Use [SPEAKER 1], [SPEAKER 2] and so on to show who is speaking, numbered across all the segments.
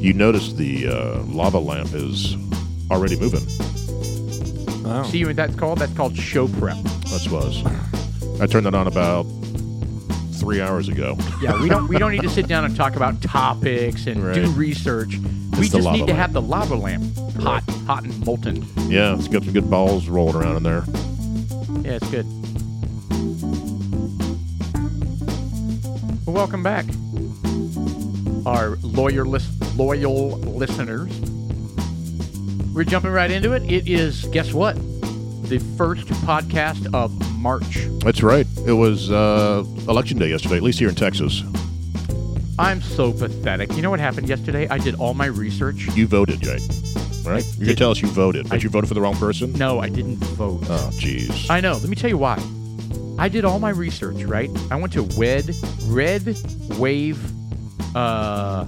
[SPEAKER 1] you notice the uh, lava lamp is already moving.
[SPEAKER 2] Oh.
[SPEAKER 3] See what that's called? That's called show prep.
[SPEAKER 1] That's was. I turned that on about three hours ago.
[SPEAKER 3] Yeah, we don't we don't need to sit down and talk about topics and
[SPEAKER 1] Right.
[SPEAKER 3] do research. we
[SPEAKER 1] the
[SPEAKER 3] just
[SPEAKER 1] lava
[SPEAKER 3] need to
[SPEAKER 1] lamp.
[SPEAKER 3] have the lava lamp hot, hot and molten.
[SPEAKER 1] Yeah, it's got some good balls rolling around in there.
[SPEAKER 3] Yeah, it's good. Well, welcome back, our lawyerless loyal listeners. We're jumping right into it. It is guess what, the first podcast of March.
[SPEAKER 1] That's right. It was uh, election day yesterday, at least here in Texas.
[SPEAKER 3] I'm so pathetic. You know what happened yesterday? I did all my research.
[SPEAKER 1] You voted, Jake. Right? You're gonna
[SPEAKER 3] did.
[SPEAKER 1] tell us you voted, but
[SPEAKER 3] I-
[SPEAKER 1] you voted for the wrong person.
[SPEAKER 3] No, I didn't vote.
[SPEAKER 1] Oh, jeez.
[SPEAKER 3] I know. Let me tell you why. I did all my research, right? I went to WED, Red Wave, uh,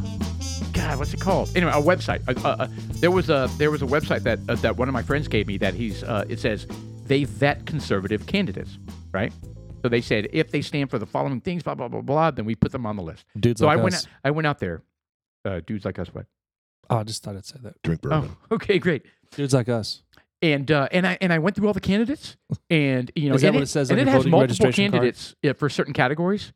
[SPEAKER 3] God, what's it called? Anyway, a website. Uh, uh, uh, there was a there was a website that uh, that one of my friends gave me that he's. Uh, it says they vet conservative candidates, right? So they said if they stand for the following things, blah blah blah blah, then we put them on the list.
[SPEAKER 2] Dudes
[SPEAKER 3] so
[SPEAKER 2] like
[SPEAKER 3] I went
[SPEAKER 2] us.
[SPEAKER 3] I went out there, uh, dudes like us. What?
[SPEAKER 2] Oh, I just thought I'd say that.
[SPEAKER 1] Drink bourbon.
[SPEAKER 3] Oh, okay, great.
[SPEAKER 2] Dudes like us.
[SPEAKER 3] and uh, and I and I went through all the candidates, and you know,
[SPEAKER 2] Is that
[SPEAKER 3] and
[SPEAKER 2] what it says on
[SPEAKER 3] And it
[SPEAKER 2] your
[SPEAKER 3] has
[SPEAKER 2] voting
[SPEAKER 3] multiple
[SPEAKER 2] registration card?
[SPEAKER 3] candidates uh, for certain categories.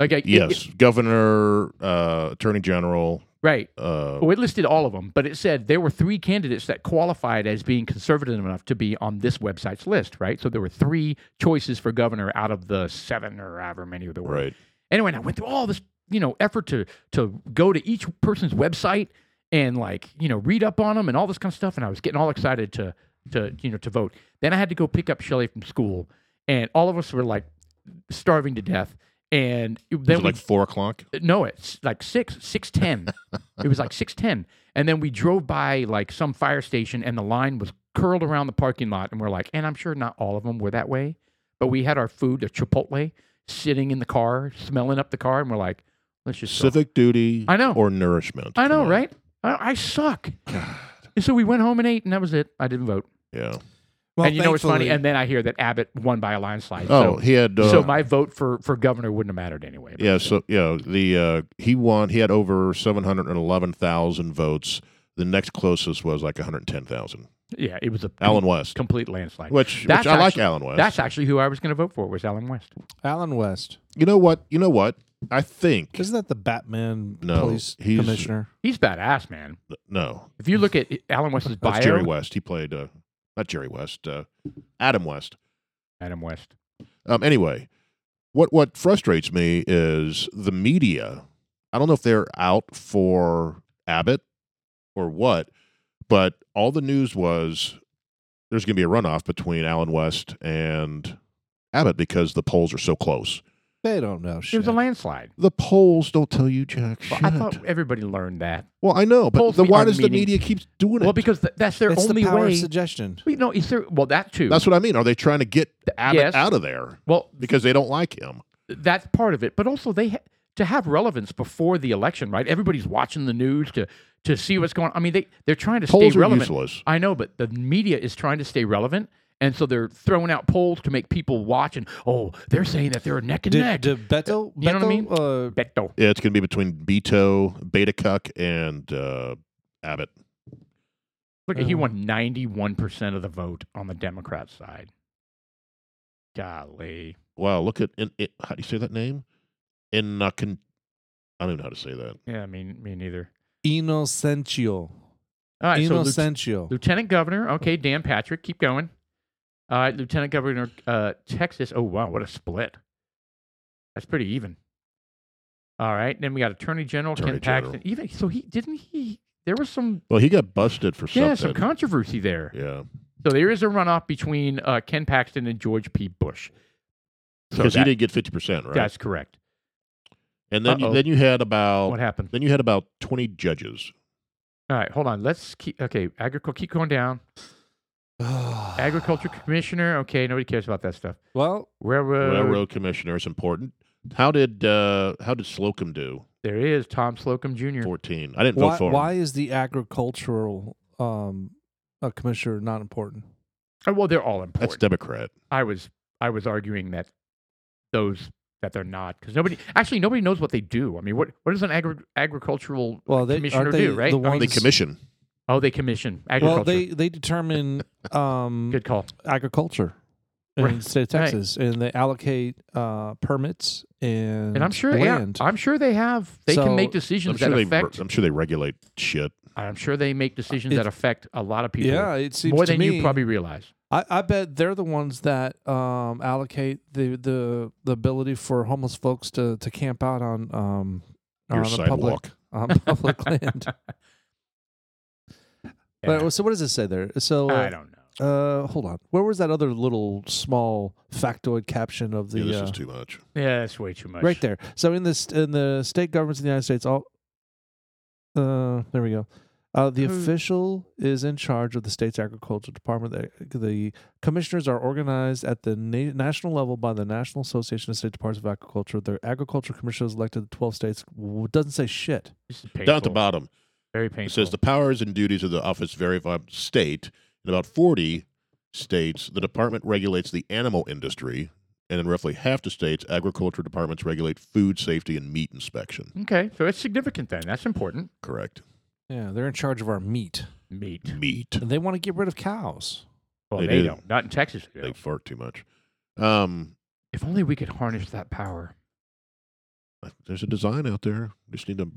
[SPEAKER 3] Like I, it-
[SPEAKER 1] Yes,
[SPEAKER 3] it-
[SPEAKER 1] governor, uh, attorney general.
[SPEAKER 3] right.
[SPEAKER 1] Uh,
[SPEAKER 3] Oh, it listed all of them, but it said there were three candidates that qualified as being conservative enough to be on this website's list, right? So there were three choices for governor out of the seven or however many there were.
[SPEAKER 1] right.
[SPEAKER 3] Anyway, and I went through all this, you know, effort to to go to each person's website and like, you know, read up on them and all this kind of stuff. And I was getting all excited to to you know to vote. Then I had to go pick up Shelly from school, and all of us were like starving to death. And
[SPEAKER 1] Is
[SPEAKER 3] then
[SPEAKER 1] it
[SPEAKER 3] we
[SPEAKER 1] like four o'clock?
[SPEAKER 3] no, it's like six, six ten. it was like six ten, and then we drove by like some fire station, and the line was curled around the parking lot, and we're like, and I'm sure not all of them were that way, but we had our food, a Chipotle, sitting in the car, smelling up the car, and we're like, let's just. go.
[SPEAKER 1] Civic duty.
[SPEAKER 3] I know.
[SPEAKER 1] Or nourishment.
[SPEAKER 3] I know,
[SPEAKER 1] Come on.
[SPEAKER 3] right? I, I suck. And so we went home and ate, and that was it. I didn't vote.
[SPEAKER 1] Yeah.
[SPEAKER 2] Well,
[SPEAKER 3] and you know what's funny?
[SPEAKER 2] thankfully-
[SPEAKER 3] And then I hear that Abbott won by a landslide.
[SPEAKER 1] Oh,
[SPEAKER 3] so,
[SPEAKER 1] he had. Uh,
[SPEAKER 3] so my vote for for governor wouldn't have mattered anyway.
[SPEAKER 1] Yeah, so yeah, the uh, he won. He had over seven hundred and eleven thousand votes. The next closest was like one hundred ten thousand.
[SPEAKER 3] yeah, it was a
[SPEAKER 1] Alan West,
[SPEAKER 3] complete landslide.
[SPEAKER 1] which, which I
[SPEAKER 3] That's
[SPEAKER 1] like
[SPEAKER 3] actually-
[SPEAKER 1] Alan West.
[SPEAKER 3] That's actually who I was going to vote for was Alan West.
[SPEAKER 2] Alan West.
[SPEAKER 1] you know what? You know what? I think
[SPEAKER 2] Isn't that the Batman
[SPEAKER 1] No,
[SPEAKER 2] police
[SPEAKER 1] he's-
[SPEAKER 2] commissioner?
[SPEAKER 3] He's badass, man.
[SPEAKER 1] no.
[SPEAKER 3] If you look at Alan West's
[SPEAKER 1] That's
[SPEAKER 3] bio,
[SPEAKER 1] Jerry West. He played uh, not Jerry West, uh, Adam West.
[SPEAKER 3] Adam West.
[SPEAKER 1] Um, anyway, what what frustrates me is the media. I don't know if they're out for Abbott or what, but all the news was there's going to be a runoff between Alan West and Abbott because the polls are so close.
[SPEAKER 2] They don't know
[SPEAKER 3] It
[SPEAKER 2] shit.
[SPEAKER 3] was a landslide.
[SPEAKER 1] The polls don't tell you jack shit.
[SPEAKER 3] Well, I thought everybody learned that.
[SPEAKER 1] Well, I know, but
[SPEAKER 3] Polls
[SPEAKER 1] the,
[SPEAKER 3] me-
[SPEAKER 1] why
[SPEAKER 3] are
[SPEAKER 1] does the
[SPEAKER 3] meaning-
[SPEAKER 1] media keep doing
[SPEAKER 3] Well,
[SPEAKER 1] it?
[SPEAKER 3] because th- that's their
[SPEAKER 2] it's
[SPEAKER 3] only
[SPEAKER 2] the power
[SPEAKER 3] way.
[SPEAKER 2] of suggestion.
[SPEAKER 3] Wait, no, is there? Well, that too.
[SPEAKER 1] That's what I mean. Are they trying to get Abbott
[SPEAKER 3] yes.
[SPEAKER 1] out of there
[SPEAKER 3] well,
[SPEAKER 1] because they don't like him?
[SPEAKER 3] that's part of it. But also, they ha- to have relevance before the election, right? Everybody's watching the news to to see what's going. on. I mean, they they're trying to
[SPEAKER 1] Polls
[SPEAKER 3] stay
[SPEAKER 1] are
[SPEAKER 3] relevant.
[SPEAKER 1] useless.
[SPEAKER 3] I know, but the media is trying to stay relevant. And so they're throwing out polls to make people watch, and oh, they're saying that they're neck and
[SPEAKER 2] Did,
[SPEAKER 3] neck.
[SPEAKER 2] did Beto,
[SPEAKER 3] You know what I
[SPEAKER 2] Beto,
[SPEAKER 3] mean?
[SPEAKER 2] uh,
[SPEAKER 3] Beto.
[SPEAKER 1] Yeah, it's going to be between Beto, Beta Cuck, and uh, Abbott.
[SPEAKER 3] Look, he
[SPEAKER 2] Um,
[SPEAKER 3] won 91% of the vote on the Democrat side. Golly.
[SPEAKER 1] Wow, look at in, in, how do you say that name? In uh, con- I don't even know how to say that.
[SPEAKER 3] Yeah, I mean, me neither.
[SPEAKER 2] uh, Inocencio.
[SPEAKER 3] All right, so Lieutenant,
[SPEAKER 2] Inocencio.
[SPEAKER 3] Lieutenant Governor, okay, Dan Patrick, keep going. All right, Lieutenant Governor, uh, Texas. Oh, wow, what a split. That's pretty even. All right, then we got Attorney General
[SPEAKER 1] Attorney
[SPEAKER 3] Ken Paxton. Even so, he didn't he. There was some
[SPEAKER 1] Well, he got busted for
[SPEAKER 3] yeah some
[SPEAKER 1] something.
[SPEAKER 3] controversy there.
[SPEAKER 1] yeah,
[SPEAKER 3] So there is a runoff between uh, Ken Paxton and George P. Bush. So
[SPEAKER 1] because
[SPEAKER 3] that-
[SPEAKER 1] he did get fifty percent, right?
[SPEAKER 3] That's correct.
[SPEAKER 1] And then you,
[SPEAKER 3] Uh-oh.
[SPEAKER 1] then you had about
[SPEAKER 3] What happened?
[SPEAKER 1] then you had about twenty judges.
[SPEAKER 3] All right, hold on. Let's keep okay. Agriculture, keep going down. Agriculture commissioner. Okay, nobody cares about that stuff.
[SPEAKER 2] Well,
[SPEAKER 3] Railroad.
[SPEAKER 1] Railroad commissioner is important. How did uh, how did Slocum do?
[SPEAKER 3] There he is Tom Slocum Jr.
[SPEAKER 1] Fourteen. I didn't
[SPEAKER 2] why,
[SPEAKER 1] vote for him.
[SPEAKER 2] why is the agricultural um, uh, commissioner not important?
[SPEAKER 3] Oh, well, they're all
[SPEAKER 1] That's
[SPEAKER 3] important.
[SPEAKER 1] Democrat.
[SPEAKER 3] I was I was arguing that those that they're not because nobody actually nobody knows what they do. I mean, what what does an agri- agricultural
[SPEAKER 2] Well, they
[SPEAKER 3] commissioner
[SPEAKER 2] aren't they
[SPEAKER 3] do? Right?
[SPEAKER 2] the
[SPEAKER 3] I mean,
[SPEAKER 1] They
[SPEAKER 2] ones-
[SPEAKER 1] commission.
[SPEAKER 3] oh, they commission agriculture.
[SPEAKER 2] Well, they they determine um,
[SPEAKER 3] Good call.
[SPEAKER 2] agriculture in
[SPEAKER 3] Right,
[SPEAKER 2] the state of
[SPEAKER 3] right.
[SPEAKER 2] Texas, and they allocate uh, permits and
[SPEAKER 3] And I'm sure, yeah,
[SPEAKER 2] land.
[SPEAKER 3] I'm sure they have. They can make
[SPEAKER 2] So-
[SPEAKER 1] I'm
[SPEAKER 3] decisions
[SPEAKER 1] sure,
[SPEAKER 3] that
[SPEAKER 1] they,
[SPEAKER 3] affect.
[SPEAKER 1] I'm sure they regulate shit.
[SPEAKER 3] I'm sure they make decisions
[SPEAKER 2] It-
[SPEAKER 3] that affect a lot of people.
[SPEAKER 2] yeah, it seems
[SPEAKER 3] more
[SPEAKER 2] to
[SPEAKER 3] than
[SPEAKER 2] me,
[SPEAKER 3] you probably realize.
[SPEAKER 2] I, I bet they're the ones that um, allocate the, the the ability for homeless folks to, to camp out on um,
[SPEAKER 1] Your
[SPEAKER 2] on a public
[SPEAKER 1] sidewalk.
[SPEAKER 2] on public land.
[SPEAKER 3] Yeah.
[SPEAKER 2] But, so what does it say there? So
[SPEAKER 3] I don't know.
[SPEAKER 2] uh, hold on, where was that other little small factoid caption of the
[SPEAKER 1] yeah, this
[SPEAKER 2] uh,
[SPEAKER 1] is too much.
[SPEAKER 3] Yeah, that's way too much.
[SPEAKER 2] right there. So in this in the state governments of the United States, all uh, there we go. Uh, the
[SPEAKER 3] Who-
[SPEAKER 2] official is in charge of the state's agricultural department. The, the commissioners are organized at the na- national level by the National Association of State Departments of Agriculture. The agriculture commissioners elected in 12 states. W- doesn't say shit.
[SPEAKER 3] This is painful.
[SPEAKER 1] Down at the bottom,
[SPEAKER 3] Very
[SPEAKER 1] it
[SPEAKER 3] painful.
[SPEAKER 1] says the powers and duties of the office vary by state. In about 40 states, the department regulates the animal industry, and in roughly half the states, agriculture departments regulate food safety and meat inspection.
[SPEAKER 3] okay, so it's significant then. That's important.
[SPEAKER 1] Correct.
[SPEAKER 2] Yeah, they're in charge of our meat.
[SPEAKER 3] Meat.
[SPEAKER 1] Meat.
[SPEAKER 2] And they want to get rid of cows.
[SPEAKER 3] Well,
[SPEAKER 1] They
[SPEAKER 3] they,
[SPEAKER 1] do.
[SPEAKER 3] don't. Not in Texas. they
[SPEAKER 1] They
[SPEAKER 3] don't.
[SPEAKER 1] fart too much. Um,
[SPEAKER 3] If only we could harness that power.
[SPEAKER 1] there's a design out there. Just need to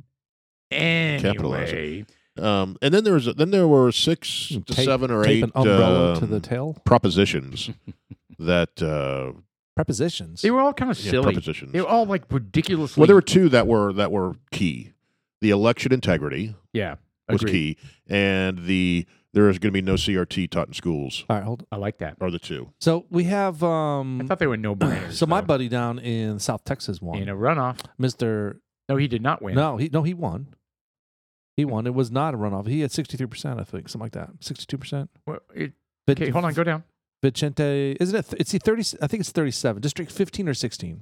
[SPEAKER 1] Capitalize
[SPEAKER 3] Anyway,
[SPEAKER 1] Um, and then there was then there were six to
[SPEAKER 2] Hmm, Tape-
[SPEAKER 1] seven or
[SPEAKER 2] Tape
[SPEAKER 1] eight
[SPEAKER 2] an umbrella
[SPEAKER 1] um,
[SPEAKER 2] to the tail.
[SPEAKER 1] propositions that uh,
[SPEAKER 2] Prepositions.
[SPEAKER 3] they were all kind of
[SPEAKER 1] yeah,
[SPEAKER 3] silly.
[SPEAKER 1] propositions.
[SPEAKER 3] they were all like ridiculously.
[SPEAKER 1] well, there were two that were that were key. The election integrity
[SPEAKER 3] yeah,
[SPEAKER 1] was
[SPEAKER 3] agreed.
[SPEAKER 1] key, and the there is going to be no CRT taught in schools
[SPEAKER 2] all right, hold on.
[SPEAKER 3] I like that.
[SPEAKER 1] are the two.
[SPEAKER 2] So we have. Um,
[SPEAKER 1] Mm.
[SPEAKER 3] I thought they were no brainers.
[SPEAKER 2] so my buddy down in South Texas won.
[SPEAKER 3] in a runoff.
[SPEAKER 2] Mr.
[SPEAKER 3] No, he did not win.
[SPEAKER 2] No, he no he won. He won. It was not a runoff. He had sixty three percent, I think, something like that. Sixty two percent.
[SPEAKER 3] Well, it- okay, hold on. Go down.
[SPEAKER 2] Vicente, isn't it? It's the thirty. I think it's thirty seven. District fifteen or sixteen.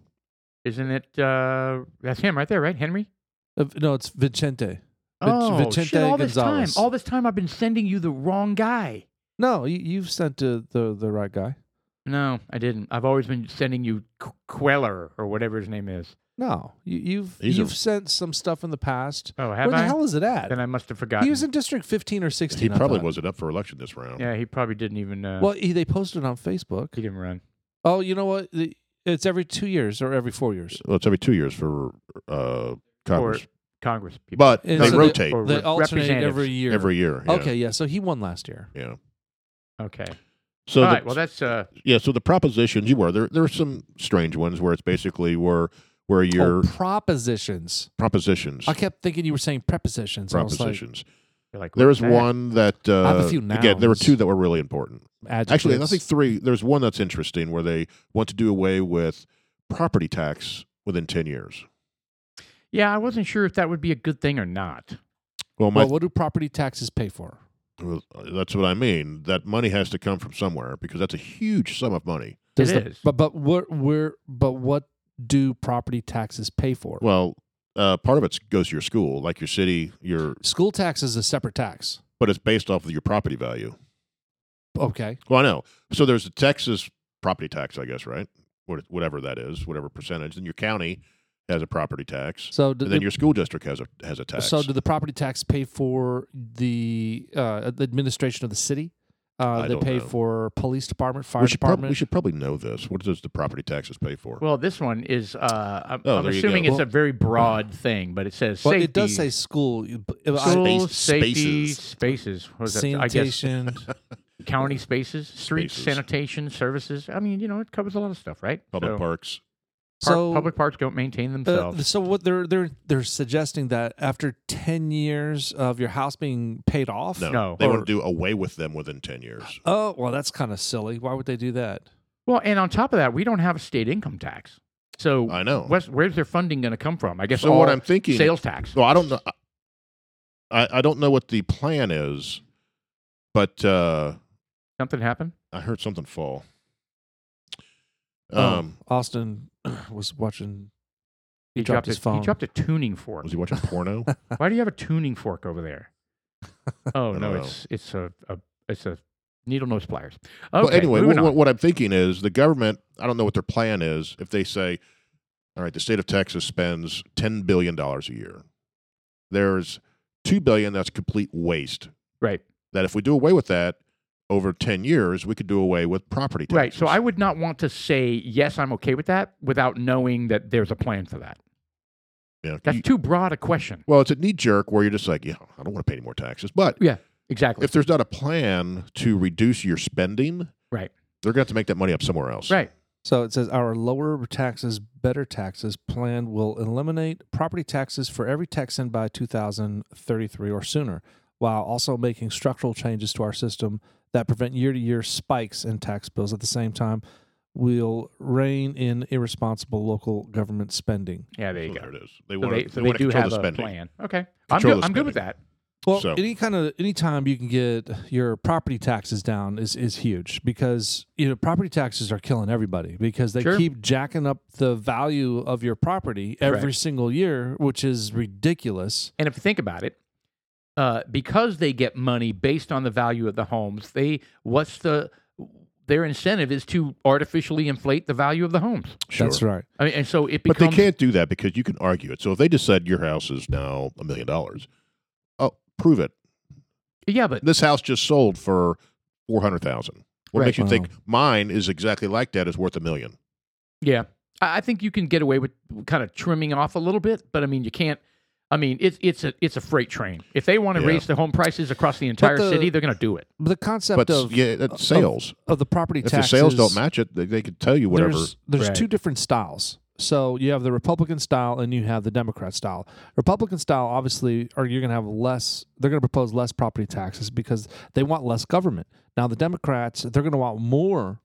[SPEAKER 3] Isn't it? Uh, that's him right there, right, Henry?
[SPEAKER 2] Uh, no, it's Vicente. Vic-
[SPEAKER 3] oh,
[SPEAKER 2] Vicente
[SPEAKER 3] shit, all this
[SPEAKER 2] Gonzalez.
[SPEAKER 3] time, all this time, I've been sending you the wrong guy.
[SPEAKER 2] No, you, you've sent uh, the the right guy.
[SPEAKER 3] No, I didn't. I've always been sending you Qu- Queller or whatever his name is.
[SPEAKER 2] No, you, you've
[SPEAKER 1] These are-
[SPEAKER 2] you've sent some stuff in the past.
[SPEAKER 3] Oh, have
[SPEAKER 2] Where the
[SPEAKER 3] I?
[SPEAKER 2] hell is it at?
[SPEAKER 3] Then I must have forgotten.
[SPEAKER 2] He was in District fifteen or sixteen.
[SPEAKER 1] He
[SPEAKER 2] I
[SPEAKER 1] probably
[SPEAKER 2] thought.
[SPEAKER 1] wasn't up for election this round.
[SPEAKER 3] yeah, he probably didn't even. Uh,
[SPEAKER 2] Well, he, they posted it on
[SPEAKER 3] he
[SPEAKER 2] Facebook.
[SPEAKER 3] didn't run.
[SPEAKER 2] Oh, you know what? The- It's every two years or every four years.
[SPEAKER 1] Well, it's every two years for uh, Congress,
[SPEAKER 3] Or Congress people.
[SPEAKER 1] but
[SPEAKER 2] And
[SPEAKER 1] they
[SPEAKER 2] so the-
[SPEAKER 1] rotate
[SPEAKER 3] or-
[SPEAKER 2] They
[SPEAKER 3] rep-
[SPEAKER 2] alternate
[SPEAKER 3] representatives.
[SPEAKER 2] every year.
[SPEAKER 1] every year. yeah.
[SPEAKER 2] Okay, yeah. So he won last year.
[SPEAKER 1] Yeah.
[SPEAKER 3] okay.
[SPEAKER 1] So
[SPEAKER 3] all
[SPEAKER 1] the-
[SPEAKER 3] right. Well, that's uh,
[SPEAKER 1] yeah. So the propositions you were there. There are some strange ones where it's basically where where
[SPEAKER 2] Oh,
[SPEAKER 1] your
[SPEAKER 2] propositions.
[SPEAKER 1] propositions
[SPEAKER 2] I kept thinking you were saying prepositions. I was like,
[SPEAKER 1] propositions.
[SPEAKER 3] you're like
[SPEAKER 1] There
[SPEAKER 3] what
[SPEAKER 1] was
[SPEAKER 3] the heck?
[SPEAKER 1] one that uh,
[SPEAKER 2] I have a few
[SPEAKER 1] again. There were
[SPEAKER 2] nouns.
[SPEAKER 1] two that were really important. Actually, I
[SPEAKER 2] adjectives.
[SPEAKER 1] think three. There's one that's interesting where they want to do away with property tax within ten years.
[SPEAKER 3] Yeah, I wasn't sure if that would be a good thing or not.
[SPEAKER 1] Well, my,
[SPEAKER 2] Well, what do property taxes pay for?
[SPEAKER 1] well, that's what I mean. That money has to come from somewhere because that's a huge sum of money.
[SPEAKER 2] Does
[SPEAKER 3] It
[SPEAKER 2] the-
[SPEAKER 3] is.
[SPEAKER 2] But but what where but what do property taxes pay for?
[SPEAKER 1] Well, uh, part of it goes to your school, like your city, your,
[SPEAKER 2] School tax is a separate tax.
[SPEAKER 1] but it's based off of your property value.
[SPEAKER 2] Okay.
[SPEAKER 1] Well, I know. So there's the Texas property tax, I guess, right? What, whatever that is, whatever percentage. Then your county has a property tax,
[SPEAKER 2] So do,
[SPEAKER 1] and then your school district has a has a tax.
[SPEAKER 2] so do the property tax pay for the uh, the administration of the city?
[SPEAKER 1] I
[SPEAKER 2] Uh, they
[SPEAKER 1] don't
[SPEAKER 2] pay
[SPEAKER 1] know.
[SPEAKER 2] for police department, fire
[SPEAKER 1] we should, prob-
[SPEAKER 2] department.
[SPEAKER 1] we should probably know this. What does the property taxes pay for?
[SPEAKER 3] Well, this one is. Uh, I'm,
[SPEAKER 1] Oh,
[SPEAKER 3] I'm
[SPEAKER 1] there you
[SPEAKER 3] assuming
[SPEAKER 1] go.
[SPEAKER 3] it's a very broad thing, but it says
[SPEAKER 2] well,
[SPEAKER 3] safety.
[SPEAKER 2] it does say school. you- but- I-
[SPEAKER 3] School
[SPEAKER 1] Space-
[SPEAKER 3] safety
[SPEAKER 1] spaces.
[SPEAKER 3] spaces. What is that? I guess
[SPEAKER 2] sanitation.
[SPEAKER 3] county spaces, streets,
[SPEAKER 1] Spaces.
[SPEAKER 3] sanitation services. I mean, you know, it covers a lot of stuff, right?
[SPEAKER 1] Public
[SPEAKER 3] So,
[SPEAKER 1] parks.
[SPEAKER 3] par-
[SPEAKER 2] so
[SPEAKER 3] public parks don't maintain
[SPEAKER 2] Uh,
[SPEAKER 3] themselves.
[SPEAKER 2] so what they're they're they're suggesting that after 10 years of your house being paid off
[SPEAKER 1] No,
[SPEAKER 3] no,
[SPEAKER 1] they
[SPEAKER 2] or-
[SPEAKER 1] want to do away with them within ten years.
[SPEAKER 2] oh well that's kind of silly why would they do that
[SPEAKER 3] well, and on top of that, we don't have a state income tax. So
[SPEAKER 1] I know.
[SPEAKER 3] where's, where's their funding going to come from? I guess
[SPEAKER 1] so what
[SPEAKER 3] Oh, all
[SPEAKER 1] I'm thinking.
[SPEAKER 3] sales tax.
[SPEAKER 1] well, I don't know. I I don't know what the plan is, but uh,
[SPEAKER 3] Something happened.
[SPEAKER 1] I heard something fall.
[SPEAKER 2] Oh,
[SPEAKER 1] Um,
[SPEAKER 2] austin was watching
[SPEAKER 3] He,
[SPEAKER 2] dropped his
[SPEAKER 3] a,
[SPEAKER 2] phone.
[SPEAKER 3] He dropped a tuning fork.
[SPEAKER 1] was he watching porno?
[SPEAKER 3] Why do you have a tuning fork over there? Oh
[SPEAKER 1] don't
[SPEAKER 3] no,
[SPEAKER 1] know.
[SPEAKER 3] it's it's a, a it's a needle nose pliers. Okay,
[SPEAKER 1] Well, anyway,
[SPEAKER 3] moving
[SPEAKER 1] what,
[SPEAKER 3] on.
[SPEAKER 1] what, what I'm thinking is the government. I don't know what their plan is. If they say, All right, the state of Texas spends ten billion dollars a year. There's two billion that's complete waste.
[SPEAKER 3] Right.
[SPEAKER 1] That if we do away with that over ten years, we could do away with property taxes.
[SPEAKER 3] Right. So I would not want to say yes, I'm okay with that without knowing that there's a plan for that.
[SPEAKER 1] you know,
[SPEAKER 3] That's
[SPEAKER 1] you-
[SPEAKER 3] too broad a question.
[SPEAKER 1] well, it's a knee jerk where you're just like, yeah, I don't want to pay any more taxes. But
[SPEAKER 3] Exactly.
[SPEAKER 1] if there's not a plan to reduce your spending,
[SPEAKER 3] Right.
[SPEAKER 1] they're going to have to make that money up somewhere else.
[SPEAKER 3] right.
[SPEAKER 2] So it says our lower taxes, better taxes plan will eliminate property taxes for every Texan by 2033 or sooner, while also making structural changes to our system that prevent year to year spikes in tax bills. At the same time, we'll rein in irresponsible local government spending.
[SPEAKER 3] Yeah, there
[SPEAKER 1] So
[SPEAKER 3] you go.
[SPEAKER 1] there it is. They
[SPEAKER 3] So
[SPEAKER 1] want
[SPEAKER 3] they,
[SPEAKER 1] to
[SPEAKER 3] so they do
[SPEAKER 1] control
[SPEAKER 3] have
[SPEAKER 1] the
[SPEAKER 3] a
[SPEAKER 1] spending.
[SPEAKER 3] plan. Okay. I'm
[SPEAKER 1] Control
[SPEAKER 3] good,
[SPEAKER 1] the
[SPEAKER 3] I'm good with that.
[SPEAKER 2] Well,
[SPEAKER 1] So-
[SPEAKER 2] any kind of any time you can get your property taxes down is is huge because you know property taxes are killing everybody because they
[SPEAKER 3] Sure.
[SPEAKER 2] keep jacking up the value of your property every
[SPEAKER 3] Correct.
[SPEAKER 2] single year, which is ridiculous.
[SPEAKER 3] And if you think about it, uh, because they get money based on the value of the homes, they what's the their incentive is to artificially inflate the value of the homes.
[SPEAKER 1] Sure.
[SPEAKER 2] That's right.
[SPEAKER 3] I mean, and so it
[SPEAKER 1] But
[SPEAKER 3] becomes
[SPEAKER 1] they can't do that because you can argue it. So if they decide your house is now a million dollars, oh, prove it.
[SPEAKER 3] yeah, but
[SPEAKER 1] This house just sold for four hundred thousand. What
[SPEAKER 3] Right.
[SPEAKER 1] makes you
[SPEAKER 2] Wow.
[SPEAKER 1] think mine is exactly like that is worth a million?
[SPEAKER 3] yeah, I, I think you can get away with kind of trimming off a little bit, but I mean, you can't. I mean, it's it's a it's a freight train. If they want to
[SPEAKER 1] Yeah.
[SPEAKER 3] raise the home prices across the entire
[SPEAKER 2] the-
[SPEAKER 3] city, they're going to do it.
[SPEAKER 2] But the concept
[SPEAKER 1] But s-
[SPEAKER 2] of
[SPEAKER 1] yeah, that's sales.
[SPEAKER 2] of the property
[SPEAKER 1] If
[SPEAKER 2] taxes
[SPEAKER 1] the sales don't match it, they, they could tell you whatever.
[SPEAKER 2] There's, there's
[SPEAKER 3] Right.
[SPEAKER 2] two different styles. So you have the Republican style and you have the Democrat style. Republican style, obviously, are you're going to have less. They're going to propose less property taxes because they want less government. Now the Democrats, they're going to want more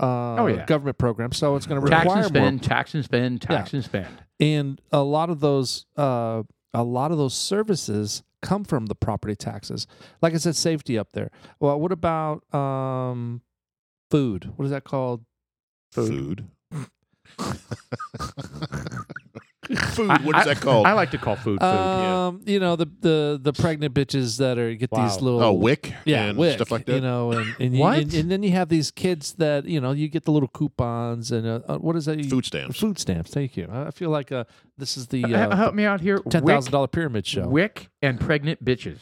[SPEAKER 2] uh,
[SPEAKER 3] Oh, yeah.
[SPEAKER 2] government programs. So it's going to
[SPEAKER 3] Tax and
[SPEAKER 2] require more.
[SPEAKER 3] spend, tax and spend, tax and spend.
[SPEAKER 2] And a lot of those, uh, a lot of those services come from the property taxes. Like I said, safety up there. Well, what about um, food? What is that called?
[SPEAKER 1] food. food. What is
[SPEAKER 3] I-
[SPEAKER 1] that called?
[SPEAKER 3] I like to call food food. yeah.
[SPEAKER 2] Um, you know the the the pregnant bitches that are get
[SPEAKER 3] Wow.
[SPEAKER 2] these little
[SPEAKER 1] oh, wick.
[SPEAKER 2] yeah,
[SPEAKER 1] and
[SPEAKER 2] wick,
[SPEAKER 1] stuff like that.
[SPEAKER 2] You know, and and, you,
[SPEAKER 3] What?
[SPEAKER 2] and and then you have these kids that you know you get the little coupons and uh, uh, what is that? You-
[SPEAKER 1] Food stamps.
[SPEAKER 2] Food stamps. Thank you. I I feel like uh, this is the
[SPEAKER 3] Uh,
[SPEAKER 2] uh,
[SPEAKER 3] Help me out here.
[SPEAKER 2] ten
[SPEAKER 3] Wick-
[SPEAKER 2] thousand dollar pyramid show.
[SPEAKER 3] Wick and pregnant bitches.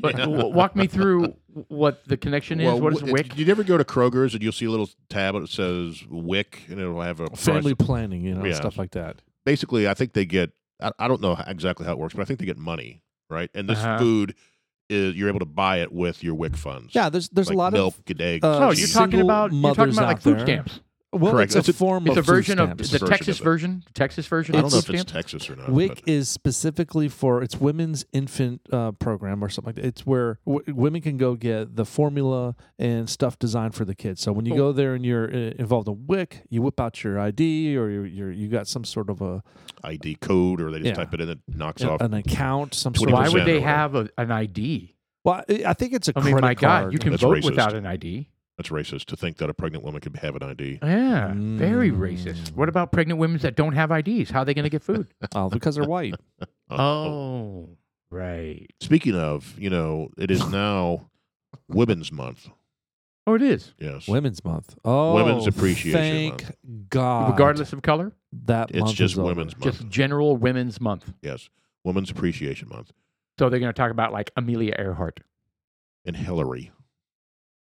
[SPEAKER 3] but w- walk me through what the connection is. what is
[SPEAKER 1] w-
[SPEAKER 3] Wick?
[SPEAKER 1] Did you ever go to Kroger's and you'll see a little tab that says Wick and it'll have a price?
[SPEAKER 2] Family planning, you know,
[SPEAKER 1] Yeah.
[SPEAKER 2] stuff like that.
[SPEAKER 1] Basically, I think they get. I, I don't know how- exactly how it works, but I think they get money, right? And this
[SPEAKER 3] Uh-huh.
[SPEAKER 1] food is you're able to buy it with your Wick funds.
[SPEAKER 2] Yeah, there's there's
[SPEAKER 1] like
[SPEAKER 2] a lot
[SPEAKER 1] milk
[SPEAKER 2] of
[SPEAKER 1] and eggs.
[SPEAKER 2] uh,
[SPEAKER 1] and
[SPEAKER 3] oh, you're
[SPEAKER 1] cheese.
[SPEAKER 3] talking
[SPEAKER 2] single
[SPEAKER 3] about you're talking
[SPEAKER 2] mothers
[SPEAKER 3] about like
[SPEAKER 2] out
[SPEAKER 3] food
[SPEAKER 2] there.
[SPEAKER 3] stamps.
[SPEAKER 2] well,
[SPEAKER 1] Correct.
[SPEAKER 2] it's a
[SPEAKER 1] It's a-
[SPEAKER 2] form
[SPEAKER 3] It's
[SPEAKER 2] of
[SPEAKER 3] a
[SPEAKER 2] food
[SPEAKER 3] version of
[SPEAKER 2] stamps.
[SPEAKER 1] It's
[SPEAKER 3] the
[SPEAKER 1] a version
[SPEAKER 3] Texas
[SPEAKER 1] of it.
[SPEAKER 3] version. Texas
[SPEAKER 1] I
[SPEAKER 3] version.
[SPEAKER 1] don't
[SPEAKER 2] it's-
[SPEAKER 1] know
[SPEAKER 3] of
[SPEAKER 1] if
[SPEAKER 3] food
[SPEAKER 1] it's
[SPEAKER 3] stamps.
[SPEAKER 1] Texas or not.
[SPEAKER 2] WIC
[SPEAKER 1] but-
[SPEAKER 2] is specifically for its women's infant uh, program or something like that. It's where w- women can go get the formula and stuff designed for the kids. So
[SPEAKER 1] Oh.
[SPEAKER 2] when you go there and you're uh, involved in WIC, you whip out your ID or you're, you're you got some sort of a
[SPEAKER 1] ID code, or they just
[SPEAKER 2] Yeah.
[SPEAKER 1] type it in, it knocks
[SPEAKER 2] an,
[SPEAKER 1] off.
[SPEAKER 2] an account, some sort
[SPEAKER 3] Why
[SPEAKER 2] of.
[SPEAKER 1] 20%.
[SPEAKER 3] would they
[SPEAKER 1] or whatever.
[SPEAKER 3] have a, an ID?
[SPEAKER 2] Well, I I think it's a
[SPEAKER 3] I mean,
[SPEAKER 2] credit
[SPEAKER 3] my
[SPEAKER 2] card.
[SPEAKER 3] God, you can
[SPEAKER 1] That's
[SPEAKER 3] vote
[SPEAKER 1] racist.
[SPEAKER 3] without an ID.
[SPEAKER 1] That's racist to think that a pregnant woman could have an ID.
[SPEAKER 3] Yeah, very racist.
[SPEAKER 2] Mm.
[SPEAKER 3] What about pregnant women that don't have IDs? How are they going to get food?
[SPEAKER 2] oh, because they're white.
[SPEAKER 3] oh, right.
[SPEAKER 1] Speaking of, you know, it is now Women's Month.
[SPEAKER 3] Oh, it is.
[SPEAKER 1] Yes.
[SPEAKER 2] Women's Month. Oh,
[SPEAKER 1] Women's Appreciation
[SPEAKER 2] Thank God.
[SPEAKER 3] Regardless of color,
[SPEAKER 2] that
[SPEAKER 1] it's
[SPEAKER 2] month
[SPEAKER 1] just
[SPEAKER 2] is over.
[SPEAKER 1] Women's Month.
[SPEAKER 3] just general Women's Month.
[SPEAKER 1] yes. Women's Appreciation Month.
[SPEAKER 3] So they're going to talk about like Amelia Earhart.
[SPEAKER 1] And Hillary.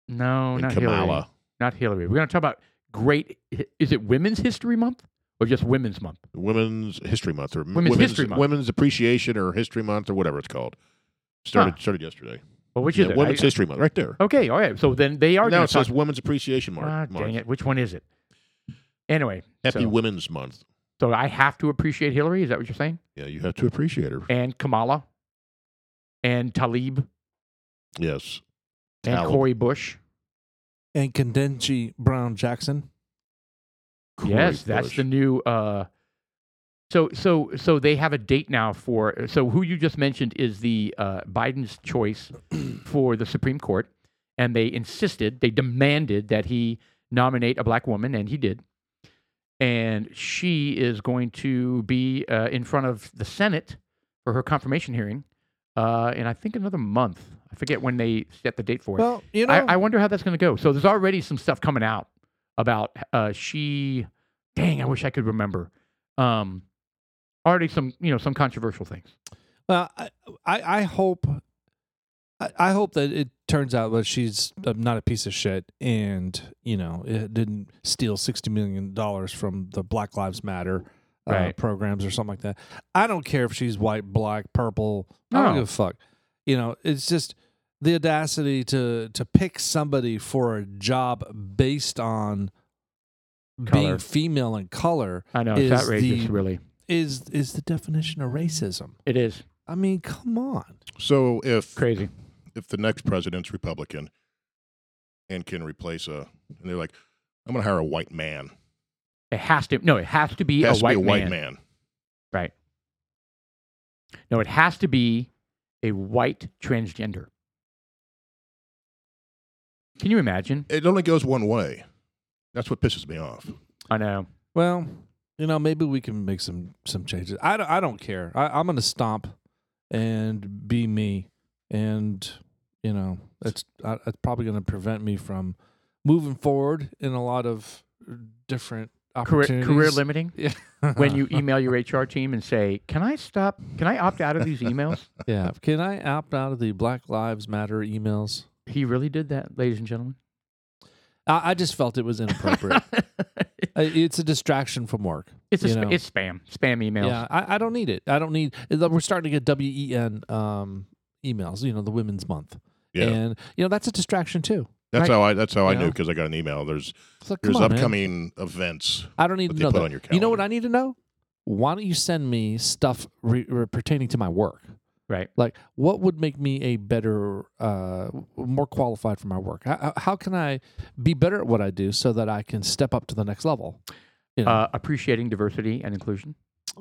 [SPEAKER 3] No,
[SPEAKER 1] and
[SPEAKER 3] Oh, not
[SPEAKER 1] Kamala.
[SPEAKER 3] Hillary. Not Hillary. We're going to talk about great. Is it Women's History Month or just Women's Month?
[SPEAKER 1] Women's History Month or m-
[SPEAKER 3] Women's History Month.
[SPEAKER 1] Women's Appreciation or History Month or whatever it's called. Started started yesterday.
[SPEAKER 3] Well, which
[SPEAKER 1] Yeah,
[SPEAKER 3] is it?
[SPEAKER 1] Women's
[SPEAKER 3] I-
[SPEAKER 1] History Month, right there.
[SPEAKER 3] okay, all right. So then they are
[SPEAKER 1] now
[SPEAKER 3] going
[SPEAKER 1] it
[SPEAKER 3] to talk.
[SPEAKER 1] says Women's Appreciation Month.
[SPEAKER 3] Ah,
[SPEAKER 1] Month.
[SPEAKER 3] dang it! Which one is it? Anyway,
[SPEAKER 1] Happy
[SPEAKER 3] so,
[SPEAKER 1] Women's Month.
[SPEAKER 3] so I have to appreciate Hillary. Is that what you're saying?
[SPEAKER 1] Yeah, you have to appreciate her.
[SPEAKER 3] And Kamala, and Talib,
[SPEAKER 1] Yes.
[SPEAKER 3] and
[SPEAKER 1] Talib.
[SPEAKER 3] Cory Bush.
[SPEAKER 2] And Condenchi Brown Jackson.
[SPEAKER 1] Cory
[SPEAKER 3] yes, that's
[SPEAKER 1] Bush.
[SPEAKER 3] the new. Uh, so so so they have a date now for. uh, So who you just mentioned is the uh, Biden's choice for the Supreme Court, and they insisted, they demanded that he nominate a black woman, and he did. And she is going to be uh, in front of the Senate for her confirmation hearing uh, in I think another month. I forget when they set the date for it.
[SPEAKER 2] Well, you know,
[SPEAKER 3] I, I wonder how that's going to go. So there's already some stuff coming out about uh, she. Dang, I wish I could remember. Um, already some you know some controversial things.
[SPEAKER 2] Well, I I, I hope I, I hope that it turns out that she's uh, not a piece of shit, and you know it didn't steal sixty million dollars from the Black Lives Matter. Uh,
[SPEAKER 3] Right.
[SPEAKER 2] programs or something like that. I don't care if she's white, black, purple. I don't
[SPEAKER 3] No.
[SPEAKER 2] give a fuck. You know, it's just the audacity to to pick somebody for a job based on being
[SPEAKER 3] Color.
[SPEAKER 2] female and color
[SPEAKER 3] I know
[SPEAKER 2] it's
[SPEAKER 3] it's
[SPEAKER 2] Is
[SPEAKER 3] outrageous.
[SPEAKER 2] outrageous, the-
[SPEAKER 3] really,
[SPEAKER 2] is is the definition of racism.
[SPEAKER 3] it is
[SPEAKER 2] I mean, come on.
[SPEAKER 1] So if
[SPEAKER 3] crazy.
[SPEAKER 1] if the next president's Republican and can replace a, and they're like, I'm going to hire a white man.
[SPEAKER 3] It has to no. It has to be,
[SPEAKER 1] It has
[SPEAKER 3] a,
[SPEAKER 1] to
[SPEAKER 3] white
[SPEAKER 1] be a white man.
[SPEAKER 3] No, it has to be a white transgender. Can you imagine?
[SPEAKER 1] It only goes one way. That's what pisses me off.
[SPEAKER 3] I know.
[SPEAKER 2] Well, you know, maybe we can make some some changes. I don't, I don't care. I, I'm going to stomp and be me, and you know, it's I, it's probably going to prevent me from moving forward in a lot of different
[SPEAKER 3] Career,
[SPEAKER 2] opportunities. Uh-huh.
[SPEAKER 3] career limiting.
[SPEAKER 2] limit
[SPEAKER 3] When you e-, email your HR team and say, "Can I stop? Can I opt out of these emails?"
[SPEAKER 2] yeah, can I opt out of the Black Lives Matter emails?
[SPEAKER 3] he really did that, ladies and gentlemen.
[SPEAKER 2] I, I just felt it was inappropriate. Uh, it's a distraction from work.
[SPEAKER 3] it's a
[SPEAKER 2] you
[SPEAKER 3] sp-
[SPEAKER 2] know.
[SPEAKER 3] it's spam, spam emails.
[SPEAKER 2] Yeah, I, I don't need it. I don't need. We're starting to get WEN um, emails. You know, the Women's Month,
[SPEAKER 1] Yeah.
[SPEAKER 2] and you know that's a distraction too.
[SPEAKER 1] that's
[SPEAKER 3] right.
[SPEAKER 1] how I, that's how I
[SPEAKER 2] Yeah.
[SPEAKER 1] knew because I got an email. There's,
[SPEAKER 2] It's like,
[SPEAKER 1] there's
[SPEAKER 2] come on, man.
[SPEAKER 1] upcoming events
[SPEAKER 2] I don't need
[SPEAKER 1] that
[SPEAKER 2] to
[SPEAKER 1] they
[SPEAKER 2] know
[SPEAKER 1] put
[SPEAKER 2] that.
[SPEAKER 1] on your calendar.
[SPEAKER 2] You know what I need to know? Why don't you send me stuff re- re- pertaining to my work?
[SPEAKER 3] Right.
[SPEAKER 2] Like, what would make me a better, uh, more qualified for my work? How, how can I be better at what I do so that I can step up to the next level? You know,
[SPEAKER 3] Uh, appreciating diversity and inclusion.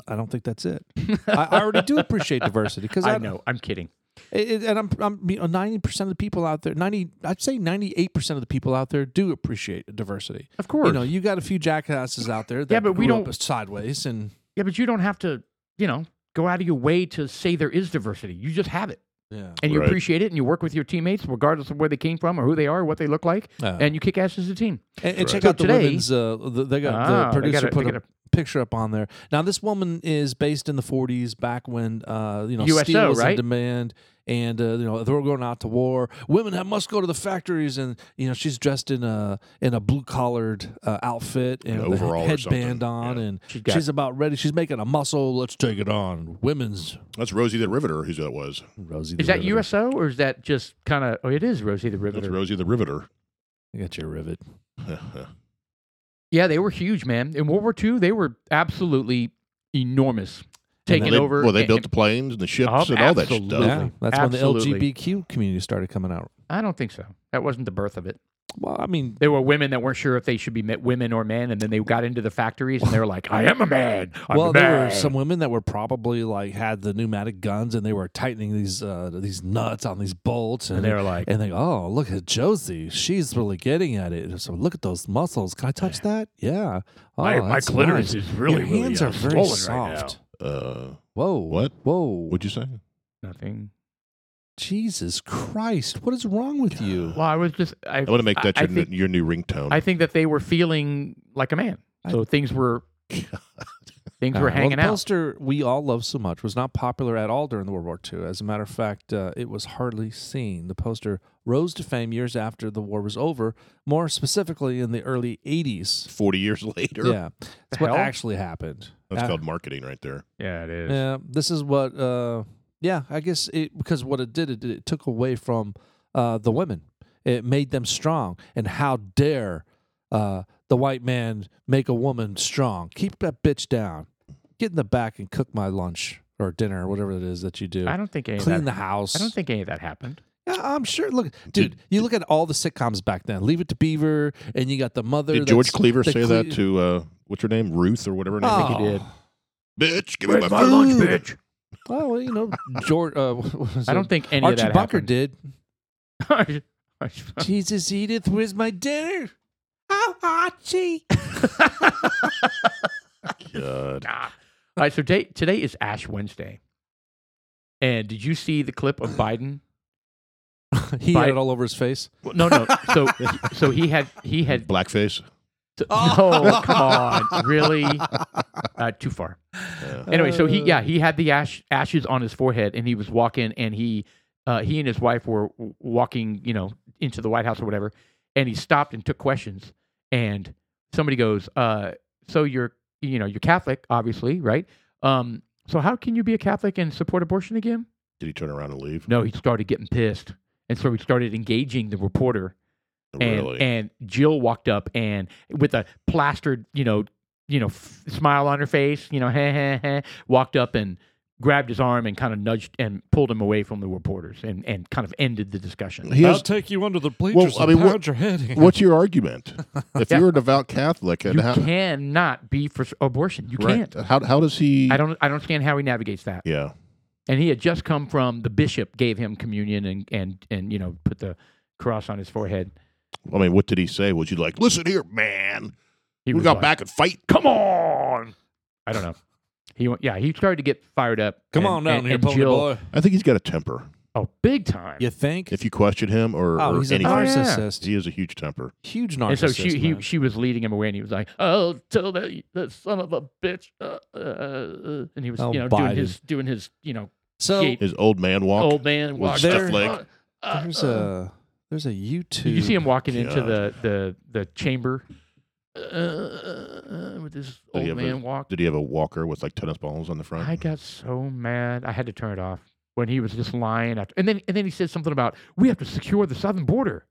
[SPEAKER 2] I don't think that's it. I, I already do appreciate diversity because
[SPEAKER 3] I know. I'm kidding.
[SPEAKER 2] It, it- and I'm, I'm ninety percent of the people out there, ninety, I'd say ninety-eight percent of the people out there do appreciate diversity.
[SPEAKER 3] Of course.
[SPEAKER 2] You know, you got a few jackasses out there. That
[SPEAKER 3] Yeah, but we
[SPEAKER 2] grew up
[SPEAKER 3] don't-
[SPEAKER 2] sideways, and
[SPEAKER 3] yeah, but you don't have to, you know, go out of your way to say there is diversity. You just have it,
[SPEAKER 2] yeah,
[SPEAKER 3] and you
[SPEAKER 1] Right.
[SPEAKER 3] appreciate it, and you work with your teammates, regardless of where they came from or who they are, or what they look like, and you kick ass as a team.
[SPEAKER 2] and,
[SPEAKER 1] Right.
[SPEAKER 2] check
[SPEAKER 3] So
[SPEAKER 2] out the
[SPEAKER 3] today-
[SPEAKER 2] women's. Uh, the, they got
[SPEAKER 3] Ah,
[SPEAKER 2] the
[SPEAKER 3] they
[SPEAKER 2] producer
[SPEAKER 3] gotta-
[SPEAKER 2] put
[SPEAKER 3] they
[SPEAKER 2] a
[SPEAKER 3] gotta-
[SPEAKER 2] picture up on there. Now, this woman is based in the '40s, back when uh, you know
[SPEAKER 3] USO,
[SPEAKER 2] steel was in
[SPEAKER 3] right?
[SPEAKER 2] demand, and uh, you know they were going out to war. Women have, must go to the factories, and you know she's dressed in a in a blue collared uh, outfit and
[SPEAKER 1] An
[SPEAKER 2] with a
[SPEAKER 1] overall or
[SPEAKER 2] headband
[SPEAKER 1] something,
[SPEAKER 2] on,
[SPEAKER 1] yeah.
[SPEAKER 2] and
[SPEAKER 3] She's got-
[SPEAKER 2] she's about ready. She's making a muscle. Let's take it on, women's
[SPEAKER 1] That's Rosie the Riveter, who's that was.
[SPEAKER 2] Rosie.
[SPEAKER 3] Is
[SPEAKER 2] the
[SPEAKER 3] that
[SPEAKER 2] Riveter.
[SPEAKER 3] USO or is that just kind of? Oh, it is Rosie the
[SPEAKER 1] That's
[SPEAKER 3] Riveter.
[SPEAKER 1] Rosie the Riveter.
[SPEAKER 2] I got your rivet.
[SPEAKER 3] yeah, they were huge, man. In World War II, they were absolutely enormous, taking
[SPEAKER 1] well, they,
[SPEAKER 3] over.
[SPEAKER 1] Well, they
[SPEAKER 3] and-
[SPEAKER 1] built the planes and the ships
[SPEAKER 3] Oh,
[SPEAKER 1] and all that
[SPEAKER 3] absolutely.
[SPEAKER 1] stuff.
[SPEAKER 2] Yeah, that's when the
[SPEAKER 3] Absolutely.
[SPEAKER 2] LGBTQ community started coming out.
[SPEAKER 3] I don't think so. That wasn't the birth of it.
[SPEAKER 2] Well, I mean,
[SPEAKER 3] There were women that weren't sure if they should be met women or men, and then they got into the factories and they were like, "I am a man. I'm
[SPEAKER 2] well,
[SPEAKER 3] a
[SPEAKER 2] there were
[SPEAKER 3] man."
[SPEAKER 2] some women that were probably like had the pneumatic guns and they were tightening these uh, these nuts on these bolts and,
[SPEAKER 3] and they were like,
[SPEAKER 2] and they go, oh look at Josie, she's really getting at it. So look at those muscles. Can I touch that? Yeah. Oh,
[SPEAKER 3] "My, my
[SPEAKER 2] that's
[SPEAKER 3] clitoris
[SPEAKER 2] nice.
[SPEAKER 3] is really,
[SPEAKER 2] Your
[SPEAKER 3] really
[SPEAKER 2] hands
[SPEAKER 3] uh,
[SPEAKER 2] are very
[SPEAKER 3] swollen
[SPEAKER 2] soft.
[SPEAKER 3] right
[SPEAKER 1] Uh,
[SPEAKER 2] Whoa.
[SPEAKER 1] What?
[SPEAKER 2] Whoa.
[SPEAKER 1] what'd you say?
[SPEAKER 3] now." Nothing.
[SPEAKER 2] Jesus Christ! What is wrong with you?
[SPEAKER 3] Well, I was just. I,
[SPEAKER 1] I want to make that
[SPEAKER 3] I,
[SPEAKER 1] your,
[SPEAKER 3] I think,
[SPEAKER 1] your new ringtone.
[SPEAKER 3] I think that they were feeling like a man,
[SPEAKER 2] I-
[SPEAKER 3] so things were things
[SPEAKER 2] Uh,
[SPEAKER 3] were
[SPEAKER 2] well,
[SPEAKER 3] hanging
[SPEAKER 2] the
[SPEAKER 3] out.
[SPEAKER 2] pollster we all love so much was not popular at all during the World War II. As a matter of fact, uh, it was hardly seen. The poster rose to fame years after the war was over, more specifically in the early 80s.
[SPEAKER 1] 40 years later.
[SPEAKER 2] Yeah, that's what
[SPEAKER 3] hell?
[SPEAKER 2] actually happened.
[SPEAKER 1] That's
[SPEAKER 2] Uh,
[SPEAKER 1] called marketing right there.
[SPEAKER 3] Yeah, it is.
[SPEAKER 2] Yeah, this is what. Uh, yeah, I guess it because what it did, it, it took away from uh, the women. It made them strong. And how dare uh, the white man make a woman strong? Keep that bitch down. Get in the back and cook my lunch or dinner or whatever it is that you do.
[SPEAKER 3] I don't think any
[SPEAKER 2] Clean
[SPEAKER 3] of
[SPEAKER 2] the
[SPEAKER 3] that.
[SPEAKER 2] house.
[SPEAKER 3] I don't think any of that happened.
[SPEAKER 2] Yeah, I'm sure. Look, dude,
[SPEAKER 1] Did-
[SPEAKER 2] you look at all the sitcoms back then. Leave It to Beaver, and you got the mother.
[SPEAKER 1] Did George
[SPEAKER 2] that's-
[SPEAKER 1] Cleaver
[SPEAKER 2] the
[SPEAKER 1] say
[SPEAKER 2] Cle-
[SPEAKER 1] that to, uh, what's her name? Ruth or whatever her name
[SPEAKER 2] Oh.
[SPEAKER 1] is?
[SPEAKER 3] he did.
[SPEAKER 1] Bitch, give me my, lunch, bitch.
[SPEAKER 2] Oh, well, you know, George. Uh, what was
[SPEAKER 3] I
[SPEAKER 2] it?
[SPEAKER 3] don't think any
[SPEAKER 2] Archie
[SPEAKER 3] of that
[SPEAKER 2] Bunker
[SPEAKER 3] happened.
[SPEAKER 2] did.
[SPEAKER 3] Archie-
[SPEAKER 2] Jesus, Edith, where's my dinner? Oh, Archie.
[SPEAKER 1] God.
[SPEAKER 3] Nah. All right, so day, today is Ash Wednesday. And did you see the clip of Biden?
[SPEAKER 2] he
[SPEAKER 3] Bite-
[SPEAKER 2] had it all over his face.
[SPEAKER 3] Well, No, no. So so he had he had
[SPEAKER 1] Blackface.
[SPEAKER 3] Oh, come on. Really? Uh, too far.
[SPEAKER 1] Yeah.
[SPEAKER 3] Anyway, so he
[SPEAKER 2] Uh.
[SPEAKER 3] yeah he had the ash, ashes on his forehead, and he was walking, and he uh, he and his wife were w- walking, you know, into the White House or whatever, and he stopped and took questions, and somebody goes, uh, "So you're you know you're Catholic, obviously, right? Um, so how can you be a Catholic and support abortion again?"
[SPEAKER 1] Did he turn around and leave?
[SPEAKER 3] No, he started getting pissed, and so he started engaging the reporter, and,
[SPEAKER 1] really?
[SPEAKER 3] and Jill walked up and with a plastered, you know, you know, f- smile on her face, you know, heh, heh, heh, walked up and grabbed his arm and kind of nudged and pulled him away from the reporters and, and kind of ended the discussion.
[SPEAKER 1] he
[SPEAKER 4] I'll
[SPEAKER 1] has,
[SPEAKER 4] take you under the bleachers
[SPEAKER 1] I mean,
[SPEAKER 4] and
[SPEAKER 1] what-
[SPEAKER 4] pound your head in.
[SPEAKER 1] what's your argument? If
[SPEAKER 3] Yeah.
[SPEAKER 1] you're a devout Catholic, and
[SPEAKER 3] you
[SPEAKER 1] how,
[SPEAKER 3] cannot be for s- abortion. You
[SPEAKER 1] right,
[SPEAKER 3] can't.
[SPEAKER 1] how how does he?
[SPEAKER 3] I don't I don't understand how he navigates that.
[SPEAKER 1] Yeah,
[SPEAKER 3] And he had just come from the bishop gave him communion and and and you know put the cross on his forehead.
[SPEAKER 1] I mean, what did he say? Was you like, listen here, man?
[SPEAKER 3] He
[SPEAKER 1] we
[SPEAKER 3] was
[SPEAKER 1] got
[SPEAKER 3] like,
[SPEAKER 1] back and fight.
[SPEAKER 3] Come on. I don't know. He went, yeah, he started to get fired up.
[SPEAKER 4] Come
[SPEAKER 3] and-
[SPEAKER 4] on down
[SPEAKER 3] and-
[SPEAKER 4] here,
[SPEAKER 3] and
[SPEAKER 4] pony
[SPEAKER 3] Jill-
[SPEAKER 4] boy.
[SPEAKER 1] I think he's got a temper.
[SPEAKER 3] Oh, big time.
[SPEAKER 2] You think?
[SPEAKER 1] If you question him or,
[SPEAKER 2] oh,
[SPEAKER 1] or
[SPEAKER 2] he's a
[SPEAKER 1] anything,
[SPEAKER 3] Oh, yeah.
[SPEAKER 2] narcissist.
[SPEAKER 1] he is a huge temper.
[SPEAKER 2] Huge
[SPEAKER 3] And
[SPEAKER 2] narcissist.
[SPEAKER 3] so she he,
[SPEAKER 2] man.
[SPEAKER 3] she was leading him away, and he was like, "I'll tell that that son of a bitch," uh, uh, uh," and he was
[SPEAKER 2] Oh,
[SPEAKER 3] you know
[SPEAKER 2] Biden.
[SPEAKER 3] doing his doing his you know
[SPEAKER 2] so
[SPEAKER 3] gate
[SPEAKER 1] His old man walk.
[SPEAKER 3] old man
[SPEAKER 1] with
[SPEAKER 3] walk.
[SPEAKER 2] stuff
[SPEAKER 1] leg.
[SPEAKER 3] Uh, uh,
[SPEAKER 2] there's
[SPEAKER 3] uh.
[SPEAKER 2] a there's a YouTube.
[SPEAKER 3] Did you see him walking into
[SPEAKER 1] God.
[SPEAKER 3] the the the chamber uh, uh, uh, with this
[SPEAKER 1] Did he
[SPEAKER 3] old
[SPEAKER 1] have a-
[SPEAKER 3] man walk?
[SPEAKER 1] Did he have a walker with like tennis balls on the front?
[SPEAKER 3] I got so mad, I had to turn it off when he was just lying after, and then and then he said something about we have to secure the southern border.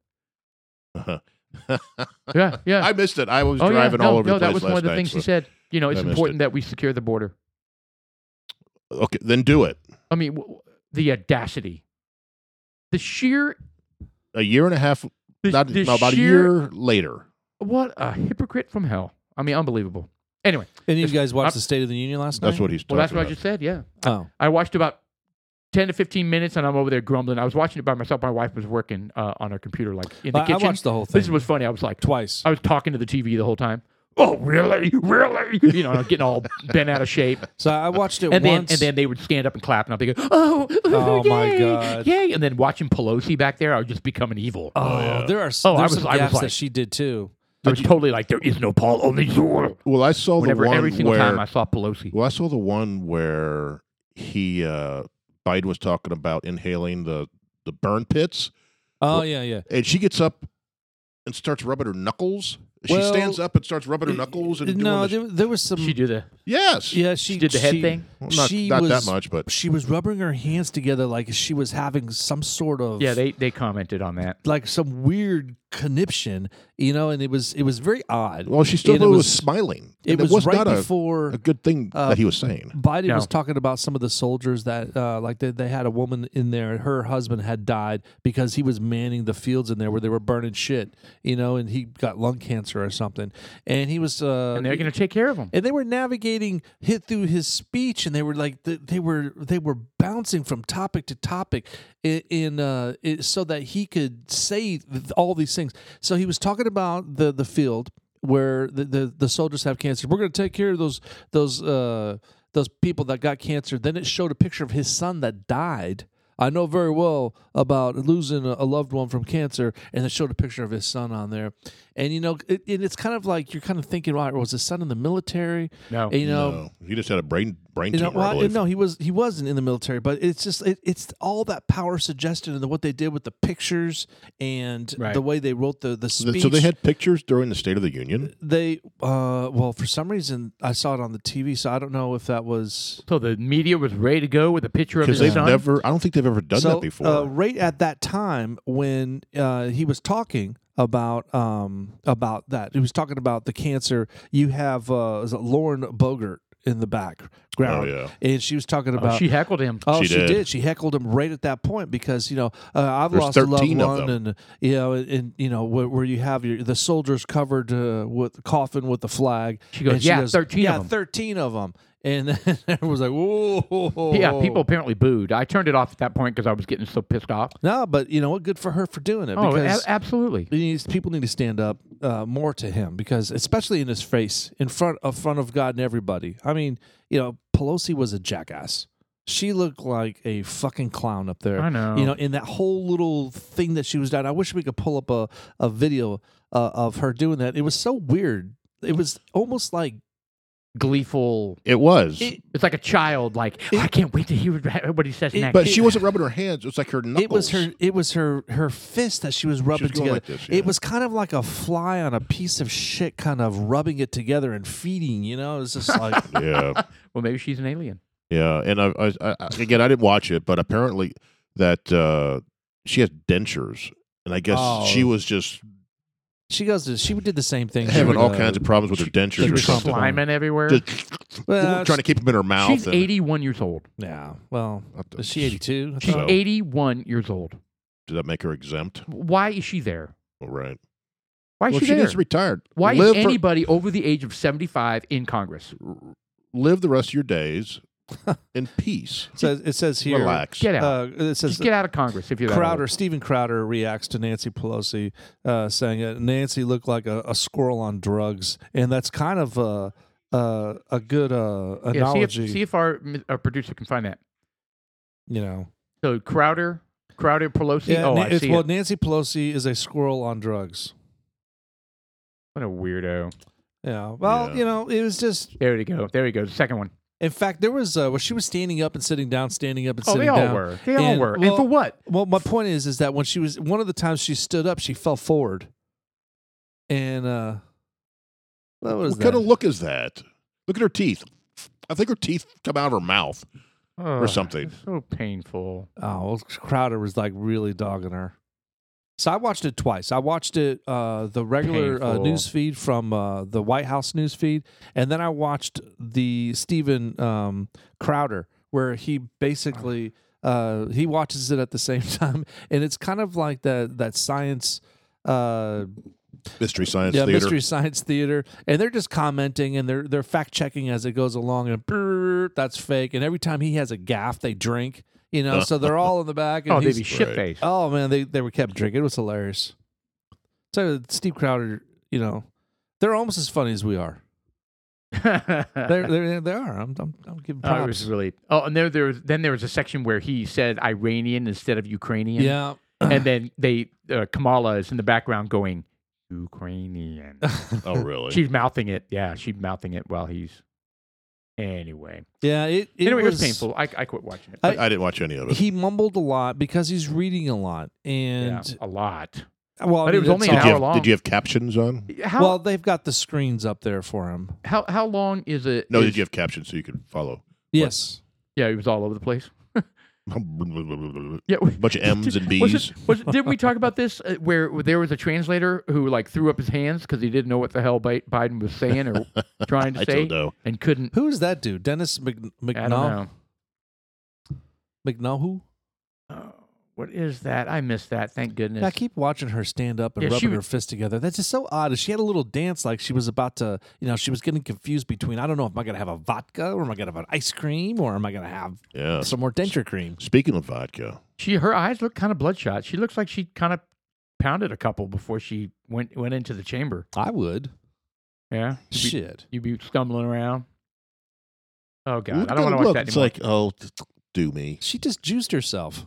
[SPEAKER 1] Uh-huh.
[SPEAKER 3] Yeah, Oh, yeah.
[SPEAKER 1] I missed it. I was driving
[SPEAKER 3] no,
[SPEAKER 1] all over
[SPEAKER 3] no,
[SPEAKER 1] the place
[SPEAKER 3] that was
[SPEAKER 1] last
[SPEAKER 3] one of the
[SPEAKER 1] night,
[SPEAKER 3] things
[SPEAKER 1] so-
[SPEAKER 3] he said. You know,
[SPEAKER 1] I
[SPEAKER 3] it's
[SPEAKER 1] missed
[SPEAKER 3] important that we secure the border.
[SPEAKER 1] Okay, then do it.
[SPEAKER 3] I mean, w- w- the audacity, the sheer,
[SPEAKER 1] A year and a half,
[SPEAKER 3] the,
[SPEAKER 1] not
[SPEAKER 3] the
[SPEAKER 1] no, about a
[SPEAKER 3] sheer-
[SPEAKER 1] year later.
[SPEAKER 3] What a hypocrite from hell! I mean, unbelievable. Anyway,
[SPEAKER 2] Any of you guys watched
[SPEAKER 3] I'm-
[SPEAKER 2] the State of the Union last
[SPEAKER 1] That's
[SPEAKER 2] night?
[SPEAKER 1] what he's talking
[SPEAKER 3] well, that's what
[SPEAKER 1] about.
[SPEAKER 3] I just said. Yeah,
[SPEAKER 2] Oh,
[SPEAKER 3] I watched about ten to fifteen minutes, and I'm over there grumbling. I was watching it by myself. My wife was working uh, on her computer, like in the
[SPEAKER 2] I, I
[SPEAKER 3] kitchen.
[SPEAKER 2] watched the whole thing.
[SPEAKER 3] this was funny. I was like,
[SPEAKER 2] twice.
[SPEAKER 3] I was talking to the TV the whole time. Oh, really? Really? You know, and I'm getting all bent out of shape.
[SPEAKER 2] So I watched it
[SPEAKER 3] and then
[SPEAKER 2] once.
[SPEAKER 3] and then they would stand up and clap, and I'd be going, "Oh,
[SPEAKER 2] Oh,
[SPEAKER 3] yay,
[SPEAKER 2] my God.
[SPEAKER 3] yay!" And then watching Pelosi back there, I would just become an evil.
[SPEAKER 2] oh,
[SPEAKER 1] yeah.
[SPEAKER 2] there are s-
[SPEAKER 3] Oh, I
[SPEAKER 2] there's
[SPEAKER 3] was-
[SPEAKER 2] some
[SPEAKER 3] I was
[SPEAKER 2] gaffes
[SPEAKER 3] like-
[SPEAKER 2] that she did too.
[SPEAKER 3] I was totally like, "There is no Paul, only Zor."
[SPEAKER 1] well, I saw
[SPEAKER 3] Whenever
[SPEAKER 1] the one
[SPEAKER 3] every single
[SPEAKER 1] where
[SPEAKER 3] time I saw Pelosi,
[SPEAKER 1] well, I saw the one where he uh, Biden was talking about inhaling the the burn pits,
[SPEAKER 2] Oh yeah, yeah.
[SPEAKER 1] and she gets up and starts rubbing her knuckles. She
[SPEAKER 2] Well,
[SPEAKER 1] stands up and starts rubbing her knuckles and doing
[SPEAKER 2] no,
[SPEAKER 1] the sh-
[SPEAKER 2] there, there was some.
[SPEAKER 3] she did the
[SPEAKER 1] yes,
[SPEAKER 2] yeah, she,
[SPEAKER 3] she did the head
[SPEAKER 2] she-
[SPEAKER 3] thing.
[SPEAKER 1] Well, not,
[SPEAKER 2] she
[SPEAKER 1] not that
[SPEAKER 2] was-
[SPEAKER 1] much, but
[SPEAKER 2] She was rubbing her hands together like she was having some sort of
[SPEAKER 3] Yeah, they they commented on that.
[SPEAKER 2] like some weird conniption, you know. And it was it was very odd.
[SPEAKER 1] well, she still
[SPEAKER 2] And it
[SPEAKER 1] was,
[SPEAKER 2] was-
[SPEAKER 1] smiling.
[SPEAKER 2] it
[SPEAKER 1] And
[SPEAKER 2] was,
[SPEAKER 1] was
[SPEAKER 2] right
[SPEAKER 1] not a-
[SPEAKER 2] before
[SPEAKER 1] a good thing
[SPEAKER 2] uh,
[SPEAKER 1] that he was saying.
[SPEAKER 2] Biden
[SPEAKER 3] No.
[SPEAKER 2] was talking about some of the soldiers that, uh, like, they, they had a woman in there. Her husband had died because he was manning the fields in there where they were burning shit, you know, and he got lung cancer or something. And he was, uh,
[SPEAKER 3] And they're going to take care of him.
[SPEAKER 2] and they were navigating hit through his speech, and they were like, they, they were they were bouncing from topic to topic, in, in uh, it, so that he could say th- all these things. So he was talking about the the field where the the, the soldiers have cancer. We're going to take care of those those uh, those people that got cancer. Then it showed a picture of his son that died. I know very well about losing a a loved one from cancer, and it showed a picture of his son on there. And you know, it, and it's kind of like you're kind of thinking, right? Was his son in the military?
[SPEAKER 3] No,
[SPEAKER 2] And, you know,
[SPEAKER 1] no, he just had a brain brain
[SPEAKER 2] you know,
[SPEAKER 1] tumor. I
[SPEAKER 2] well,
[SPEAKER 1] believe.
[SPEAKER 2] no, he was he wasn't in the military, but it's just it, it's all that power suggested and what they did with the pictures and
[SPEAKER 3] Right.
[SPEAKER 2] the way they wrote the the
[SPEAKER 1] Th-
[SPEAKER 2] speech.
[SPEAKER 1] So they had pictures during the State of the Union.
[SPEAKER 2] they uh well for some reason I saw it on the TV, so I don't know if that was
[SPEAKER 3] so the media was ready to go with a picture of
[SPEAKER 1] Because
[SPEAKER 3] his
[SPEAKER 1] they've
[SPEAKER 3] son.
[SPEAKER 1] never, I don't think they've ever done
[SPEAKER 2] so,
[SPEAKER 1] that before.
[SPEAKER 2] Uh, right at that time when uh, he was talking about um, about that, he was talking about the cancer. You have uh, is it Lauren Bogert in the
[SPEAKER 1] oh
[SPEAKER 2] background,
[SPEAKER 1] yeah,
[SPEAKER 2] and she was talking
[SPEAKER 3] Oh,
[SPEAKER 2] about.
[SPEAKER 3] she heckled him.
[SPEAKER 2] Oh,
[SPEAKER 1] She
[SPEAKER 2] she,
[SPEAKER 1] did.
[SPEAKER 2] did. She heckled him right at that point because you know uh, I've
[SPEAKER 1] There's
[SPEAKER 2] lost a loved
[SPEAKER 1] 13 of
[SPEAKER 2] one, and you know, and you know where, where you have your the soldiers covered uh, with coffin with the flag.
[SPEAKER 3] She goes,
[SPEAKER 2] and
[SPEAKER 3] "Yeah, 13
[SPEAKER 2] yeah,
[SPEAKER 3] of them."
[SPEAKER 2] thirteen of them." And then everyone's like, "Whoa!"
[SPEAKER 3] Yeah, uh, people apparently booed. I turned it off at that point because I was getting so pissed off.
[SPEAKER 2] No, but you know what? Good for her for doing it
[SPEAKER 3] Oh, a-
[SPEAKER 2] because
[SPEAKER 3] absolutely.
[SPEAKER 2] he needs- people need to stand up uh, more to him because, especially in his face, in front of front of God and everybody. I mean, you know, Pelosi was a jackass. She looked like a fucking clown up there.
[SPEAKER 3] I know.
[SPEAKER 2] You know, in that whole little thing that she was doing. I wish we could pull up a, a video uh, of her doing that. It was so weird. It was almost like
[SPEAKER 3] gleeful.
[SPEAKER 1] It was.
[SPEAKER 2] it,
[SPEAKER 3] It's like a child. Like "Oh, I can't wait to hear what what he says
[SPEAKER 2] It-
[SPEAKER 3] next.
[SPEAKER 1] but she wasn't rubbing her hands. It was like her knuckles.
[SPEAKER 2] it was her it was her her fist that she was
[SPEAKER 1] She
[SPEAKER 2] rubbing
[SPEAKER 1] was going
[SPEAKER 2] together.
[SPEAKER 1] like this, yeah.
[SPEAKER 2] It was kind of like a fly on a piece of shit, kind of rubbing it together and feeding. You know, it's just like
[SPEAKER 1] Yeah.
[SPEAKER 3] well, maybe she's an alien.
[SPEAKER 1] Yeah, and I, I, I again, I didn't watch it, but apparently that uh, she has dentures, and I guess
[SPEAKER 2] Oh.
[SPEAKER 1] she was just
[SPEAKER 2] she goes. To, she did the same thing.
[SPEAKER 1] having
[SPEAKER 2] She
[SPEAKER 1] all
[SPEAKER 2] would, uh,
[SPEAKER 1] kinds of problems with her
[SPEAKER 2] She
[SPEAKER 1] dentures
[SPEAKER 3] She
[SPEAKER 1] or
[SPEAKER 3] was
[SPEAKER 2] was
[SPEAKER 1] something.
[SPEAKER 2] something.
[SPEAKER 3] sliming everywhere.
[SPEAKER 1] Just
[SPEAKER 2] Well,
[SPEAKER 1] trying to keep them in her mouth.
[SPEAKER 3] she's
[SPEAKER 1] and-
[SPEAKER 3] 81 years old.
[SPEAKER 2] Yeah. Well,
[SPEAKER 1] What the-
[SPEAKER 2] is she Oh. eighty two?
[SPEAKER 3] She's
[SPEAKER 1] So-
[SPEAKER 3] 81 years old.
[SPEAKER 1] Did that make her exempt?
[SPEAKER 3] Why is she there?
[SPEAKER 1] All right.
[SPEAKER 3] Why is
[SPEAKER 1] Well,
[SPEAKER 3] she,
[SPEAKER 1] she,
[SPEAKER 3] there?
[SPEAKER 1] is retired.
[SPEAKER 3] Why
[SPEAKER 1] live
[SPEAKER 3] is anybody over the age of 75 in Congress?
[SPEAKER 1] for, live the rest of your days in peace?
[SPEAKER 2] So it says here.
[SPEAKER 1] Relax.
[SPEAKER 3] Get out.
[SPEAKER 2] Uh, it says
[SPEAKER 3] Just get out of Congress if you're that
[SPEAKER 2] Crowder,
[SPEAKER 3] old.
[SPEAKER 2] Stephen Crowder reacts to Nancy Pelosi uh, saying uh, Nancy looked like a, a squirrel on drugs, and that's kind of a a, a good uh,
[SPEAKER 3] Yeah, see, if,
[SPEAKER 2] analogy.
[SPEAKER 3] see if our, m- our producer can find that.
[SPEAKER 2] you know,
[SPEAKER 3] So Crowder, Crowder, Pelosi.
[SPEAKER 2] yeah.
[SPEAKER 3] oh,
[SPEAKER 2] Na-
[SPEAKER 3] I
[SPEAKER 2] it's-
[SPEAKER 3] see.
[SPEAKER 2] well,
[SPEAKER 3] it.
[SPEAKER 2] Nancy Pelosi is a squirrel on drugs.
[SPEAKER 3] What a weirdo.
[SPEAKER 2] Yeah. Well,
[SPEAKER 1] Yeah.
[SPEAKER 2] you know, it was just.
[SPEAKER 3] There we go. There we go. The second one.
[SPEAKER 2] In fact, there was uh, well, she was standing up and sitting down, standing up and
[SPEAKER 3] Oh,
[SPEAKER 2] sitting
[SPEAKER 3] they all
[SPEAKER 2] down.
[SPEAKER 3] were. They all
[SPEAKER 2] And-
[SPEAKER 3] were.
[SPEAKER 2] well-
[SPEAKER 3] and for what?
[SPEAKER 2] Well, my point is, is that when she was one of the times she stood up, she fell forward, and uh, what was
[SPEAKER 1] what kind
[SPEAKER 2] that?
[SPEAKER 1] of look is that? Look at her teeth. I think her teeth come out of her mouth or
[SPEAKER 3] Ugh,
[SPEAKER 1] something.
[SPEAKER 3] it's So painful.
[SPEAKER 2] Oh, well, Crowder was like really dogging her. So I watched it twice. I watched it uh, the regular uh,
[SPEAKER 3] Painful.
[SPEAKER 2] news feed from uh, the White House news feed, and then I watched the Stephen um, Crowder where he basically uh, he watches it at the same time, and it's kind of like that that science. Uh,
[SPEAKER 1] Mystery Science
[SPEAKER 2] yeah,
[SPEAKER 1] Theater.
[SPEAKER 2] Mystery Science Theater, and they're just commenting and they're they're fact checking as it goes along, and brrr, that's fake. And every time he has a gaff, they drink, you know. so they're all in the back. And
[SPEAKER 3] Oh, they'd
[SPEAKER 2] he's-
[SPEAKER 3] be shit faced.
[SPEAKER 2] oh man, they they were kept drinking. It was hilarious. So Steve Crowder, you know, they're almost as funny as we are. They're, they're they are. I'm I'm, I'm giving
[SPEAKER 3] Oh, it was
[SPEAKER 2] props.
[SPEAKER 3] really. Oh, and there, there was, then there was a section where he said Iranian instead of Ukrainian.
[SPEAKER 2] yeah.
[SPEAKER 3] And then they, uh, Kamala is in the background going Ukrainian.
[SPEAKER 1] Oh, really?
[SPEAKER 3] She's mouthing it. Yeah, she's mouthing it while he's. Anyway,
[SPEAKER 2] yeah. It it,
[SPEAKER 3] anyway, it was, painful. I, I quit watching it.
[SPEAKER 1] I, I didn't watch any of it.
[SPEAKER 2] He mumbled a lot because he's reading a lot,
[SPEAKER 3] yeah,
[SPEAKER 2] and
[SPEAKER 3] a lot.
[SPEAKER 2] well, I
[SPEAKER 3] But it was
[SPEAKER 2] mean,
[SPEAKER 3] only
[SPEAKER 2] that's
[SPEAKER 1] did, you
[SPEAKER 3] an hour
[SPEAKER 2] all-
[SPEAKER 1] have,
[SPEAKER 3] long.
[SPEAKER 1] did you have captions on?
[SPEAKER 3] How
[SPEAKER 2] Well, they've got the screens up there for him.
[SPEAKER 3] how how long is it?
[SPEAKER 1] No,
[SPEAKER 3] is-
[SPEAKER 1] did you have captions so you could follow?
[SPEAKER 2] Yes.
[SPEAKER 3] Yeah, it was all over the place.
[SPEAKER 1] Bunch
[SPEAKER 3] Yeah, we-
[SPEAKER 1] of M's and
[SPEAKER 3] Was
[SPEAKER 1] B's.
[SPEAKER 3] it, was it- didn't we talk about this uh, where there was a translator who like threw up his hands because he didn't know what the hell Bi- Biden was saying or trying
[SPEAKER 1] I
[SPEAKER 3] to say
[SPEAKER 1] don't know.
[SPEAKER 3] and couldn't.
[SPEAKER 2] Who is that dude? Dennis Mc,
[SPEAKER 3] I don't
[SPEAKER 2] McNaugh? McNaugh?
[SPEAKER 3] know. Uh, what is that? I missed that. Thank goodness.
[SPEAKER 2] I keep watching her stand up and
[SPEAKER 3] Yeah, she
[SPEAKER 2] rubbing
[SPEAKER 3] was-
[SPEAKER 2] her fist together. That's just so odd. She had a little dance like she was about to, you know, she was getting confused between, I don't know, am I going to have a vodka or am I going to have an ice cream or am I going to have
[SPEAKER 1] Yeah.
[SPEAKER 2] some more denture cream?
[SPEAKER 1] Speaking of vodka,
[SPEAKER 3] she her eyes look kind of bloodshot. She looks like she kind of pounded a couple before she went went into the chamber.
[SPEAKER 2] I would.
[SPEAKER 3] Yeah. You'd be,
[SPEAKER 2] Shit.
[SPEAKER 3] you'd be stumbling around. Oh god,
[SPEAKER 1] Look
[SPEAKER 3] I don't
[SPEAKER 1] at the
[SPEAKER 3] want to watch
[SPEAKER 1] look.
[SPEAKER 3] that
[SPEAKER 1] It's
[SPEAKER 3] anymore.
[SPEAKER 1] like, oh, t- t- do me.
[SPEAKER 2] She just juiced herself.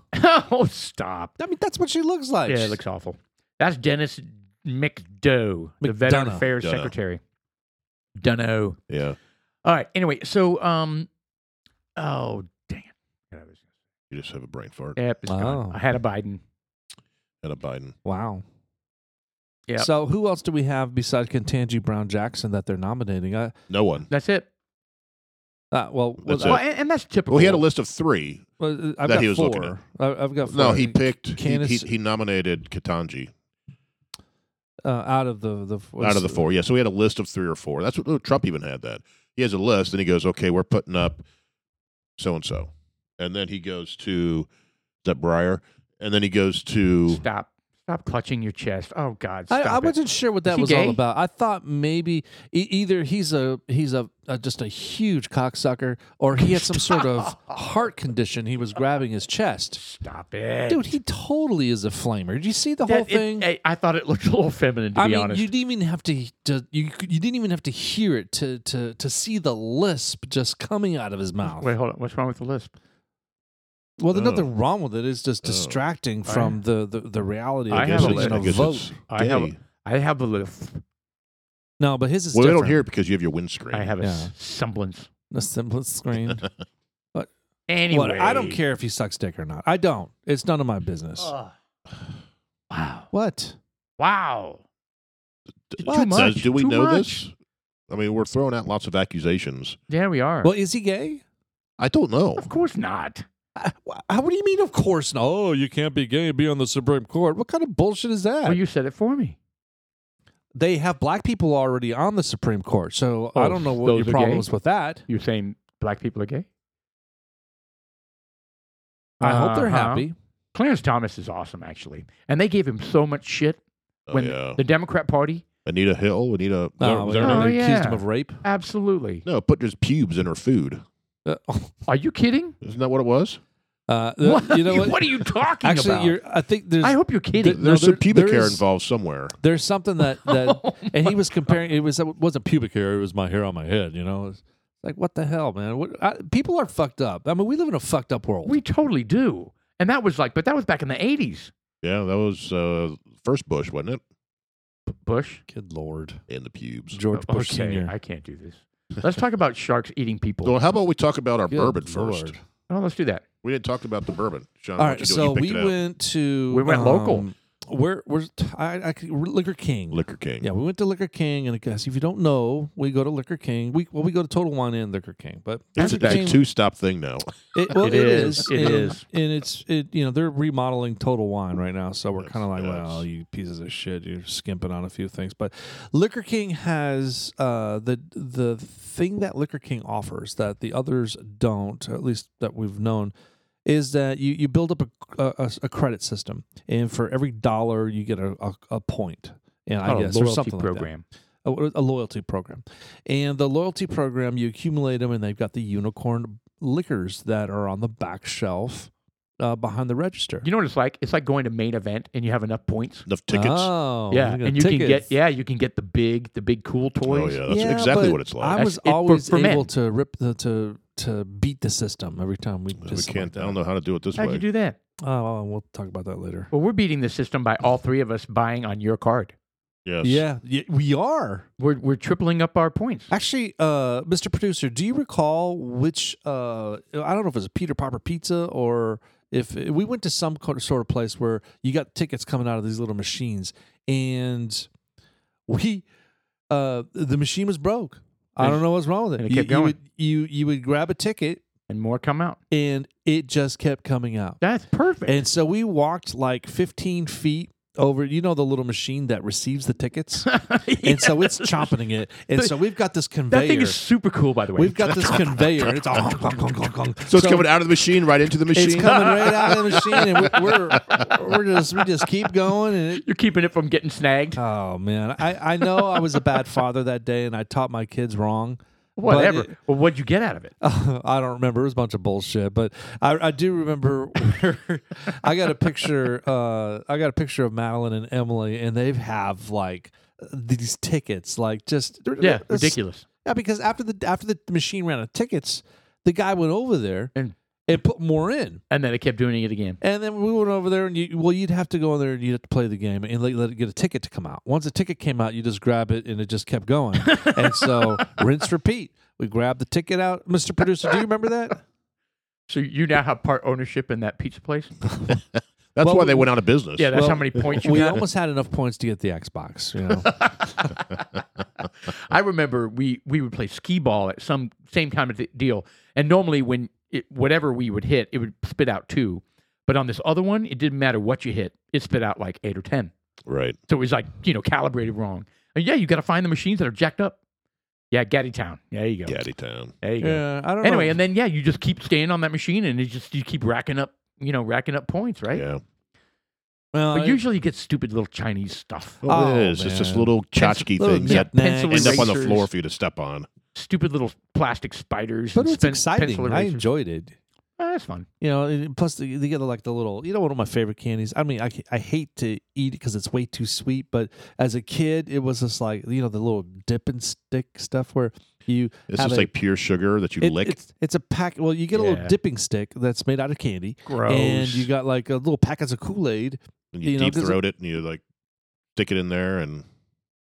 [SPEAKER 3] oh, stop.
[SPEAKER 2] I mean, that's what she looks like.
[SPEAKER 3] Yeah, it looks awful. That's Dennis McDoe, the Veteran
[SPEAKER 2] McDonough.
[SPEAKER 3] Affairs
[SPEAKER 1] Dunno.
[SPEAKER 3] Secretary. Dunno.
[SPEAKER 1] Yeah,
[SPEAKER 3] All right. Anyway, so um, oh damn, Yeah, that was-
[SPEAKER 1] you just have a brain fart
[SPEAKER 3] yep, it's gone.
[SPEAKER 2] Wow.
[SPEAKER 3] I had a Biden.
[SPEAKER 1] and a Biden.
[SPEAKER 2] Wow.
[SPEAKER 3] Yeah.
[SPEAKER 2] So who else do we have besides Ketanji Brown Jackson that they're nominating? I,
[SPEAKER 1] No one.
[SPEAKER 3] That's it.
[SPEAKER 2] uh, well,
[SPEAKER 1] That's
[SPEAKER 2] well,
[SPEAKER 3] Well,
[SPEAKER 1] it.
[SPEAKER 3] and, and that's typical.
[SPEAKER 1] Well, he had a list of three.
[SPEAKER 2] Well, I've
[SPEAKER 1] that
[SPEAKER 2] got
[SPEAKER 1] he was
[SPEAKER 2] four.
[SPEAKER 1] looking at.
[SPEAKER 2] I- I've got four.
[SPEAKER 1] No, he picked. He, he,
[SPEAKER 2] Candace-
[SPEAKER 1] he nominated Katanji
[SPEAKER 2] uh, out of the the four-
[SPEAKER 1] out of the four. Yeah, so he had a list of three or four. That's what Trump even had. That he has a list, and he goes, "Okay, we're putting up so and so," and then he goes to is that Breyer, and then he goes to
[SPEAKER 3] Stop. Stop clutching your chest. Oh God.
[SPEAKER 2] I,
[SPEAKER 3] Stop
[SPEAKER 2] I
[SPEAKER 3] it.
[SPEAKER 2] wasn't sure what
[SPEAKER 3] Is
[SPEAKER 2] that
[SPEAKER 3] he
[SPEAKER 2] was
[SPEAKER 3] gay?
[SPEAKER 2] all about. I thought maybe e- either he's a he's a, a just a huge cocksucker, or he had some sort of heart condition. He was grabbing his chest.
[SPEAKER 3] Stop it,
[SPEAKER 2] Dude, he totally is a flamer. Did you see the
[SPEAKER 3] That-
[SPEAKER 2] whole
[SPEAKER 3] it-
[SPEAKER 2] thing?
[SPEAKER 3] I, I thought it looked a little feminine, to
[SPEAKER 2] I
[SPEAKER 3] be
[SPEAKER 2] mean,
[SPEAKER 3] honest.
[SPEAKER 2] you didn't even have to, to you you didn't even have to hear it to to to see the lisp just coming out of his mouth.
[SPEAKER 3] Wait, hold on. What's wrong with the lisp?
[SPEAKER 2] Well, there's
[SPEAKER 1] Oh.
[SPEAKER 2] nothing wrong with it. It's just
[SPEAKER 1] Oh.
[SPEAKER 2] distracting
[SPEAKER 3] I-
[SPEAKER 2] from the, the, the reality
[SPEAKER 3] I
[SPEAKER 2] of
[SPEAKER 3] have a
[SPEAKER 2] putting in
[SPEAKER 1] I
[SPEAKER 2] a
[SPEAKER 1] guess
[SPEAKER 2] vote.
[SPEAKER 1] it's
[SPEAKER 3] I have
[SPEAKER 1] gay.
[SPEAKER 3] I have a little.
[SPEAKER 2] No, but his is
[SPEAKER 1] Well, they don't
[SPEAKER 2] different.
[SPEAKER 1] hear it because you have your windscreen.
[SPEAKER 3] I have a
[SPEAKER 2] Yeah.
[SPEAKER 3] semblance.
[SPEAKER 2] a semblance screen.
[SPEAKER 3] Anyway,
[SPEAKER 2] what, I don't care if he sucks dick or not. I don't. It's none of my business.
[SPEAKER 3] Ugh. wow!
[SPEAKER 2] what?
[SPEAKER 3] Wow!
[SPEAKER 1] D-
[SPEAKER 3] What? Too
[SPEAKER 1] Does-
[SPEAKER 3] much.
[SPEAKER 1] do we
[SPEAKER 3] Too
[SPEAKER 1] know
[SPEAKER 3] much.
[SPEAKER 1] this? I mean, we're throwing out lots of accusations.
[SPEAKER 3] Yeah, we are.
[SPEAKER 2] Well, is he gay?
[SPEAKER 1] I don't know.
[SPEAKER 3] of course not.
[SPEAKER 2] I- wha- How, what do you mean? Of course, no. Oh, you can't be gay and be on the Supreme Court. What kind of bullshit is that?
[SPEAKER 3] Well, you said it for me.
[SPEAKER 2] they have black people already on the Supreme Court, so I
[SPEAKER 3] Oh,
[SPEAKER 2] don't know what
[SPEAKER 3] those
[SPEAKER 2] your
[SPEAKER 3] are
[SPEAKER 2] problem
[SPEAKER 3] gay?
[SPEAKER 2] is with that.
[SPEAKER 3] You're saying black people are gay?
[SPEAKER 2] I hope they're
[SPEAKER 3] Uh-huh.
[SPEAKER 2] happy.
[SPEAKER 3] Clarence Thomas is awesome, actually, and they gave him so much shit
[SPEAKER 1] Oh,
[SPEAKER 3] when
[SPEAKER 1] yeah.
[SPEAKER 3] the Democrat Party.
[SPEAKER 1] Anita Hill, Anita.
[SPEAKER 2] No,
[SPEAKER 1] they're-
[SPEAKER 2] they
[SPEAKER 1] they're-
[SPEAKER 3] Oh,
[SPEAKER 2] Uh, accused
[SPEAKER 3] yeah.
[SPEAKER 2] him of rape.
[SPEAKER 3] Absolutely.
[SPEAKER 1] no, put just pubes in her food.
[SPEAKER 2] Uh,
[SPEAKER 3] Are you kidding?
[SPEAKER 1] Isn't that what it was?
[SPEAKER 2] uh,
[SPEAKER 3] what,
[SPEAKER 2] You know what?
[SPEAKER 3] are you talking
[SPEAKER 2] Actually,
[SPEAKER 3] about?
[SPEAKER 2] you're. I think there's
[SPEAKER 3] I hope you're kidding.
[SPEAKER 2] No,
[SPEAKER 1] There's some
[SPEAKER 2] there-
[SPEAKER 1] pubic
[SPEAKER 2] there
[SPEAKER 1] hair
[SPEAKER 2] is-
[SPEAKER 1] involved somewhere.
[SPEAKER 2] there's something that that and he was comparing it was it wasn't pubic hair it was my hair on my head you know it's like what the hell man what, I, people are fucked up i mean we live in a fucked up world
[SPEAKER 3] we totally do. And that was like, but that was back in the 80s.
[SPEAKER 1] Yeah, that was uh, first Bush, wasn't
[SPEAKER 3] Bush. Oh,
[SPEAKER 2] kid lord
[SPEAKER 1] it? In the pubes.
[SPEAKER 2] george bush
[SPEAKER 3] okay,
[SPEAKER 2] senior
[SPEAKER 3] I can't do this. Let's talk about sharks eating people.
[SPEAKER 1] Well, how about we talk about our
[SPEAKER 2] Good
[SPEAKER 1] bourbon
[SPEAKER 2] Lord.
[SPEAKER 1] first?
[SPEAKER 3] Oh, let's do that.
[SPEAKER 1] We didn't talk about the bourbon, Sean.
[SPEAKER 2] all
[SPEAKER 1] what
[SPEAKER 2] right
[SPEAKER 1] you doing?
[SPEAKER 2] so
[SPEAKER 1] You picked
[SPEAKER 2] we
[SPEAKER 1] it up.
[SPEAKER 2] went to um,
[SPEAKER 3] We went local.
[SPEAKER 2] we're we're I, I, could- liquor king
[SPEAKER 1] Liquor King.
[SPEAKER 2] yeah we went to liquor king and i guess if you don't know we go to liquor king we well we go to total wine and liquor king but
[SPEAKER 1] It's
[SPEAKER 2] Liquor
[SPEAKER 1] a
[SPEAKER 2] King-
[SPEAKER 1] two-stop thing now.
[SPEAKER 2] It, well,
[SPEAKER 3] It
[SPEAKER 2] it
[SPEAKER 3] is.
[SPEAKER 2] is.
[SPEAKER 3] It
[SPEAKER 2] and,
[SPEAKER 3] is.
[SPEAKER 2] and it's it. You know, they're remodeling Total Wine right now, so we're
[SPEAKER 1] Yes,
[SPEAKER 2] kind of like,
[SPEAKER 1] yes.
[SPEAKER 2] well, you pieces of shit, you're skimping on a few things. But Liquor King has uh, the the thing that Liquor King offers that the others don't, at least that we've known, is that you you build up a a, a credit system, and for every dollar you get a a, a point, and I
[SPEAKER 3] Called
[SPEAKER 2] guess
[SPEAKER 3] a
[SPEAKER 2] or
[SPEAKER 3] Oh, loyalty
[SPEAKER 2] something like that
[SPEAKER 3] program.
[SPEAKER 2] a, a loyalty program. And the loyalty program, you accumulate them, and they've got the unicorn liquors that are on the back shelf uh, behind the register.
[SPEAKER 3] You know what it's like? It's like going to main event and you have enough points.
[SPEAKER 1] Enough tickets.
[SPEAKER 2] Oh,
[SPEAKER 3] yeah,
[SPEAKER 2] look at
[SPEAKER 3] and you can
[SPEAKER 2] tickets.
[SPEAKER 3] get yeah, you can get the big the big cool
[SPEAKER 1] oh,
[SPEAKER 3] toys.
[SPEAKER 1] yeah. That's
[SPEAKER 2] Yeah,
[SPEAKER 1] exactly
[SPEAKER 2] but
[SPEAKER 1] what it's like.
[SPEAKER 2] I was
[SPEAKER 3] That's it for-
[SPEAKER 2] always
[SPEAKER 3] for men.
[SPEAKER 2] able to rip the, to to beat the system every time we did
[SPEAKER 1] we
[SPEAKER 2] something
[SPEAKER 1] can't. I
[SPEAKER 2] like
[SPEAKER 1] don't know how to do it this
[SPEAKER 3] How'd
[SPEAKER 1] way.
[SPEAKER 3] you do that?
[SPEAKER 2] that. Oh, well, we'll talk about that later.
[SPEAKER 3] Well, we're beating the system by all three of us buying on your card.
[SPEAKER 1] yes.
[SPEAKER 2] Yeah, yeah, we are
[SPEAKER 3] We're we're tripling up our points.
[SPEAKER 2] actually, uh, Mr. Producer. Do you recall which? Uh, I don't know if it was a Peter Popper Pizza or if we went to some co- sort of place where you got tickets coming out of these little machines, and we, uh, the machine was broke. I
[SPEAKER 3] And-
[SPEAKER 2] don't know what's wrong with it.
[SPEAKER 3] and it
[SPEAKER 2] you,
[SPEAKER 3] kept
[SPEAKER 2] you
[SPEAKER 3] going.
[SPEAKER 2] would you you would grab a ticket,
[SPEAKER 3] And more come out.
[SPEAKER 2] and it just kept coming out.
[SPEAKER 3] That's perfect.
[SPEAKER 2] And so we walked like 15 feet over, you know, the little machine that receives the tickets. And so it's chomping it. And so we've got this conveyor.
[SPEAKER 3] that thing is super cool, by the way.
[SPEAKER 2] We've got this conveyor. and It's all gong, gong, gong, gong.
[SPEAKER 1] So it's coming out of the machine, right into the machine.
[SPEAKER 2] It's coming right out of the machine, and we- we're we're just we just keep going. And it,
[SPEAKER 3] You're keeping it from getting snagged.
[SPEAKER 2] oh man, I I know I was a bad father that day, and I taught my kids wrong. but
[SPEAKER 3] Whatever.
[SPEAKER 2] it- Uh,
[SPEAKER 3] well, what'd you get out of it?
[SPEAKER 2] I don't remember. It was a bunch of bullshit, but I, I do remember. Where I got a picture. Uh, I got a picture of Madeline and Emily, and they have like these tickets, like just
[SPEAKER 3] yeah, ridiculous.
[SPEAKER 2] Yeah, because after the after the machine ran out of tickets, the guy went over there and,
[SPEAKER 3] And-
[SPEAKER 2] put more in.
[SPEAKER 3] And then it kept doing it again.
[SPEAKER 2] And then we went over there, and you well, you'd have to go in there and you'd have to play the game and let, let it get a ticket to come out. Once a ticket came out, you just grab it, and it just kept going. and so rinse, repeat. We grabbed the ticket out, Mr. Producer. Do you remember that?
[SPEAKER 3] So you now have part ownership in that pizza place.
[SPEAKER 1] That's
[SPEAKER 2] Well,
[SPEAKER 1] why they went out of business.
[SPEAKER 3] Yeah, that's
[SPEAKER 2] Well,
[SPEAKER 3] how many points you
[SPEAKER 2] we
[SPEAKER 3] got.
[SPEAKER 2] almost had enough points to get the Xbox. You know,
[SPEAKER 3] I remember we we would play skee ball at some same time of the deal, and normally when it, whatever we would hit, it would spit out two. But on this other one, it didn't matter what you hit; it spit out like eight or ten.
[SPEAKER 1] Right.
[SPEAKER 3] So it was like you know calibrated wrong. And yeah, you got to find the machines that are jacked up. Yeah, Gaddy Town. There you go.
[SPEAKER 1] Gaddy Town.
[SPEAKER 3] There you go.
[SPEAKER 2] yeah, I don't
[SPEAKER 3] Anyway,
[SPEAKER 2] know.
[SPEAKER 3] and then yeah, you just keep staying on that machine, and it just you keep racking up, you know, racking up points, right?
[SPEAKER 1] Yeah.
[SPEAKER 2] well,
[SPEAKER 3] But usually you get stupid little Chinese stuff,
[SPEAKER 1] Well,
[SPEAKER 2] Oh,
[SPEAKER 1] it is. It's just
[SPEAKER 2] man.
[SPEAKER 1] little tchotchke
[SPEAKER 2] little
[SPEAKER 1] things that
[SPEAKER 2] knickknacks.
[SPEAKER 1] end up on the
[SPEAKER 3] erasers.
[SPEAKER 1] floor for you to step on.
[SPEAKER 3] stupid little plastic spiders.
[SPEAKER 2] but
[SPEAKER 3] and
[SPEAKER 2] it's
[SPEAKER 3] spin-
[SPEAKER 2] exciting.
[SPEAKER 3] pencil
[SPEAKER 2] I
[SPEAKER 3] erasers.
[SPEAKER 2] enjoyed it.
[SPEAKER 3] Ah, that's fun.
[SPEAKER 2] You know, and plus they they get like the little, you know, one of my favorite candies. I mean, I, ca- I hate to eat it because it's way too sweet, but as a kid, it was just like, you know, the little dip and stick stuff where you
[SPEAKER 1] It's
[SPEAKER 2] have
[SPEAKER 1] just
[SPEAKER 2] a-
[SPEAKER 1] like pure sugar that you
[SPEAKER 2] it-
[SPEAKER 1] lick.
[SPEAKER 2] It's, it's a pack. Well, you get a little
[SPEAKER 3] Yeah. Oh,
[SPEAKER 2] dipping stick that's made out of candy,
[SPEAKER 3] Gross.
[SPEAKER 2] and you got like a little packets of Kool Aid.
[SPEAKER 1] and you,
[SPEAKER 2] you know,
[SPEAKER 1] deep
[SPEAKER 2] 'cause it-
[SPEAKER 1] throat it and you like stick it in there and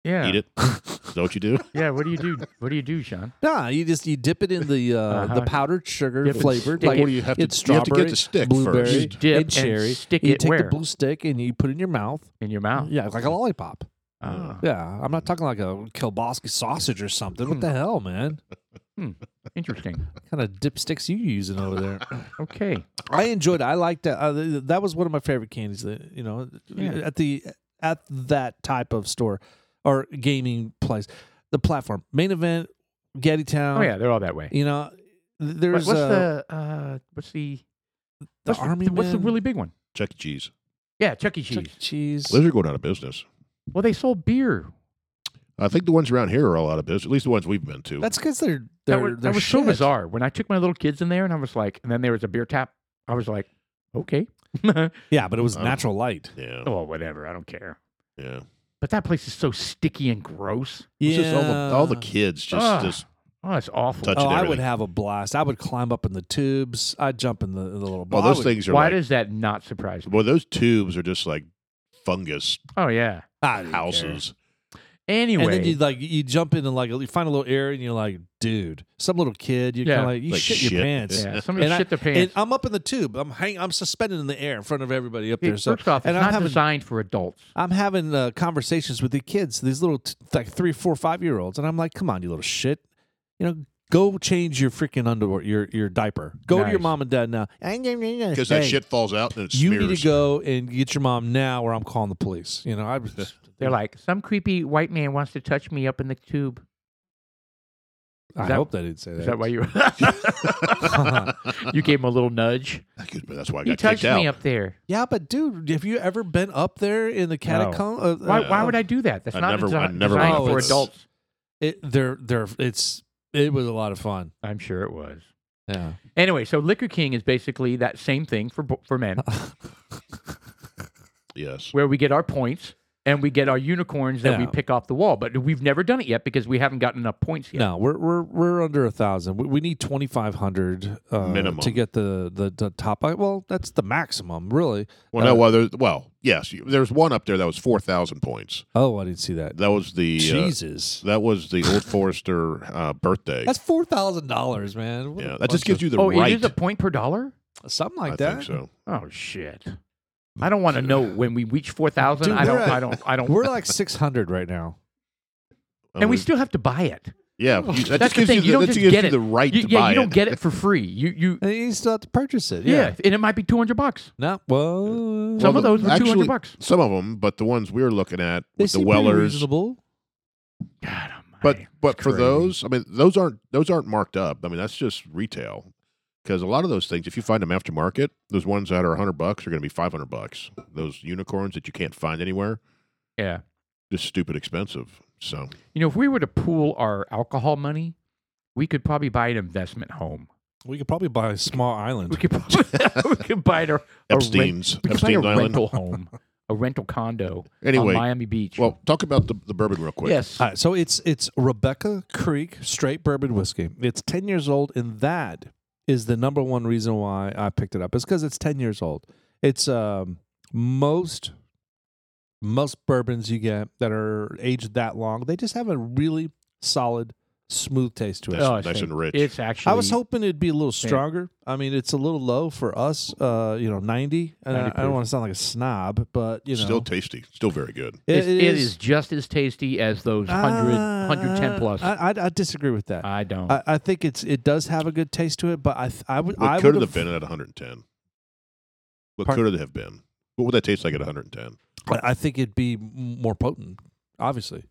[SPEAKER 3] Yeah.
[SPEAKER 1] Eat it. Is that what you do?
[SPEAKER 3] Yeah. What do you do? What do you do, Sean?
[SPEAKER 2] Nah, you just you dip it in the uh,
[SPEAKER 3] Uh-huh.
[SPEAKER 2] the powdered sugar
[SPEAKER 3] Dip it-
[SPEAKER 2] flavored
[SPEAKER 3] stick
[SPEAKER 2] like
[SPEAKER 1] Well, you have to,
[SPEAKER 2] it's
[SPEAKER 1] you have to get
[SPEAKER 2] strawberry,
[SPEAKER 1] the stick
[SPEAKER 2] blueberry,
[SPEAKER 1] first.
[SPEAKER 3] You dip
[SPEAKER 2] and cherry.
[SPEAKER 3] and stick
[SPEAKER 2] you
[SPEAKER 3] it
[SPEAKER 2] take
[SPEAKER 3] where Oh.
[SPEAKER 2] the blue stick and you put it in your mouth.
[SPEAKER 3] in your mouth.
[SPEAKER 2] Yeah, like a lollipop.
[SPEAKER 3] Ah,
[SPEAKER 2] Yeah, I'm not talking like a kielbasa sausage or something.
[SPEAKER 3] Hmm.
[SPEAKER 2] What the hell, man?
[SPEAKER 3] interesting.
[SPEAKER 2] What kind of dipsticks you using over there?
[SPEAKER 3] Okay.
[SPEAKER 2] I enjoyed. It. I liked that. Uh, th- that was one of my favorite candies. That you know,
[SPEAKER 3] Yeah.
[SPEAKER 2] at the at that type of store or gaming place, the platform main event, Getty Town.
[SPEAKER 3] Oh yeah, they're all that way.
[SPEAKER 2] You know, th-
[SPEAKER 3] What-
[SPEAKER 2] there's
[SPEAKER 3] what's
[SPEAKER 2] uh,
[SPEAKER 3] the uh, what's the
[SPEAKER 2] the
[SPEAKER 3] what's
[SPEAKER 2] army.
[SPEAKER 3] The, what's the
[SPEAKER 2] man,
[SPEAKER 3] really big one?
[SPEAKER 1] Chuck E. Cheese.
[SPEAKER 3] Yeah, Chuck E. Cheese.
[SPEAKER 2] Chuck E. cheese?
[SPEAKER 1] Those are going out of business.
[SPEAKER 3] Well, they sold beer.
[SPEAKER 1] I think the ones around here are all out of business. At least the ones we've been to.
[SPEAKER 2] That's because they're they're
[SPEAKER 3] That was,
[SPEAKER 2] they're
[SPEAKER 3] that was so
[SPEAKER 2] shit.
[SPEAKER 3] bizarre. When I took my little kids in there, and I was like, and then there was a beer tap. I was like, okay. oh,
[SPEAKER 2] Yeah, but it was
[SPEAKER 1] Oh.
[SPEAKER 2] natural light.
[SPEAKER 1] yeah,
[SPEAKER 3] whatever. I don't care.
[SPEAKER 1] yeah.
[SPEAKER 3] But that place is so sticky and gross.
[SPEAKER 1] It's just all the all the kids just
[SPEAKER 2] Ah,
[SPEAKER 3] Ugh.
[SPEAKER 1] just
[SPEAKER 3] Oh, it's awful.
[SPEAKER 1] Touch-
[SPEAKER 2] Oh,
[SPEAKER 1] and
[SPEAKER 2] I would
[SPEAKER 1] everything.
[SPEAKER 2] have a blast. I would climb up in the tubes. I'd jump in the, the little.
[SPEAKER 1] well
[SPEAKER 2] bowl. I
[SPEAKER 1] Oh, those
[SPEAKER 2] would-
[SPEAKER 1] things are
[SPEAKER 3] Why
[SPEAKER 1] like
[SPEAKER 3] does that not surprise me?
[SPEAKER 1] well those tubes are just like fungus
[SPEAKER 3] Oh yeah.
[SPEAKER 2] I didn't care.
[SPEAKER 1] houses.
[SPEAKER 3] Anyway,
[SPEAKER 2] And then you like you jump in and like you find a little area and you're like, dude, some little kid. You are
[SPEAKER 3] Yeah.
[SPEAKER 2] kind of like you
[SPEAKER 1] Like
[SPEAKER 2] shit, your
[SPEAKER 1] shit.
[SPEAKER 2] pants.
[SPEAKER 3] yeah, somebody
[SPEAKER 2] And I-
[SPEAKER 3] shit their
[SPEAKER 2] And
[SPEAKER 3] pants.
[SPEAKER 2] I'm up in the tube. I'm hang. I'm suspended in the air in front of everybody up
[SPEAKER 3] It-
[SPEAKER 2] there. So
[SPEAKER 3] first off, it's
[SPEAKER 2] and I'm
[SPEAKER 3] not
[SPEAKER 2] having-
[SPEAKER 3] designed for adults.
[SPEAKER 2] I'm having uh, conversations with the kids, these little t- like three, four, five year olds, and I'm like, come on, you little shit, you know. Go change your freaking underwear, your your diaper. Go to your
[SPEAKER 3] Nice.
[SPEAKER 2] mom and dad now.
[SPEAKER 1] Because
[SPEAKER 2] Because
[SPEAKER 1] that shit falls out and it
[SPEAKER 2] you
[SPEAKER 1] smears.
[SPEAKER 2] need to go and get your mom now or I'm calling the police. You know, I was
[SPEAKER 3] They're like, some creepy white man wants to touch me up in the tube.
[SPEAKER 2] I
[SPEAKER 3] that-
[SPEAKER 2] hope they didn't say that.
[SPEAKER 3] Is that why you
[SPEAKER 1] I
[SPEAKER 3] you gave him a little nudge?
[SPEAKER 1] could- that's why I
[SPEAKER 3] He
[SPEAKER 1] got kicked
[SPEAKER 3] touched
[SPEAKER 1] out.
[SPEAKER 3] me up there.
[SPEAKER 2] Yeah, but dude, have you ever been up there in the catacomb? Uh,
[SPEAKER 3] Why,
[SPEAKER 2] uh,
[SPEAKER 3] why would I do that? That's
[SPEAKER 1] I
[SPEAKER 3] not
[SPEAKER 1] never-
[SPEAKER 3] desi-
[SPEAKER 1] I never
[SPEAKER 3] designed
[SPEAKER 2] went
[SPEAKER 3] for
[SPEAKER 2] up there.
[SPEAKER 3] adults.
[SPEAKER 2] It, they're, they're, it's it was a lot of fun.
[SPEAKER 3] I'm sure it was.
[SPEAKER 2] Yeah.
[SPEAKER 3] Anyway, so Liquor King is basically that same thing for bo- for men,
[SPEAKER 1] Yes.
[SPEAKER 3] where we get our points and we get our unicorns that we
[SPEAKER 2] Yeah.
[SPEAKER 3] pick off the wall. But we've never done it yet because we haven't gotten enough points yet.
[SPEAKER 2] No, we're we're we're under a thousand. We, we need twenty five hundred uh,
[SPEAKER 1] Minimum.
[SPEAKER 2] to get the, the the top. uh, Well, that's the maximum, really.
[SPEAKER 1] Well, no.
[SPEAKER 2] Uh,
[SPEAKER 1] Well, there's, well, yes. you- There's one up there that was four thousand points.
[SPEAKER 2] Oh, I didn't see that.
[SPEAKER 1] That was the uh,
[SPEAKER 2] Jesus,
[SPEAKER 1] that was the Old Forester uh, birthday.
[SPEAKER 2] that's four thousand dollars, man. What a
[SPEAKER 1] yeah, that just
[SPEAKER 2] bunch
[SPEAKER 1] gives you the
[SPEAKER 3] oh,
[SPEAKER 1] right.
[SPEAKER 3] it is a point per dollar.
[SPEAKER 2] of- something
[SPEAKER 1] I
[SPEAKER 2] like that.
[SPEAKER 1] think so.
[SPEAKER 3] Oh shit! I don't want to know when we reach four thousand.
[SPEAKER 2] Dude,
[SPEAKER 3] I don't.
[SPEAKER 2] we're at-
[SPEAKER 3] I don't. I don't.
[SPEAKER 2] We're like six hundred right now.
[SPEAKER 3] and we
[SPEAKER 1] mean,
[SPEAKER 3] still have to buy it.
[SPEAKER 1] Um, yeah, you, that
[SPEAKER 3] That's
[SPEAKER 1] just
[SPEAKER 3] the
[SPEAKER 1] gives
[SPEAKER 3] thing. You
[SPEAKER 1] you
[SPEAKER 3] don't
[SPEAKER 1] the, that
[SPEAKER 3] just
[SPEAKER 1] gives
[SPEAKER 3] get
[SPEAKER 1] you
[SPEAKER 3] it.
[SPEAKER 1] the right
[SPEAKER 3] You-
[SPEAKER 1] to
[SPEAKER 3] yeah,
[SPEAKER 1] buy
[SPEAKER 3] you
[SPEAKER 1] it.
[SPEAKER 3] don't get it for free. You you
[SPEAKER 2] And you still have to purchase it.
[SPEAKER 3] yeah,
[SPEAKER 2] Yeah.
[SPEAKER 3] and it might be two hundred bucks.
[SPEAKER 2] No. Well,
[SPEAKER 3] Some of
[SPEAKER 1] the-
[SPEAKER 3] those were two
[SPEAKER 1] actually-
[SPEAKER 3] hundred bucks.
[SPEAKER 1] Some of them, but the ones we are looking at
[SPEAKER 2] they
[SPEAKER 1] with the
[SPEAKER 2] seem pretty
[SPEAKER 1] Wellers,
[SPEAKER 2] reasonable.
[SPEAKER 3] God,
[SPEAKER 1] but
[SPEAKER 3] almighty.
[SPEAKER 1] but for
[SPEAKER 3] crazy.
[SPEAKER 1] those, I mean, those aren't those aren't marked up. I mean, that's just retail. Because a lot of those things, if you find them aftermarket, those ones that are hundred bucks are going to be five hundred bucks. Those unicorns that you can't find anywhere,
[SPEAKER 3] yeah,
[SPEAKER 1] just stupid expensive. So
[SPEAKER 3] you know, if we were to pool our alcohol money, we could probably buy an investment home.
[SPEAKER 2] We could probably buy a small island.
[SPEAKER 3] We could probably, we could buy a, a rent,
[SPEAKER 1] Epstein's
[SPEAKER 3] we could buy a
[SPEAKER 1] Epstein's Island.
[SPEAKER 3] rental home, a rental condo
[SPEAKER 1] Anyway,
[SPEAKER 3] on Miami Beach.
[SPEAKER 1] well, talk about the, the bourbon real quick.
[SPEAKER 3] yes,
[SPEAKER 2] All right, so it's it's Rebecca Creek straight bourbon whiskey. It's ten years old, and that is the number one reason why I picked it up. It's because it's ten years old. It's um, most most bourbons you get that are aged that long, they just have a really solid, smooth taste to it.
[SPEAKER 1] That's
[SPEAKER 3] Oh, I
[SPEAKER 1] nice
[SPEAKER 3] see.
[SPEAKER 1] and rich.
[SPEAKER 3] it's actually.
[SPEAKER 2] I was hoping it'd be a little
[SPEAKER 3] Yeah.
[SPEAKER 2] stronger. I mean, it's a little low for us, uh, you know, 90. And I-
[SPEAKER 3] 90
[SPEAKER 2] I,
[SPEAKER 3] proof.
[SPEAKER 2] don't want to sound like a snob, but, you know.
[SPEAKER 1] still tasty, still very good.
[SPEAKER 2] it-
[SPEAKER 3] it's- it is just as tasty as those 100,
[SPEAKER 2] uh,
[SPEAKER 3] 110 plus.
[SPEAKER 2] I,
[SPEAKER 3] I,
[SPEAKER 2] I, I disagree with that. I,
[SPEAKER 3] don't.
[SPEAKER 2] I, think it's it does have a good taste to it, but I th- I would I
[SPEAKER 1] What could it
[SPEAKER 2] would've-
[SPEAKER 1] have been at 110? What
[SPEAKER 2] Pardon?
[SPEAKER 1] could it have been? What would that taste like at 110?
[SPEAKER 2] I I think it'd be m- more potent, obviously.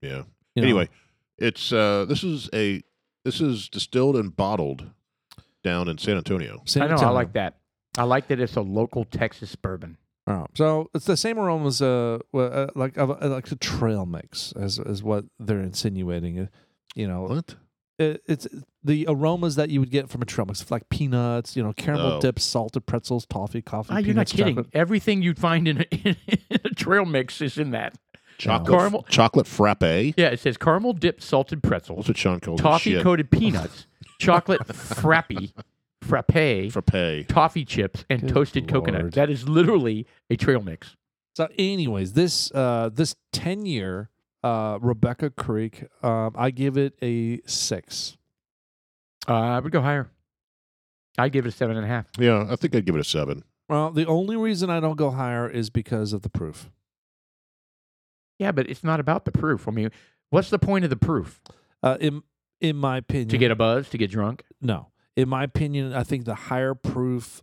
[SPEAKER 1] Yeah.
[SPEAKER 2] you know.
[SPEAKER 1] Anyway, it's uh this is a this is distilled and bottled down in San Antonio.
[SPEAKER 2] San
[SPEAKER 3] I know. I
[SPEAKER 2] Antonio.
[SPEAKER 3] like that. I like that it's a local Texas bourbon.
[SPEAKER 2] Oh, so it's the same aroma as uh, well, uh like of a, like a trail mix, as is what they're insinuating. Uh, You know,
[SPEAKER 1] What?
[SPEAKER 2] it, it's the aromas that you would get from a trail mix, like peanuts, you know, caramel
[SPEAKER 1] Oh.
[SPEAKER 2] dips, salted pretzels, toffee, coffee.
[SPEAKER 3] Ah, you're not
[SPEAKER 2] peanuts,
[SPEAKER 3] kidding.
[SPEAKER 2] chocolate.
[SPEAKER 3] Everything you'd find in a, in a trail mix is in that.
[SPEAKER 1] Chocolate
[SPEAKER 3] Caramel-
[SPEAKER 1] chocolate frappe.
[SPEAKER 3] Yeah, it says caramel dipped salted
[SPEAKER 1] That's
[SPEAKER 3] pretzels,
[SPEAKER 1] what Sean calls it.
[SPEAKER 3] toffee
[SPEAKER 1] Shit.
[SPEAKER 3] coated peanuts, chocolate frappy, frappe,
[SPEAKER 1] frappe.
[SPEAKER 3] toffee chips, and
[SPEAKER 2] Good
[SPEAKER 3] toasted coconut.
[SPEAKER 2] Lord.
[SPEAKER 3] That is literally a trail mix.
[SPEAKER 2] So, anyways, this uh, this ten year uh, Rebecca Creek. Um, I give it a six.
[SPEAKER 3] Uh, I would go higher. I'd give it a seven and a half.
[SPEAKER 1] Yeah, I think I'd give it a seven.
[SPEAKER 2] Well, the only reason I don't go higher is because of the proof.
[SPEAKER 3] Yeah, but it's not about the proof. I mean, what's the point of the proof?
[SPEAKER 2] Uh, in in my opinion,
[SPEAKER 3] To get a buzz, to get drunk?
[SPEAKER 2] no. In my opinion, I think the higher proof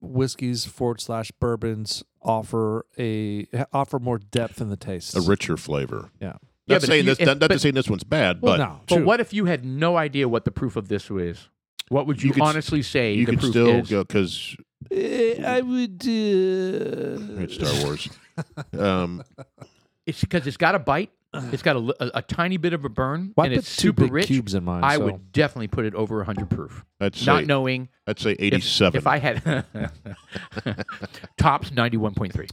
[SPEAKER 2] whiskeys forward slash bourbons offer a offer more depth in the taste.
[SPEAKER 1] A richer flavor.
[SPEAKER 3] Yeah,
[SPEAKER 2] Yeah.
[SPEAKER 1] Not
[SPEAKER 3] but if
[SPEAKER 1] saying
[SPEAKER 3] you-
[SPEAKER 1] this.
[SPEAKER 3] if-
[SPEAKER 1] not not to
[SPEAKER 3] but-
[SPEAKER 1] saying this one's bad,
[SPEAKER 2] well,
[SPEAKER 1] but
[SPEAKER 2] no,
[SPEAKER 3] But
[SPEAKER 2] true.
[SPEAKER 3] what if you had no idea what the proof of this was? What would you,
[SPEAKER 1] You could s-
[SPEAKER 3] honestly say
[SPEAKER 1] you
[SPEAKER 3] the
[SPEAKER 1] could
[SPEAKER 3] proof
[SPEAKER 1] still
[SPEAKER 3] is?
[SPEAKER 1] go because
[SPEAKER 2] Eh, I would. Uh,
[SPEAKER 1] it's Star Wars. um,
[SPEAKER 3] It's because it's got a bite. It's got a, li- a, a tiny bit of a burn,
[SPEAKER 2] Well, I
[SPEAKER 3] and
[SPEAKER 2] put
[SPEAKER 3] it's
[SPEAKER 2] two
[SPEAKER 3] super
[SPEAKER 2] big
[SPEAKER 3] rich.
[SPEAKER 2] cubes in mine.
[SPEAKER 3] I
[SPEAKER 2] so-
[SPEAKER 3] would definitely put it over 100 proof.
[SPEAKER 1] I'd say
[SPEAKER 3] Not knowing
[SPEAKER 1] I'd say
[SPEAKER 3] if-
[SPEAKER 1] eighty-seven.
[SPEAKER 3] If I had tops 91.3.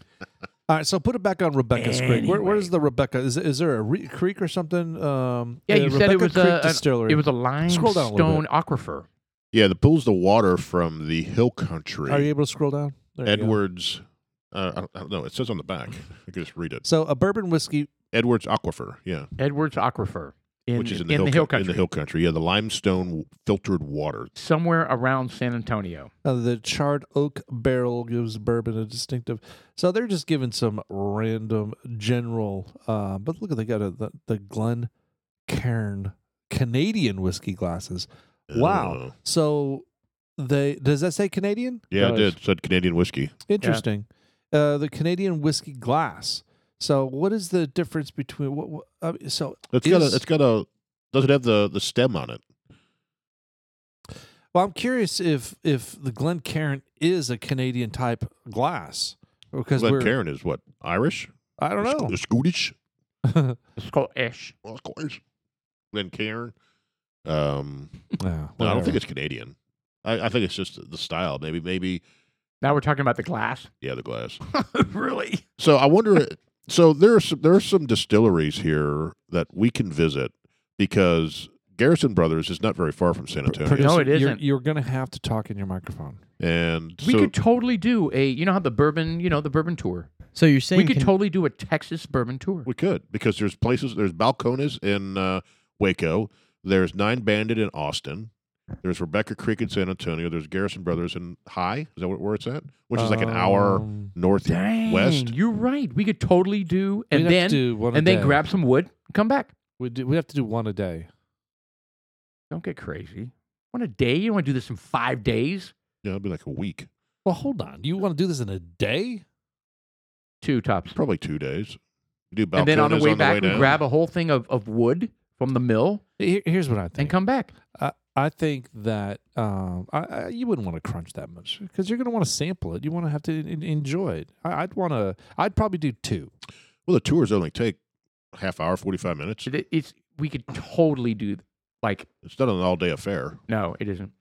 [SPEAKER 2] All right, so put it back on Rebecca's Creek. Where, where's the Rebecca? Is, is there a re- creek or something? Um,
[SPEAKER 3] Yeah,
[SPEAKER 2] uh,
[SPEAKER 3] you said it
[SPEAKER 2] Rebecca
[SPEAKER 3] was
[SPEAKER 2] Creek
[SPEAKER 3] a, an,
[SPEAKER 2] distillery.
[SPEAKER 3] it was a
[SPEAKER 2] Scroll down a little
[SPEAKER 3] limestone aquifer.
[SPEAKER 1] yeah, the pulls the water from the hill country.
[SPEAKER 2] Are you able to scroll down? There you go.
[SPEAKER 1] Edwards. Uh, I, don't, I don't know. It says on the back. I could just read it.
[SPEAKER 2] So a bourbon whiskey.
[SPEAKER 1] Edwards Aquifer. Yeah,
[SPEAKER 3] Edwards aquifer in,
[SPEAKER 1] which is in
[SPEAKER 3] in the hill
[SPEAKER 1] cou-
[SPEAKER 3] country,
[SPEAKER 1] In the hill country. Yeah, the limestone filtered water.
[SPEAKER 3] somewhere around San Antonio.
[SPEAKER 2] Uh, the charred oak barrel gives bourbon a distinctive. So they're just giving some random general. Uh, but look at they got a, the the Glen Cairn Canadian whiskey glasses. Wow.
[SPEAKER 1] Uh,
[SPEAKER 2] So they does that say Canadian?
[SPEAKER 1] yeah, I
[SPEAKER 3] Nice.
[SPEAKER 1] did. Said Canadian whiskey.
[SPEAKER 2] Interesting. Uh, the Canadian whiskey glass. So, what is the difference between what? what uh, so,
[SPEAKER 1] It's got a.
[SPEAKER 2] Is-
[SPEAKER 1] It's got a. Does it have the the stem on it?
[SPEAKER 2] well, I'm curious if if the Glencairn is a Canadian type glass because we're
[SPEAKER 1] Glencairn is what Irish.
[SPEAKER 2] I don't know.
[SPEAKER 1] Scottish.
[SPEAKER 3] It's called Ash.
[SPEAKER 1] Well, of course. Glencairn. Um, no,
[SPEAKER 2] Yeah,
[SPEAKER 1] I don't
[SPEAKER 2] whatever.
[SPEAKER 1] think it's Canadian. I, I think it's just the style. Maybe, maybe,
[SPEAKER 3] Now we're talking about the glass.
[SPEAKER 1] yeah, the glass.
[SPEAKER 3] really?
[SPEAKER 1] So I wonder. so there are some, there are some distilleries here that we can visit because Garrison Brothers is not very far from San Antonio,
[SPEAKER 2] Producer,
[SPEAKER 3] No, it
[SPEAKER 2] you're-
[SPEAKER 3] isn't.
[SPEAKER 2] You're, gonna have to talk in your microphone.
[SPEAKER 1] and
[SPEAKER 3] We
[SPEAKER 1] so
[SPEAKER 3] could totally do a, you know how the bourbon, you know, the bourbon tour.
[SPEAKER 4] So you're saying
[SPEAKER 3] We could
[SPEAKER 4] Can-
[SPEAKER 3] totally do a Texas bourbon tour.
[SPEAKER 1] we could because there's places there's Balcones in uh, Waco, there's Nine Bandit in Austin. There's Rebecca Creek in San Antonio. There's Garrison Brothers in High. Is that where it's at? Which is like an
[SPEAKER 3] Oh.
[SPEAKER 1] hour
[SPEAKER 2] Um,
[SPEAKER 1] north
[SPEAKER 3] Dang,
[SPEAKER 1] West.
[SPEAKER 3] You're right. We could totally do,
[SPEAKER 2] we'd
[SPEAKER 3] and
[SPEAKER 2] have to
[SPEAKER 3] then
[SPEAKER 2] do one a
[SPEAKER 3] and then
[SPEAKER 2] day.
[SPEAKER 3] grab some wood, and come back.
[SPEAKER 2] We do. We have to do one a day.
[SPEAKER 3] Don't get crazy. On a day, you want to do this in five days?
[SPEAKER 1] Yeah, it'll be like a week,
[SPEAKER 2] Well, hold on. You want to do this in a day?
[SPEAKER 3] Two tops.
[SPEAKER 1] probably two days. Do Balcones
[SPEAKER 3] and then on the way back, we
[SPEAKER 1] down.
[SPEAKER 3] grab a whole thing of, of wood from the mill
[SPEAKER 2] Here- here's what I think.
[SPEAKER 3] and come back.
[SPEAKER 2] I, I think that um, I, I, you wouldn't want to crunch that much because you're going to want to sample it. You want to have to en- enjoy it. I, I'd want to. I'd probably do two.
[SPEAKER 1] Well, the tours only take a half hour, forty five minutes.
[SPEAKER 3] It- it- It's we could totally do th- like
[SPEAKER 1] It's not an all day affair.
[SPEAKER 3] no, it isn't.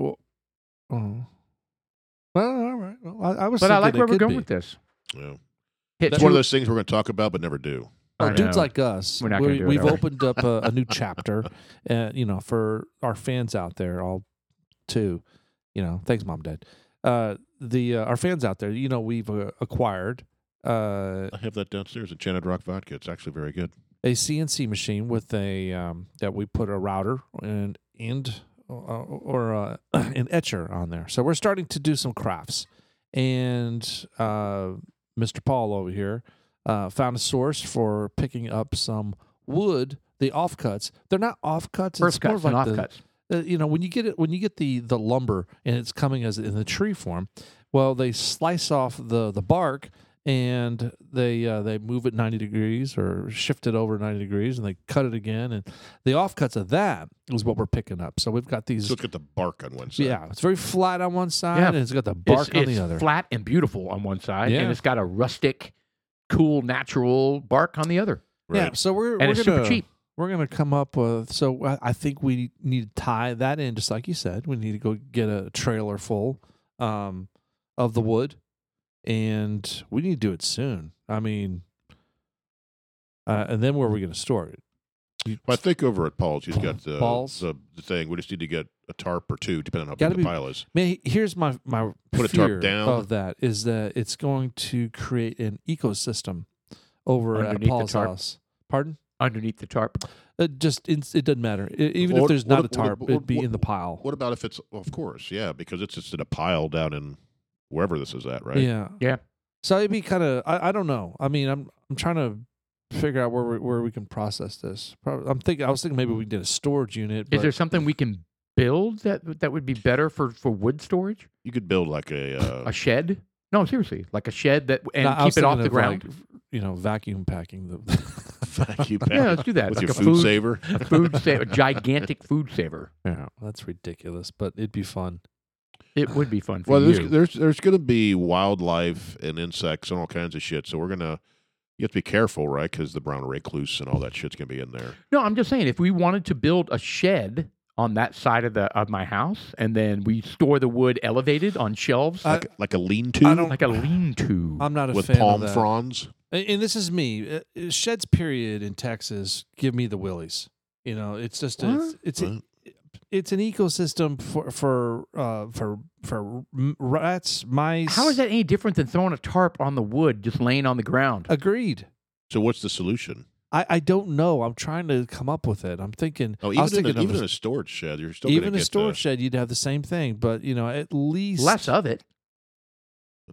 [SPEAKER 2] Oh. Well, all right. Well, I, I was.
[SPEAKER 3] But I like
[SPEAKER 2] thinking
[SPEAKER 3] where
[SPEAKER 2] it
[SPEAKER 3] we're
[SPEAKER 2] could
[SPEAKER 3] going
[SPEAKER 2] be.
[SPEAKER 3] with this.
[SPEAKER 1] Yeah.
[SPEAKER 3] Hit
[SPEAKER 1] It's
[SPEAKER 3] two-
[SPEAKER 1] one of those things we're going to talk about but never do.
[SPEAKER 2] Oh,
[SPEAKER 3] I
[SPEAKER 2] dudes
[SPEAKER 3] know.
[SPEAKER 2] like us,
[SPEAKER 3] We're not gonna
[SPEAKER 2] we,
[SPEAKER 3] do it,
[SPEAKER 2] we've
[SPEAKER 3] are we?
[SPEAKER 2] opened up a, a new chapter, uh, you know, for our fans out there, all two, you know, thanks, mom, dad. Uh, the uh, our fans out there, you know, we've uh, acquired uh,
[SPEAKER 1] I have that downstairs at Chanted Rock Vodka. It's actually very good.
[SPEAKER 2] a CNC machine with a um, that we put a router and and uh, or uh, an etcher on there. So we're starting to do some crafts, and uh, Mr. Paul over here uh, found a source for picking up some wood. The offcuts, they're not offcuts.
[SPEAKER 3] first cuts and
[SPEAKER 2] like
[SPEAKER 3] off
[SPEAKER 2] the,
[SPEAKER 3] cuts.
[SPEAKER 2] uh, you know when you get it when you get the the lumber and it's coming as in the tree form well they slice off the the bark and they uh, they move it 90 degrees or shift it over 90 degrees and they cut it again and the offcuts of that is what we're picking up so we've got these
[SPEAKER 1] So it's got the bark on one side.
[SPEAKER 2] yeah it's very flat on one side
[SPEAKER 3] Yeah.
[SPEAKER 2] and it's got the bark
[SPEAKER 3] it's,
[SPEAKER 2] on
[SPEAKER 3] it's
[SPEAKER 2] the other
[SPEAKER 3] flat and beautiful on one side,
[SPEAKER 2] Yeah.
[SPEAKER 3] and it's got a rustic, cool, natural bark on the other,
[SPEAKER 2] yeah
[SPEAKER 1] Right.
[SPEAKER 2] so we're
[SPEAKER 3] and
[SPEAKER 2] we're
[SPEAKER 3] it's
[SPEAKER 2] gonna,
[SPEAKER 3] super cheap.
[SPEAKER 2] we're gonna come up with so I- i think we need to tie that in just like you said we need to go get a trailer full um, of the wood and we need to do it soon i mean uh, and then where are we gonna store it You-
[SPEAKER 1] Well, I think over at Paul's, he's got the,
[SPEAKER 2] Paul's?
[SPEAKER 1] the the thing. We just need to get a tarp or two, depending on how
[SPEAKER 2] Gotta
[SPEAKER 1] big the
[SPEAKER 2] be-
[SPEAKER 1] pile is.
[SPEAKER 2] man here's my my
[SPEAKER 1] Put a tarp
[SPEAKER 2] fear
[SPEAKER 1] down.
[SPEAKER 2] of that is that it's going to create an ecosystem over
[SPEAKER 3] Underneath
[SPEAKER 2] at
[SPEAKER 3] the
[SPEAKER 2] paul's
[SPEAKER 3] tarp.
[SPEAKER 2] house Pardon?
[SPEAKER 3] underneath the tarp.
[SPEAKER 2] Uh, just it's, it doesn't matter. E- even
[SPEAKER 1] What-
[SPEAKER 2] if there's
[SPEAKER 1] what-
[SPEAKER 2] not a
[SPEAKER 1] what-
[SPEAKER 2] tarp,
[SPEAKER 1] what-
[SPEAKER 2] it'd be
[SPEAKER 1] what-
[SPEAKER 2] in the pile.
[SPEAKER 1] What about if it's, of course, yeah, because it's just in a pile down in wherever this is at, right?
[SPEAKER 2] Yeah.
[SPEAKER 3] Yeah.
[SPEAKER 2] So it'd be kind of I, I don't know. I mean, I'm I'm trying to figure out where we, where we can process this. Probably, I'm thinking I was thinking maybe we did a storage unit. But
[SPEAKER 3] Is there something we can build that that would be better for for wood storage?
[SPEAKER 1] You could build like a, uh,
[SPEAKER 3] A shed? No, seriously, like a shed that and
[SPEAKER 2] No, I was
[SPEAKER 3] keep it off
[SPEAKER 2] thinking
[SPEAKER 3] the
[SPEAKER 2] of, like,
[SPEAKER 3] ground.
[SPEAKER 2] you know, vacuum packing the.
[SPEAKER 1] vacuum
[SPEAKER 3] yeah,
[SPEAKER 1] bag
[SPEAKER 3] let's do that.
[SPEAKER 1] with
[SPEAKER 3] like
[SPEAKER 1] your
[SPEAKER 3] a
[SPEAKER 1] food, saver.
[SPEAKER 3] food saver, gigantic food saver.
[SPEAKER 2] yeah, that's ridiculous, but it'd be fun.
[SPEAKER 3] It would be fun for
[SPEAKER 1] Well,
[SPEAKER 3] you.
[SPEAKER 1] there's there's there's going to be wildlife and insects and all kinds of shit. So we're gonna you have to be careful, right? Because the brown recluse and all that shit's gonna be in there.
[SPEAKER 3] no, I'm just saying if we wanted to build a shed on that side of the of my house, and then we store the wood elevated on shelves,
[SPEAKER 2] I-
[SPEAKER 1] Like, like a lean-to
[SPEAKER 2] I don't-
[SPEAKER 3] like a lean-to.
[SPEAKER 2] I'm not a
[SPEAKER 1] with
[SPEAKER 2] fan
[SPEAKER 1] palm
[SPEAKER 2] of that.
[SPEAKER 1] fronds.
[SPEAKER 2] And, and this is me. Uh, uh, Sheds period in Texas. Give me the willies. You know, it's just a, it's
[SPEAKER 3] What?
[SPEAKER 2] it's, a- it's an ecosystem for for uh, for for m- rats, mice.
[SPEAKER 3] How is that any different than throwing a tarp on the wood, just laying on the ground?
[SPEAKER 2] Agreed.
[SPEAKER 1] So what's the solution?
[SPEAKER 2] I, I don't know. I'm trying to come up with it. I'm thinking.
[SPEAKER 1] Oh,
[SPEAKER 2] I was
[SPEAKER 1] even in,
[SPEAKER 2] thinking
[SPEAKER 1] a,
[SPEAKER 2] of
[SPEAKER 1] even
[SPEAKER 2] a-
[SPEAKER 1] in a storage shed, you're still
[SPEAKER 2] even
[SPEAKER 1] gonna
[SPEAKER 2] a
[SPEAKER 1] get
[SPEAKER 2] storage
[SPEAKER 1] the,
[SPEAKER 2] shed, you'd have the same thing, but you know, at least
[SPEAKER 3] Less of it.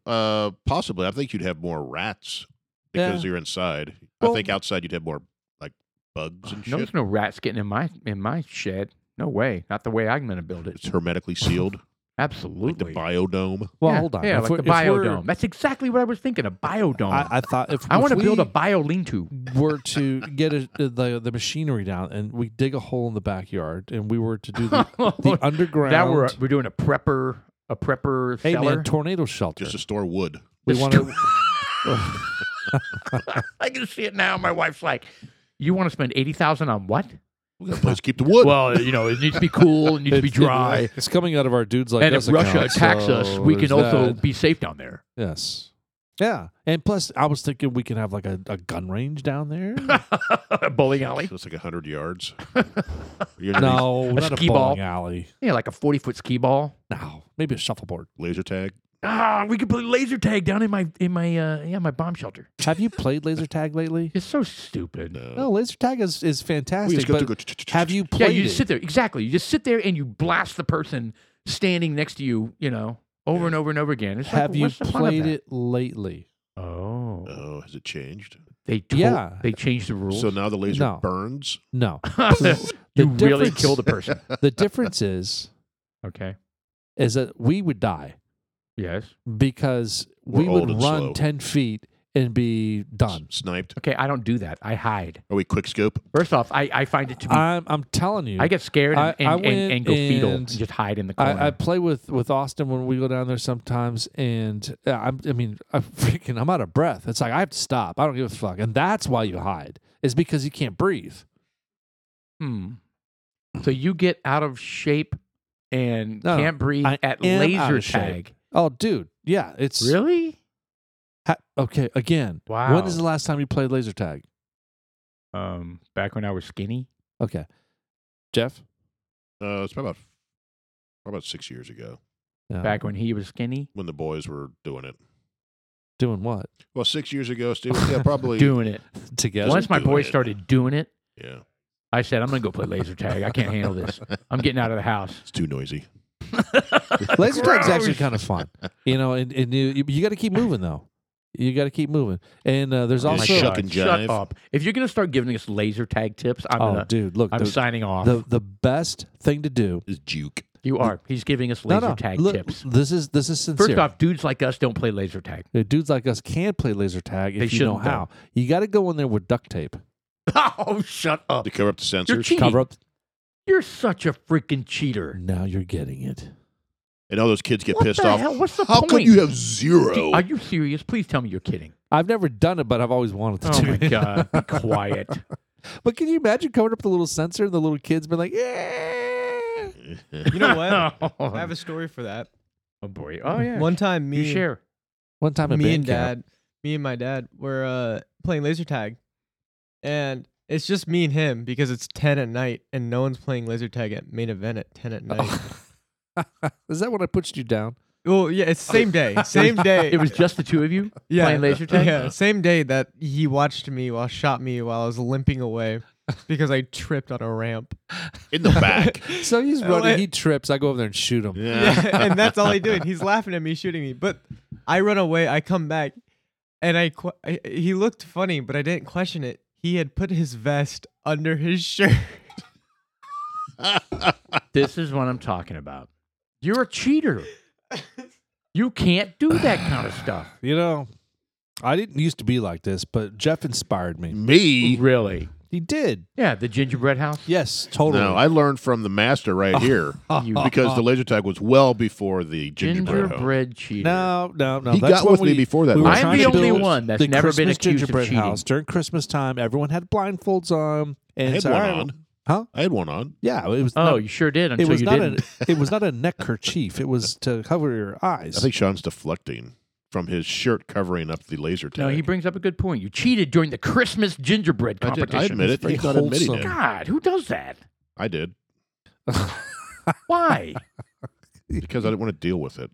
[SPEAKER 1] Uh, possibly. I think you'd have more rats because you're inside. I
[SPEAKER 2] Well-
[SPEAKER 1] think outside you'd have more like bugs and
[SPEAKER 3] No,
[SPEAKER 1] shit.
[SPEAKER 3] there's no rats getting in my in my shed. No way. Not the way I'm going to build it.
[SPEAKER 1] It's hermetically sealed, like the
[SPEAKER 3] Absolutely.
[SPEAKER 1] biodome.
[SPEAKER 2] Well,
[SPEAKER 3] yeah,
[SPEAKER 2] hold on.
[SPEAKER 3] Yeah,
[SPEAKER 2] If
[SPEAKER 3] like
[SPEAKER 2] we're-
[SPEAKER 3] the
[SPEAKER 2] if we're-
[SPEAKER 3] biodome. That's exactly what I was thinking. A biodome. I,
[SPEAKER 2] I, I thought if
[SPEAKER 3] want to
[SPEAKER 2] if
[SPEAKER 3] build a
[SPEAKER 2] we
[SPEAKER 3] bio lean-to.
[SPEAKER 2] were to get a, the the machinery down and we dig a hole in the backyard and we were to do the, the underground.
[SPEAKER 3] Now we're we're doing a prepper a prepper
[SPEAKER 2] hey
[SPEAKER 3] cellar.
[SPEAKER 2] man, tornado shelter.
[SPEAKER 1] Just to store wood.
[SPEAKER 2] we
[SPEAKER 3] Just
[SPEAKER 2] want to.
[SPEAKER 3] to- I can see it now. My wife's like, "You want to spend eighty thousand on what?"
[SPEAKER 1] We got a place to keep the wood.
[SPEAKER 3] well, you know, it needs to be cool. It needs to be dry.
[SPEAKER 2] It's coming out of our dudes like
[SPEAKER 3] and
[SPEAKER 2] us
[SPEAKER 3] if Russia
[SPEAKER 2] account,
[SPEAKER 3] attacks us,
[SPEAKER 2] so
[SPEAKER 3] we can
[SPEAKER 2] there's
[SPEAKER 3] also
[SPEAKER 2] that.
[SPEAKER 3] be safe down there.
[SPEAKER 2] yes. Yeah, and plus, I was thinking we can have like a, a gun range down there.
[SPEAKER 3] Bowling alley.
[SPEAKER 1] So it's like hundred yards. You're gonna need
[SPEAKER 2] no, not a
[SPEAKER 3] skee
[SPEAKER 2] bowling
[SPEAKER 3] ball.
[SPEAKER 2] alley.
[SPEAKER 3] Yeah, like a forty foot skee ball.
[SPEAKER 2] No, maybe a shuffleboard.
[SPEAKER 1] laser tag.
[SPEAKER 3] Ah, we could play laser tag down in my in my uh yeah my bomb shelter.
[SPEAKER 2] Have you played laser tag lately?
[SPEAKER 3] It's so stupid.
[SPEAKER 1] No.
[SPEAKER 2] No, laser tag is is
[SPEAKER 1] We
[SPEAKER 2] fantastic.
[SPEAKER 1] just go
[SPEAKER 2] But
[SPEAKER 1] to go.
[SPEAKER 2] have you
[SPEAKER 3] Yeah,
[SPEAKER 2] played?
[SPEAKER 3] you
[SPEAKER 2] it?
[SPEAKER 3] just sit there. Exactly. You just sit there and you blast the person standing next to you. You know, over and over and over again. It's like,
[SPEAKER 2] Have you
[SPEAKER 3] what's the fun of
[SPEAKER 2] played
[SPEAKER 3] that?
[SPEAKER 2] it lately?
[SPEAKER 3] Oh,
[SPEAKER 1] Oh, has it changed?
[SPEAKER 3] they to-
[SPEAKER 2] Yeah.
[SPEAKER 3] They changed the rules.
[SPEAKER 1] So now the laser
[SPEAKER 2] No.
[SPEAKER 1] burns.
[SPEAKER 2] No.
[SPEAKER 3] you
[SPEAKER 2] the
[SPEAKER 3] really
[SPEAKER 2] difference-
[SPEAKER 3] killed the person.
[SPEAKER 2] The difference is
[SPEAKER 3] Okay.
[SPEAKER 2] is that we would die
[SPEAKER 3] Yes.
[SPEAKER 2] because
[SPEAKER 1] We're
[SPEAKER 2] we
[SPEAKER 1] old
[SPEAKER 2] would
[SPEAKER 1] and
[SPEAKER 2] run
[SPEAKER 1] slow.
[SPEAKER 2] ten feet and be done.
[SPEAKER 1] Sniped. Oh,
[SPEAKER 3] Okay. I don't do that. I hide.
[SPEAKER 1] Are we quickscope?
[SPEAKER 3] First off, I, I find it to be.
[SPEAKER 2] I'm I'm telling you.
[SPEAKER 3] I get scared
[SPEAKER 2] I-
[SPEAKER 3] and, and,
[SPEAKER 2] I
[SPEAKER 3] and,
[SPEAKER 2] went
[SPEAKER 3] and go fetal
[SPEAKER 2] and-
[SPEAKER 3] and just hide in the corner.
[SPEAKER 2] I, I play with, with Austin when we go down there sometimes, and uh, I'm, I mean, I'm freaking, I'm out of breath. It's like I have to stop. I don't give a fuck, and that's why you hide is because you can't breathe.
[SPEAKER 3] Hmm. So you get out of shape and
[SPEAKER 2] No,
[SPEAKER 3] can't breathe
[SPEAKER 2] I
[SPEAKER 3] at
[SPEAKER 2] am out
[SPEAKER 3] laser
[SPEAKER 2] of shape.
[SPEAKER 3] tag.
[SPEAKER 2] Oh, dude, yeah, it's
[SPEAKER 3] Really?
[SPEAKER 2] ha- okay. Again,
[SPEAKER 3] Wow.
[SPEAKER 2] when is the last time you played laser tag?
[SPEAKER 3] Um, back when I was skinny.
[SPEAKER 2] Okay, Jeff.
[SPEAKER 1] Uh, it's probably about probably about six years ago
[SPEAKER 2] Yeah.
[SPEAKER 3] Back when he was skinny,
[SPEAKER 1] when the boys were doing it.
[SPEAKER 2] doing what
[SPEAKER 1] Well, six years ago, Steve. Yeah, probably.
[SPEAKER 3] doing it.
[SPEAKER 2] together?
[SPEAKER 3] Once my
[SPEAKER 1] doing
[SPEAKER 3] boy
[SPEAKER 1] it.
[SPEAKER 3] started doing it,
[SPEAKER 1] Yeah,
[SPEAKER 3] I said, "I'm gonna go play laser tag. I can't handle this. I'm getting out of the house."
[SPEAKER 1] it's too noisy.
[SPEAKER 2] Laser tag's actually
[SPEAKER 3] Gross.
[SPEAKER 2] kind of fun, you know. And, and you, you got to keep moving though. You got to keep moving. And uh, there's
[SPEAKER 1] Yeah,
[SPEAKER 2] also
[SPEAKER 1] shuck and jive.
[SPEAKER 3] shut up. If you're gonna start giving us laser tag tips, I'm
[SPEAKER 2] oh,
[SPEAKER 3] gonna.
[SPEAKER 2] dude, look,
[SPEAKER 3] I'm
[SPEAKER 2] the,
[SPEAKER 3] signing off.
[SPEAKER 2] the the best thing to do.
[SPEAKER 1] It's juke.
[SPEAKER 3] you are. He's giving us
[SPEAKER 2] No,
[SPEAKER 3] laser
[SPEAKER 2] no,
[SPEAKER 3] tag
[SPEAKER 2] look,
[SPEAKER 3] tips.
[SPEAKER 2] This is this is sincere.
[SPEAKER 3] First off, dudes like us don't play laser tag.
[SPEAKER 2] The dudes like us can play laser tag
[SPEAKER 3] They
[SPEAKER 2] if you know
[SPEAKER 3] shouldn't, though.
[SPEAKER 2] how. You got to go in there with duct tape,
[SPEAKER 3] oh, shut up!
[SPEAKER 1] To cover up the
[SPEAKER 3] You're
[SPEAKER 1] sensors.
[SPEAKER 3] cheating.
[SPEAKER 2] cover up.
[SPEAKER 3] You're such a freaking cheater.
[SPEAKER 2] Now you're getting it.
[SPEAKER 1] and all those kids get
[SPEAKER 3] What
[SPEAKER 1] pissed
[SPEAKER 3] the
[SPEAKER 1] off.
[SPEAKER 3] hell? What's the
[SPEAKER 1] How
[SPEAKER 3] point?
[SPEAKER 1] could you have zero?
[SPEAKER 3] Are you serious? Please tell me you're kidding.
[SPEAKER 2] I've never done it, but I've always wanted to
[SPEAKER 3] Oh
[SPEAKER 2] do
[SPEAKER 3] my
[SPEAKER 2] it.
[SPEAKER 3] god! Be quiet.
[SPEAKER 2] But can you imagine covering up the little sensor and the little kids being like, yeah.
[SPEAKER 4] You know what?
[SPEAKER 3] oh,
[SPEAKER 4] I have a story for that.
[SPEAKER 3] boy. Oh yeah.
[SPEAKER 4] One time,
[SPEAKER 3] you
[SPEAKER 4] me,
[SPEAKER 3] share.
[SPEAKER 2] One time at
[SPEAKER 4] me
[SPEAKER 2] band
[SPEAKER 4] and
[SPEAKER 2] camp-
[SPEAKER 4] dad, me and my dad were uh, playing laser tag, and it's just me and him because it's ten at night and
[SPEAKER 3] Oh.
[SPEAKER 4] no one's playing laser tag at main event at ten at night.
[SPEAKER 2] is that when I pushed you down?
[SPEAKER 4] Well, yeah, it's same day, same day.
[SPEAKER 3] It was just the two of you
[SPEAKER 4] yeah,
[SPEAKER 3] playing laser tag.
[SPEAKER 4] Yeah, same day that he watched me while shot me while I was limping away because I tripped on a ramp.
[SPEAKER 1] in the back.
[SPEAKER 2] So he's
[SPEAKER 4] Uh,
[SPEAKER 2] running.
[SPEAKER 4] what-
[SPEAKER 2] He trips. I go over there and shoot him.
[SPEAKER 4] Yeah, and that's all he did. He's laughing at me, shooting me. But I run away. I come back, and I, que- I he looked funny, but I didn't question it. He had put his vest under his shirt.
[SPEAKER 3] This is what I'm talking about. You're a cheater. You can't do that kind of stuff.
[SPEAKER 2] You know, I didn't used to be like this, but Jeff inspired me.
[SPEAKER 1] Me.
[SPEAKER 3] Really?
[SPEAKER 2] He did.
[SPEAKER 3] Yeah, the gingerbread house.
[SPEAKER 2] Yes, totally.
[SPEAKER 1] No, I learned from the master right here
[SPEAKER 3] You
[SPEAKER 1] because the laser tag was well before the gingerbread. home.
[SPEAKER 3] gingerbread cheater.
[SPEAKER 2] no, no, no.
[SPEAKER 1] He got
[SPEAKER 2] That's when
[SPEAKER 1] with me
[SPEAKER 2] we-
[SPEAKER 1] before that
[SPEAKER 2] we were
[SPEAKER 1] last time.
[SPEAKER 2] trying to
[SPEAKER 1] I'm the only
[SPEAKER 2] build
[SPEAKER 3] one that's
[SPEAKER 2] the
[SPEAKER 3] never been
[SPEAKER 2] Christmas
[SPEAKER 3] accused of
[SPEAKER 2] gingerbread
[SPEAKER 3] cheating.
[SPEAKER 2] house during Christmas time. Everyone had blindfolds on, and
[SPEAKER 1] I had
[SPEAKER 2] so
[SPEAKER 1] one
[SPEAKER 2] I-
[SPEAKER 1] on.
[SPEAKER 2] Huh?
[SPEAKER 1] I had one on.
[SPEAKER 2] Yeah, it was.
[SPEAKER 3] Oh,
[SPEAKER 2] not-
[SPEAKER 3] you sure did
[SPEAKER 2] it
[SPEAKER 3] until
[SPEAKER 2] was
[SPEAKER 3] you
[SPEAKER 2] not
[SPEAKER 3] didn't.
[SPEAKER 2] a. It was not a neckerchief. It was to cover your eyes.
[SPEAKER 1] I think Sean's deflecting from his shirt covering up the laser tag.
[SPEAKER 3] no, he brings up a good point. You cheated during the Christmas gingerbread
[SPEAKER 1] I, did,
[SPEAKER 3] competition.
[SPEAKER 1] I admit it.
[SPEAKER 2] It's
[SPEAKER 1] He's
[SPEAKER 2] very
[SPEAKER 1] not admitting
[SPEAKER 2] wholesome.
[SPEAKER 1] it.
[SPEAKER 3] God, who does that?
[SPEAKER 1] I did
[SPEAKER 3] Why?
[SPEAKER 1] because I didn't want to deal with it.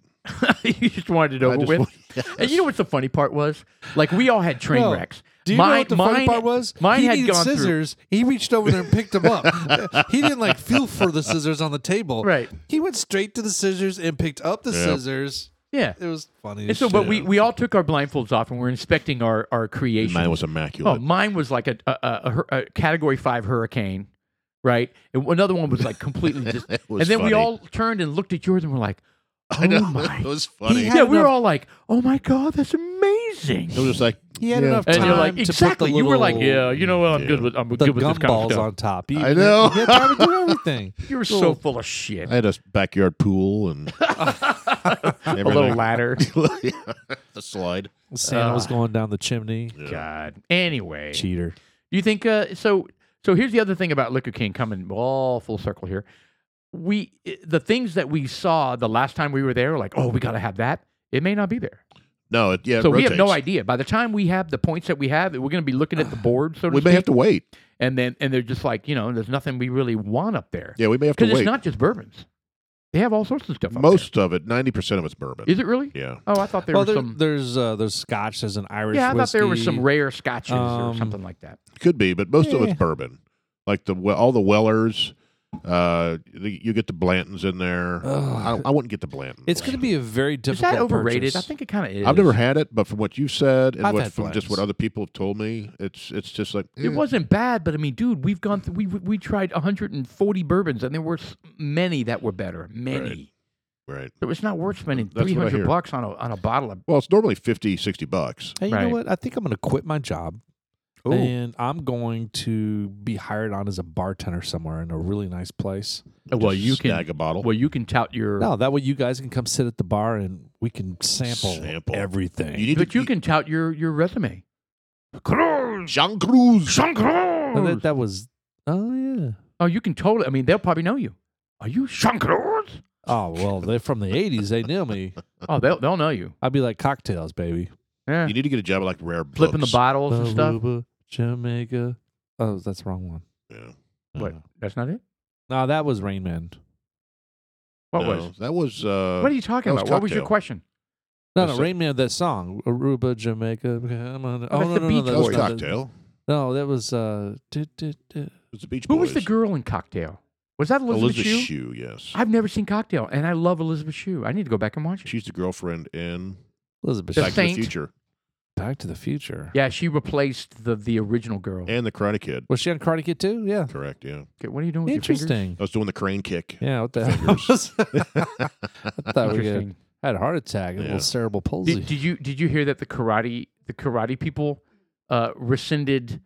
[SPEAKER 3] you just wanted it
[SPEAKER 1] I
[SPEAKER 3] over
[SPEAKER 1] just
[SPEAKER 3] with.
[SPEAKER 1] want-
[SPEAKER 3] And you know what the funny part was? Like we all had train
[SPEAKER 2] No.
[SPEAKER 3] wrecks.
[SPEAKER 2] Do you know
[SPEAKER 3] Mine-
[SPEAKER 2] what the
[SPEAKER 3] mine-
[SPEAKER 2] funny part was?
[SPEAKER 3] mine
[SPEAKER 2] he
[SPEAKER 3] had
[SPEAKER 2] needed
[SPEAKER 3] gone through-
[SPEAKER 2] scissors. He reached over there and picked them up. he didn't like feel for the scissors on the table.
[SPEAKER 3] Right.
[SPEAKER 2] He went straight to the scissors and picked up the
[SPEAKER 1] Yep.
[SPEAKER 2] scissors.
[SPEAKER 3] Yeah.
[SPEAKER 2] It was funny.
[SPEAKER 3] And
[SPEAKER 2] as
[SPEAKER 3] so, but
[SPEAKER 2] shit.
[SPEAKER 3] we, we all took our blindfolds off and we're inspecting our our creation.
[SPEAKER 1] Mine was
[SPEAKER 3] oh,
[SPEAKER 1] immaculate.
[SPEAKER 3] mine was like a a, a, hur- a category five hurricane, right? And another one was like completely just.
[SPEAKER 1] It was
[SPEAKER 3] and then we
[SPEAKER 1] funny.
[SPEAKER 3] all turned and looked at yours and were like,
[SPEAKER 1] I know,
[SPEAKER 3] "Oh my!"
[SPEAKER 1] It was funny.
[SPEAKER 3] yeah, we were
[SPEAKER 2] enough-
[SPEAKER 3] all like, "Oh my god, that's amazing!"
[SPEAKER 1] It was just like
[SPEAKER 2] He had
[SPEAKER 1] yeah.
[SPEAKER 2] enough
[SPEAKER 3] And
[SPEAKER 2] time
[SPEAKER 3] you're like,
[SPEAKER 2] to
[SPEAKER 3] "Exactly."
[SPEAKER 2] put the
[SPEAKER 3] You were like,
[SPEAKER 2] little-
[SPEAKER 3] "Yeah, you know what? I'm
[SPEAKER 1] Yeah.
[SPEAKER 3] good with I'm
[SPEAKER 2] the
[SPEAKER 3] good with this
[SPEAKER 2] gum
[SPEAKER 3] kind of
[SPEAKER 2] balls
[SPEAKER 3] stuff."
[SPEAKER 2] on top. He,
[SPEAKER 1] I know.
[SPEAKER 2] He had time to do everything.
[SPEAKER 3] you were so full of shit.
[SPEAKER 1] I had a backyard pool and
[SPEAKER 3] a little ladder.
[SPEAKER 1] the slide.
[SPEAKER 2] Santa was
[SPEAKER 3] Ah.
[SPEAKER 2] going down the chimney.
[SPEAKER 1] Yeah.
[SPEAKER 3] God. Anyway,
[SPEAKER 2] Cheater.
[SPEAKER 3] Do you think uh, so? So here's the other thing about Liquor King coming all full circle here. We the things that we saw the last time we were there, like oh, we got to have that. It may not be there,
[SPEAKER 1] No, it, yeah. it
[SPEAKER 3] so we have no
[SPEAKER 1] rotates.
[SPEAKER 3] idea. By the time we have the points that we have, we're going to be looking at the board, so to
[SPEAKER 1] We may
[SPEAKER 3] speak,
[SPEAKER 1] have to wait.
[SPEAKER 3] and then and they're just like you know, there's nothing we really want up there
[SPEAKER 1] Yeah, we may have to
[SPEAKER 3] because
[SPEAKER 1] wait.
[SPEAKER 3] it's not just bourbons. They have all sorts of stuff. Up
[SPEAKER 1] Most of it, ninety percent of it's bourbon.
[SPEAKER 3] there. is it really?
[SPEAKER 1] yeah,
[SPEAKER 3] Oh, I thought there
[SPEAKER 2] well,
[SPEAKER 3] was
[SPEAKER 2] there,
[SPEAKER 3] some.
[SPEAKER 2] there's uh, there's Scotch. There's an Irish.
[SPEAKER 3] yeah, I thought there were
[SPEAKER 2] whiskey.
[SPEAKER 3] some rare scotches or
[SPEAKER 2] Um,
[SPEAKER 3] something like that.
[SPEAKER 1] could be, but most of
[SPEAKER 2] Yeah.
[SPEAKER 1] it's bourbon. Like the all the Wellers, uh, the, you get the Blantons in there.
[SPEAKER 3] Uh,
[SPEAKER 1] I,
[SPEAKER 2] Ugh.
[SPEAKER 1] I wouldn't get the Blanton.
[SPEAKER 2] It's going to be a very
[SPEAKER 3] Is
[SPEAKER 2] difficult.
[SPEAKER 3] that overrated?
[SPEAKER 2] purchase.
[SPEAKER 3] I think it kind of is.
[SPEAKER 1] I've never had it, but from what you said and
[SPEAKER 2] I've
[SPEAKER 1] what,
[SPEAKER 2] had
[SPEAKER 1] from just what
[SPEAKER 2] Blantons.
[SPEAKER 1] other people have told me, it's it's just like eh.
[SPEAKER 3] It wasn't bad, but I mean, dude, we've gone through, we we tried 140 bourbons, and there were s- many that were better, many.
[SPEAKER 1] eh, right.
[SPEAKER 3] So it's not worth spending
[SPEAKER 1] That's what I
[SPEAKER 3] 300
[SPEAKER 1] hear.
[SPEAKER 3] bucks on a on a bottle of.
[SPEAKER 1] Well, it's normally 50, 60 bucks.
[SPEAKER 2] Hey, you
[SPEAKER 3] Right.
[SPEAKER 2] know what? I think I'm going to quit my job and I'm going to be hired on as a bartender somewhere in a really nice place.
[SPEAKER 3] Uh, well,
[SPEAKER 1] Just
[SPEAKER 3] you can
[SPEAKER 1] snag a bottle.
[SPEAKER 3] well you can tout your
[SPEAKER 2] No, that way you guys can come sit at the bar and we can sample,
[SPEAKER 1] Sample.
[SPEAKER 2] everything.
[SPEAKER 1] you need
[SPEAKER 3] but
[SPEAKER 1] to,
[SPEAKER 3] you can tout your your resume. Cruz,
[SPEAKER 1] Jean Cruz.
[SPEAKER 3] Sean
[SPEAKER 2] No,
[SPEAKER 3] Cruz.
[SPEAKER 2] that, that was oh yeah.
[SPEAKER 3] Oh, you can totally. I mean, they'll probably know you. Are you Sean
[SPEAKER 1] Uh,
[SPEAKER 3] Cruz?
[SPEAKER 2] Oh well, they're from the '80s. They knew me.
[SPEAKER 3] Oh, they'll they'll know you.
[SPEAKER 2] I'd be like cocktails, baby.
[SPEAKER 3] Yeah.
[SPEAKER 1] You need to get a job at like rare
[SPEAKER 3] Flipping the
[SPEAKER 1] Books.
[SPEAKER 3] bottles and stuff.
[SPEAKER 2] Aruba, Jamaica. Oh, that's the wrong one.
[SPEAKER 1] Yeah. Mm-hmm.
[SPEAKER 3] What? That's not it.
[SPEAKER 2] No, that was Rain Man.
[SPEAKER 3] What
[SPEAKER 1] No,
[SPEAKER 3] was?
[SPEAKER 1] that was uh
[SPEAKER 3] What are you talking
[SPEAKER 1] that was
[SPEAKER 3] about? What was your
[SPEAKER 1] cocktail.
[SPEAKER 3] question?
[SPEAKER 2] No,
[SPEAKER 1] That's
[SPEAKER 2] no,
[SPEAKER 1] it.
[SPEAKER 2] Rain Man. That song, Aruba, Jamaica. Come on.
[SPEAKER 3] Oh, that's
[SPEAKER 2] oh, no,
[SPEAKER 3] the
[SPEAKER 2] no,
[SPEAKER 3] Beach
[SPEAKER 2] no,
[SPEAKER 1] that
[SPEAKER 2] that's
[SPEAKER 1] was
[SPEAKER 3] Boys.
[SPEAKER 2] not the-
[SPEAKER 1] cocktail.
[SPEAKER 2] No, that was uh. du- du- du-
[SPEAKER 1] It was the Beach
[SPEAKER 3] Who
[SPEAKER 1] Boys.
[SPEAKER 3] was the girl in Cocktail? Was that Elizabeth,
[SPEAKER 1] Elizabeth Shue,
[SPEAKER 3] Shue?
[SPEAKER 1] yes.
[SPEAKER 3] I've never seen Cocktail, and I love Elizabeth Shue. I need to go back and watch it.
[SPEAKER 1] She's the girlfriend in
[SPEAKER 2] Elizabeth.
[SPEAKER 3] The
[SPEAKER 1] Back to
[SPEAKER 2] Shue.
[SPEAKER 3] Saint.
[SPEAKER 1] the Future
[SPEAKER 2] Back to the Future.
[SPEAKER 3] yeah, she replaced the the original girl.
[SPEAKER 1] and the Karate Kid.
[SPEAKER 2] Was she on Karate Kid too? Yeah.
[SPEAKER 1] Correct, yeah.
[SPEAKER 3] Okay, what are you doing with
[SPEAKER 2] Interesting.
[SPEAKER 1] I was doing the crane kick.
[SPEAKER 2] Yeah. What the hell?
[SPEAKER 1] Fingers.
[SPEAKER 2] was- I
[SPEAKER 3] your fingers?
[SPEAKER 2] thought we had,
[SPEAKER 3] Interesting.
[SPEAKER 2] had a heart attack, a
[SPEAKER 1] Yeah.
[SPEAKER 2] little cerebral palsy.
[SPEAKER 3] Did, did you did you hear that the karate the karate people uh, rescinded?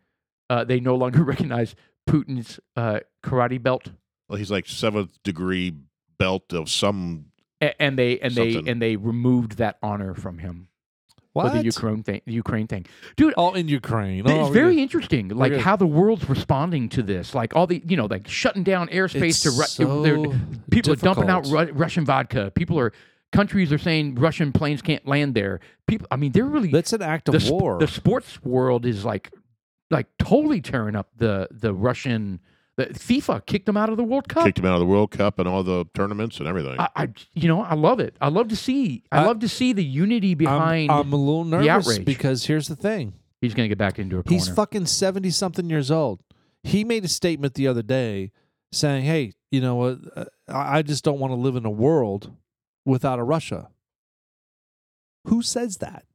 [SPEAKER 3] Uh, they no longer recognize Putin's uh, karate belt,
[SPEAKER 1] Well, he's like seventh degree belt of some.
[SPEAKER 3] A- and they and
[SPEAKER 1] Something.
[SPEAKER 3] they and they removed that honor from him for
[SPEAKER 2] what?
[SPEAKER 3] the Ukraine thing. The Ukraine thing, dude.
[SPEAKER 2] All in Ukraine.
[SPEAKER 3] Th-
[SPEAKER 2] Oh,
[SPEAKER 3] it's
[SPEAKER 2] we're
[SPEAKER 3] very
[SPEAKER 2] good.
[SPEAKER 3] interesting, like
[SPEAKER 2] good.
[SPEAKER 3] how the world's responding to this, like all the you know, like shutting down airspace
[SPEAKER 2] It's
[SPEAKER 3] to Ru-
[SPEAKER 2] so
[SPEAKER 3] they're- people are dumping out
[SPEAKER 2] difficult.
[SPEAKER 3] Ru- Russian vodka. People are countries are saying Russian planes can't land there. People, I mean, they're really
[SPEAKER 2] That's an act of
[SPEAKER 3] the, sp-
[SPEAKER 2] war.
[SPEAKER 3] the sports world is like like totally tearing up the the Russian The FIFA kicked them out of the World Cup.
[SPEAKER 1] Kicked him out of the World Cup and all the tournaments and everything.
[SPEAKER 3] Oh. I, I, you know, I love it. I love to see. I,
[SPEAKER 2] I-
[SPEAKER 3] love to see the unity
[SPEAKER 2] I'm-
[SPEAKER 3] behind.
[SPEAKER 2] I'm, a little nervous
[SPEAKER 3] outrage.
[SPEAKER 2] because here's the thing:
[SPEAKER 3] he's going to get back into a corner.
[SPEAKER 2] he's fucking seventy something years old. He made a statement the other day saying, "Hey, you know what? Uh, I I just don't want to live in a world without a Russia." Who says that?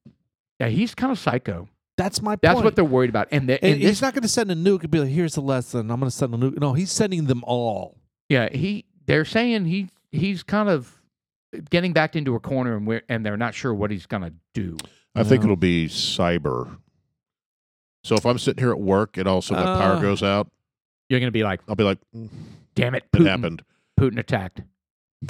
[SPEAKER 3] yeah, he's kind of psycho.
[SPEAKER 2] That's my
[SPEAKER 3] That's
[SPEAKER 2] point.
[SPEAKER 3] what they're worried about. And, the, and,
[SPEAKER 2] And
[SPEAKER 3] this,
[SPEAKER 2] he's not going to send a nuke and be like, "Here's the lesson. I'm going to send a nuke." No, he's sending them all.
[SPEAKER 3] yeah, he. They're saying he he's kind of getting backed into a corner, and we're, and they're not sure what he's going to do.
[SPEAKER 1] I think
[SPEAKER 2] No.
[SPEAKER 1] it'll be cyber. So if I'm sitting here at work and all of a sudden that power
[SPEAKER 3] Uh.
[SPEAKER 2] Ah.
[SPEAKER 1] goes out,
[SPEAKER 3] You're going to be like,
[SPEAKER 1] I'll be like, "Mm,
[SPEAKER 3] "Damn it,
[SPEAKER 1] it
[SPEAKER 3] Putin!
[SPEAKER 1] happened.
[SPEAKER 3] Putin attacked."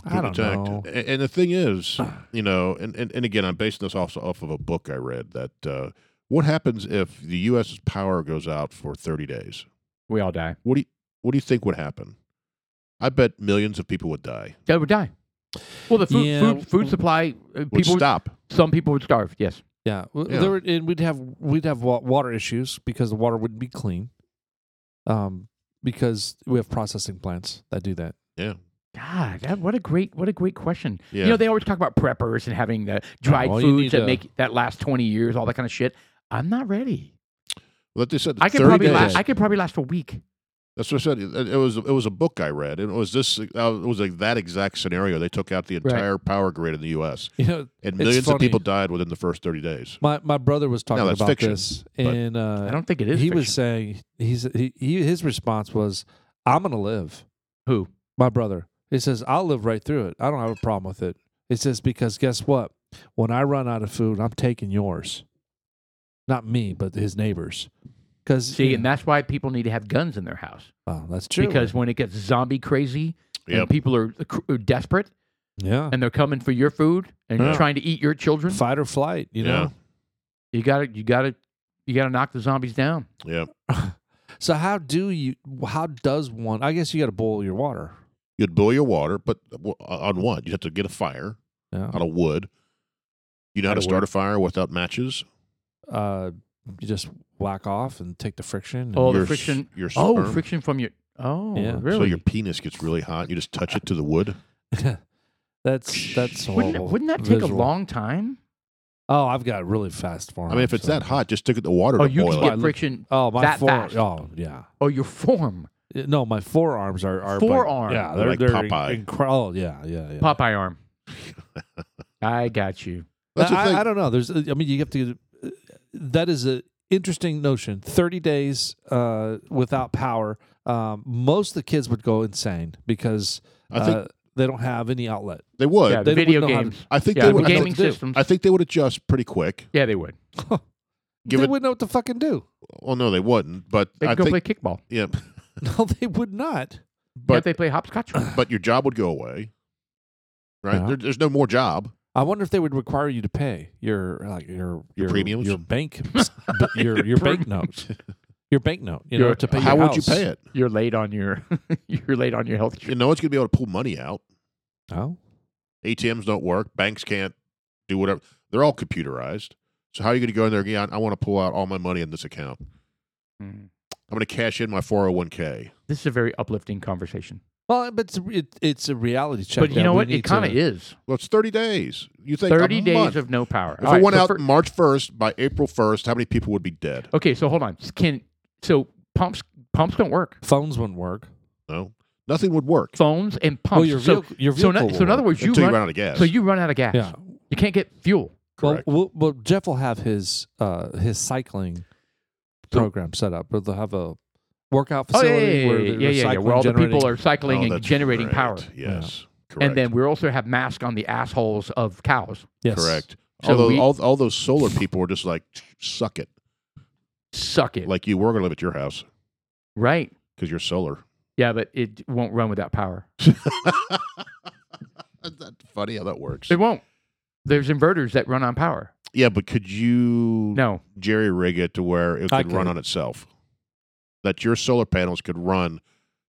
[SPEAKER 2] I
[SPEAKER 1] Putin
[SPEAKER 2] don't
[SPEAKER 1] attacked."
[SPEAKER 2] know.
[SPEAKER 1] A- And the thing is,
[SPEAKER 3] Ah.
[SPEAKER 1] you know, and, and, and again, I'm basing this also off of a book I read that uh, what happens if the U.S.'s power goes out for 30 days?
[SPEAKER 3] We all die.
[SPEAKER 1] What do you, what do you think would happen? I bet millions of people would die.
[SPEAKER 3] They would die. Well, the food
[SPEAKER 2] Yeah.
[SPEAKER 3] food, food supply uh,
[SPEAKER 1] Would
[SPEAKER 3] people. Would
[SPEAKER 1] stop.
[SPEAKER 3] some people would starve. Yes.
[SPEAKER 2] Yeah, w-
[SPEAKER 1] Yeah.
[SPEAKER 2] There were, and we'd have we'd have wa- water issues because the water wouldn't be clean, um, because we have processing plants that do that.
[SPEAKER 1] Yeah.
[SPEAKER 3] God, that, what a great what a great question.
[SPEAKER 1] Yeah.
[SPEAKER 3] You know, they always talk about preppers and having the dried
[SPEAKER 2] well, you need
[SPEAKER 3] foods that
[SPEAKER 2] to-
[SPEAKER 3] make that last twenty years, all that kind of shit. I'm not ready.
[SPEAKER 1] Well, they said
[SPEAKER 3] I could
[SPEAKER 1] 30
[SPEAKER 3] probably
[SPEAKER 1] days.
[SPEAKER 3] last, I could probably last a week.
[SPEAKER 1] That's what I said. It it was it was a book I read, and it was this. uh, It was like that exact scenario. They took out the
[SPEAKER 3] Right.
[SPEAKER 1] entire power grid in the U.S.
[SPEAKER 2] You know,
[SPEAKER 1] and
[SPEAKER 2] It's
[SPEAKER 1] millions of
[SPEAKER 2] funny.
[SPEAKER 1] people died within the first thirty days.
[SPEAKER 2] my my brother was talking
[SPEAKER 1] that's
[SPEAKER 2] about
[SPEAKER 1] fiction,
[SPEAKER 2] this,
[SPEAKER 1] but-
[SPEAKER 2] and
[SPEAKER 3] I
[SPEAKER 2] uh,
[SPEAKER 3] don't think it
[SPEAKER 2] he
[SPEAKER 3] is.
[SPEAKER 2] was
[SPEAKER 3] fiction.
[SPEAKER 2] saying he's he, he his response was, "I'm gonna live."
[SPEAKER 3] who?
[SPEAKER 2] My brother, he says, "I'll live right through it. I don't have a problem with it." It says because guess what? When I run out of food, I'm taking yours, not me, but his neighbors. Because
[SPEAKER 3] See, and that's why people need to have guns in their house
[SPEAKER 2] that's true.
[SPEAKER 3] because when it gets zombie crazy
[SPEAKER 1] Yep.
[SPEAKER 3] and people are, cr- are desperate
[SPEAKER 2] yeah,
[SPEAKER 3] and they're coming for your food and
[SPEAKER 1] Yeah.
[SPEAKER 3] trying to eat your children,
[SPEAKER 2] fight or flight. You
[SPEAKER 1] Yeah.
[SPEAKER 2] know.
[SPEAKER 3] you got to you got to you got to knock the zombies down.
[SPEAKER 1] Yeah,
[SPEAKER 2] So how do you? How does one? I guess you got to boil your water.
[SPEAKER 1] you'd boil your water, but w- uh, on what? You'd have to get a fire
[SPEAKER 2] Yeah.
[SPEAKER 1] out of wood. You know how
[SPEAKER 3] Out
[SPEAKER 1] to
[SPEAKER 3] of
[SPEAKER 1] start a fire without matches.
[SPEAKER 2] Uh, you just whack off and take the friction. and-
[SPEAKER 3] Oh, the
[SPEAKER 1] Your s-
[SPEAKER 3] friction-
[SPEAKER 1] Your sperm.
[SPEAKER 3] Oh, friction from your oh
[SPEAKER 2] Yeah. So
[SPEAKER 3] really?
[SPEAKER 1] So your penis gets really hot. You just touch it to the wood.
[SPEAKER 2] that's that's
[SPEAKER 3] wouldn't,
[SPEAKER 1] Oh.
[SPEAKER 2] horrible
[SPEAKER 3] wouldn't that take
[SPEAKER 2] visual.
[SPEAKER 3] a long time?
[SPEAKER 2] Oh, I've got really fast
[SPEAKER 1] I
[SPEAKER 2] forearms.
[SPEAKER 1] mean, if it's
[SPEAKER 2] so-
[SPEAKER 1] that hot, just stick it in the water
[SPEAKER 3] Oh,
[SPEAKER 1] to
[SPEAKER 3] you
[SPEAKER 1] boil
[SPEAKER 3] can
[SPEAKER 1] it.
[SPEAKER 3] get
[SPEAKER 2] look-
[SPEAKER 3] friction.
[SPEAKER 2] Oh, my
[SPEAKER 3] That
[SPEAKER 2] fore.
[SPEAKER 3] fast.
[SPEAKER 2] Oh, yeah.
[SPEAKER 3] Oh, your form,
[SPEAKER 2] No, my forearms are are like-
[SPEAKER 3] Forearm.
[SPEAKER 2] yeah,
[SPEAKER 1] They're
[SPEAKER 2] they're,
[SPEAKER 1] like
[SPEAKER 2] they're
[SPEAKER 1] Popeye.
[SPEAKER 2] incre- oh, yeah, yeah, yeah.
[SPEAKER 3] Popeye arm. I got you.
[SPEAKER 1] That's the
[SPEAKER 2] I,
[SPEAKER 1] thing.
[SPEAKER 2] I don't know. There's, I mean, you have to. uh, That is a interesting notion. Thirty days uh, without power. Um, most of the kids would go insane because
[SPEAKER 1] I think
[SPEAKER 2] uh, they don't have any outlet.
[SPEAKER 1] they would.
[SPEAKER 3] yeah,
[SPEAKER 2] they
[SPEAKER 3] video
[SPEAKER 2] wouldn't know how to-
[SPEAKER 3] games.
[SPEAKER 1] I think
[SPEAKER 3] yeah,
[SPEAKER 1] they would. I
[SPEAKER 2] know what
[SPEAKER 3] gaming
[SPEAKER 2] to do.
[SPEAKER 3] systems.
[SPEAKER 1] think- I think they would adjust pretty quick.
[SPEAKER 3] yeah, they would.
[SPEAKER 1] Give
[SPEAKER 2] they
[SPEAKER 1] it.
[SPEAKER 2] wouldn't know what to fucking do.
[SPEAKER 1] Well, no, they wouldn't. But
[SPEAKER 3] They
[SPEAKER 1] I
[SPEAKER 3] could go
[SPEAKER 1] think.
[SPEAKER 3] play kickball.
[SPEAKER 1] yeah.
[SPEAKER 2] No, they would not.
[SPEAKER 3] But
[SPEAKER 1] But
[SPEAKER 3] they play hopscotch.
[SPEAKER 1] but your job would go away, right?
[SPEAKER 3] Uh-huh.
[SPEAKER 2] Yeah.
[SPEAKER 1] There, there's no more job.
[SPEAKER 2] I wonder if they would require you to pay your like your
[SPEAKER 1] Your premiums?
[SPEAKER 2] your bank, b- your your bank note, your bank note. You know
[SPEAKER 3] Your-
[SPEAKER 2] to pay.
[SPEAKER 1] How
[SPEAKER 2] your
[SPEAKER 1] would you
[SPEAKER 2] house.
[SPEAKER 1] pay it?
[SPEAKER 3] you're late on your. you're late on your health.
[SPEAKER 1] You
[SPEAKER 3] insurance.
[SPEAKER 1] know, it's going to be able to pull money out.
[SPEAKER 2] Oh,
[SPEAKER 1] ATMs don't work. Banks can't do whatever. They're all computerized. So how are you going to go in there again? I want to pull out all my money in this account.
[SPEAKER 3] Mm.
[SPEAKER 1] I'm going to cash in my 401k.
[SPEAKER 3] This is a very uplifting conversation.
[SPEAKER 2] well, but it's it, it's a reality check.
[SPEAKER 3] but you
[SPEAKER 2] that
[SPEAKER 3] know
[SPEAKER 2] we
[SPEAKER 3] what? It
[SPEAKER 2] need
[SPEAKER 3] kind of
[SPEAKER 2] to-
[SPEAKER 3] is.
[SPEAKER 1] Well, it's 30 days. You think a
[SPEAKER 3] Thirty days
[SPEAKER 1] month.
[SPEAKER 3] of no power.
[SPEAKER 1] If
[SPEAKER 3] All
[SPEAKER 1] it
[SPEAKER 3] right,
[SPEAKER 1] went
[SPEAKER 3] so
[SPEAKER 1] out
[SPEAKER 3] fir-
[SPEAKER 1] March 1st by April 1st, how many people would be dead?
[SPEAKER 3] okay, so hold on. Can so pumps pumps don't work.
[SPEAKER 2] Phones wouldn't work.
[SPEAKER 1] No, nothing would work
[SPEAKER 3] Phones and pumps.
[SPEAKER 2] well, your
[SPEAKER 3] so,
[SPEAKER 2] vehicle, your
[SPEAKER 3] so,
[SPEAKER 2] vehicle.
[SPEAKER 3] in oth-
[SPEAKER 2] will
[SPEAKER 3] so in other
[SPEAKER 2] work.
[SPEAKER 3] words, you
[SPEAKER 1] until
[SPEAKER 3] run,
[SPEAKER 1] you run out of gas.
[SPEAKER 3] so you run out of gas.
[SPEAKER 2] yeah.
[SPEAKER 3] You can't get fuel.
[SPEAKER 2] Well,
[SPEAKER 1] correct?
[SPEAKER 2] well, well, Jeff will have his uh his cycling
[SPEAKER 3] So-
[SPEAKER 2] program set up. But they'll have a workout
[SPEAKER 3] Oh
[SPEAKER 2] facility
[SPEAKER 3] yeah, yeah,
[SPEAKER 2] where
[SPEAKER 3] yeah,
[SPEAKER 2] they're
[SPEAKER 3] yeah, yeah, yeah,
[SPEAKER 2] recycling,
[SPEAKER 3] Where all the
[SPEAKER 2] generating-
[SPEAKER 3] people are cycling
[SPEAKER 1] Oh,
[SPEAKER 3] and
[SPEAKER 1] that's
[SPEAKER 3] generating
[SPEAKER 1] great.
[SPEAKER 3] power.
[SPEAKER 1] Yes, correct.
[SPEAKER 3] and then we also have masks on the assholes of cows.
[SPEAKER 2] Yes.
[SPEAKER 1] correct.
[SPEAKER 3] So
[SPEAKER 1] Although
[SPEAKER 3] we-
[SPEAKER 1] all, all those solar people were just like, suck it.
[SPEAKER 3] Suck it.
[SPEAKER 1] Like you were going to live at your house
[SPEAKER 3] right.
[SPEAKER 1] because you're solar.
[SPEAKER 3] Yeah, but it won't run without power.
[SPEAKER 1] Isn't that funny how that works?
[SPEAKER 3] It won't. There's inverters that run on power.
[SPEAKER 1] Yeah, but could you
[SPEAKER 3] No.
[SPEAKER 1] jerry rig it to where it
[SPEAKER 2] I
[SPEAKER 1] could run
[SPEAKER 2] could.
[SPEAKER 1] on itself? That your solar panels could run.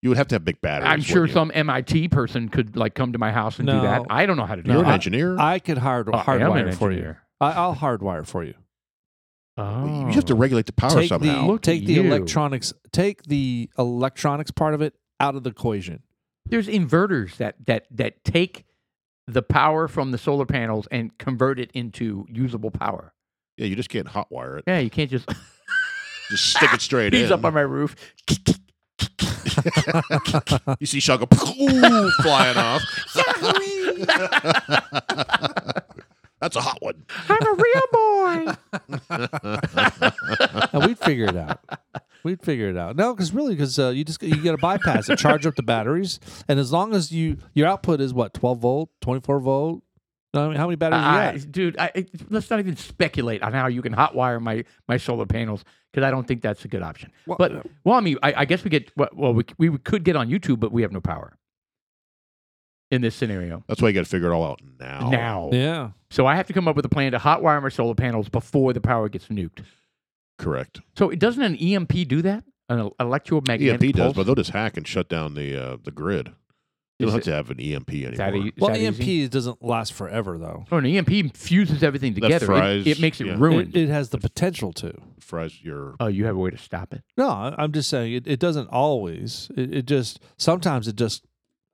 [SPEAKER 1] You would have to have big batteries.
[SPEAKER 3] I'm sure
[SPEAKER 1] wouldn't you?
[SPEAKER 3] some MIT person could like come to my house and do that.
[SPEAKER 2] No.
[SPEAKER 3] I don't know how to do
[SPEAKER 2] No,
[SPEAKER 1] You're an
[SPEAKER 3] that.
[SPEAKER 1] engineer.
[SPEAKER 2] I could hard
[SPEAKER 3] Oh, I am an
[SPEAKER 2] hardwire for you.
[SPEAKER 3] engineer.
[SPEAKER 2] I, I'll hardwire for you.
[SPEAKER 3] Oh.
[SPEAKER 1] You have to regulate the power
[SPEAKER 2] take
[SPEAKER 1] somehow.
[SPEAKER 2] the
[SPEAKER 3] Look
[SPEAKER 2] take
[SPEAKER 3] at
[SPEAKER 2] the
[SPEAKER 3] you.
[SPEAKER 2] electronics take the electronics part of it out of the equation.
[SPEAKER 3] There's inverters that that that take the power from the solar panels and convert it into usable power.
[SPEAKER 1] yeah, you just can't hotwire it.
[SPEAKER 3] Yeah, you can't just
[SPEAKER 1] Just stick it straight
[SPEAKER 3] he's
[SPEAKER 1] in.
[SPEAKER 3] up on my roof.
[SPEAKER 1] you see Shaw go "Pooh," flying off. That's a hot one.
[SPEAKER 3] I'm a real boy.
[SPEAKER 2] And we'd figure it out. We'd figure it out. No, because really, because uh, you just you got to bypass it, charge up the batteries, and as long as you your output is what twelve volt, twenty four volt. I mean, how many batteries
[SPEAKER 3] I-
[SPEAKER 2] you got?
[SPEAKER 3] dude, I, I- let's not even speculate on how you can hotwire my my solar panels because I don't think that's a good option.
[SPEAKER 2] Well-
[SPEAKER 3] but well, oh, I mean, I, I guess we get well, we we could get on YouTube, but we have no power in this scenario
[SPEAKER 1] That's why you got to figure it all out now.
[SPEAKER 3] now.
[SPEAKER 2] Yeah,
[SPEAKER 3] So I have to come up with a plan to hotwire my solar panels before the power gets nuked.
[SPEAKER 1] Correct.
[SPEAKER 3] So it doesn't an EMP do that? An el- electromagnetic
[SPEAKER 1] EMP E does,
[SPEAKER 3] pulse?
[SPEAKER 1] but they'll just hack and shut down the uh, the grid. You don't
[SPEAKER 3] Is
[SPEAKER 1] have
[SPEAKER 3] it-
[SPEAKER 1] to have an EMP anymore.
[SPEAKER 3] Is that e- is
[SPEAKER 2] well,
[SPEAKER 3] that
[SPEAKER 2] EMP
[SPEAKER 3] easy?
[SPEAKER 2] doesn't last forever though.
[SPEAKER 3] Oh, an EMP fuses everything
[SPEAKER 1] That
[SPEAKER 3] together. It-
[SPEAKER 1] fries-
[SPEAKER 3] it, makes it
[SPEAKER 1] yeah.
[SPEAKER 3] ruined.
[SPEAKER 2] It, it has the potential to.
[SPEAKER 1] Fries your
[SPEAKER 3] oh, you have a way to stop it.
[SPEAKER 2] No, I- I'm just saying it, it doesn't always. It, it just sometimes it just.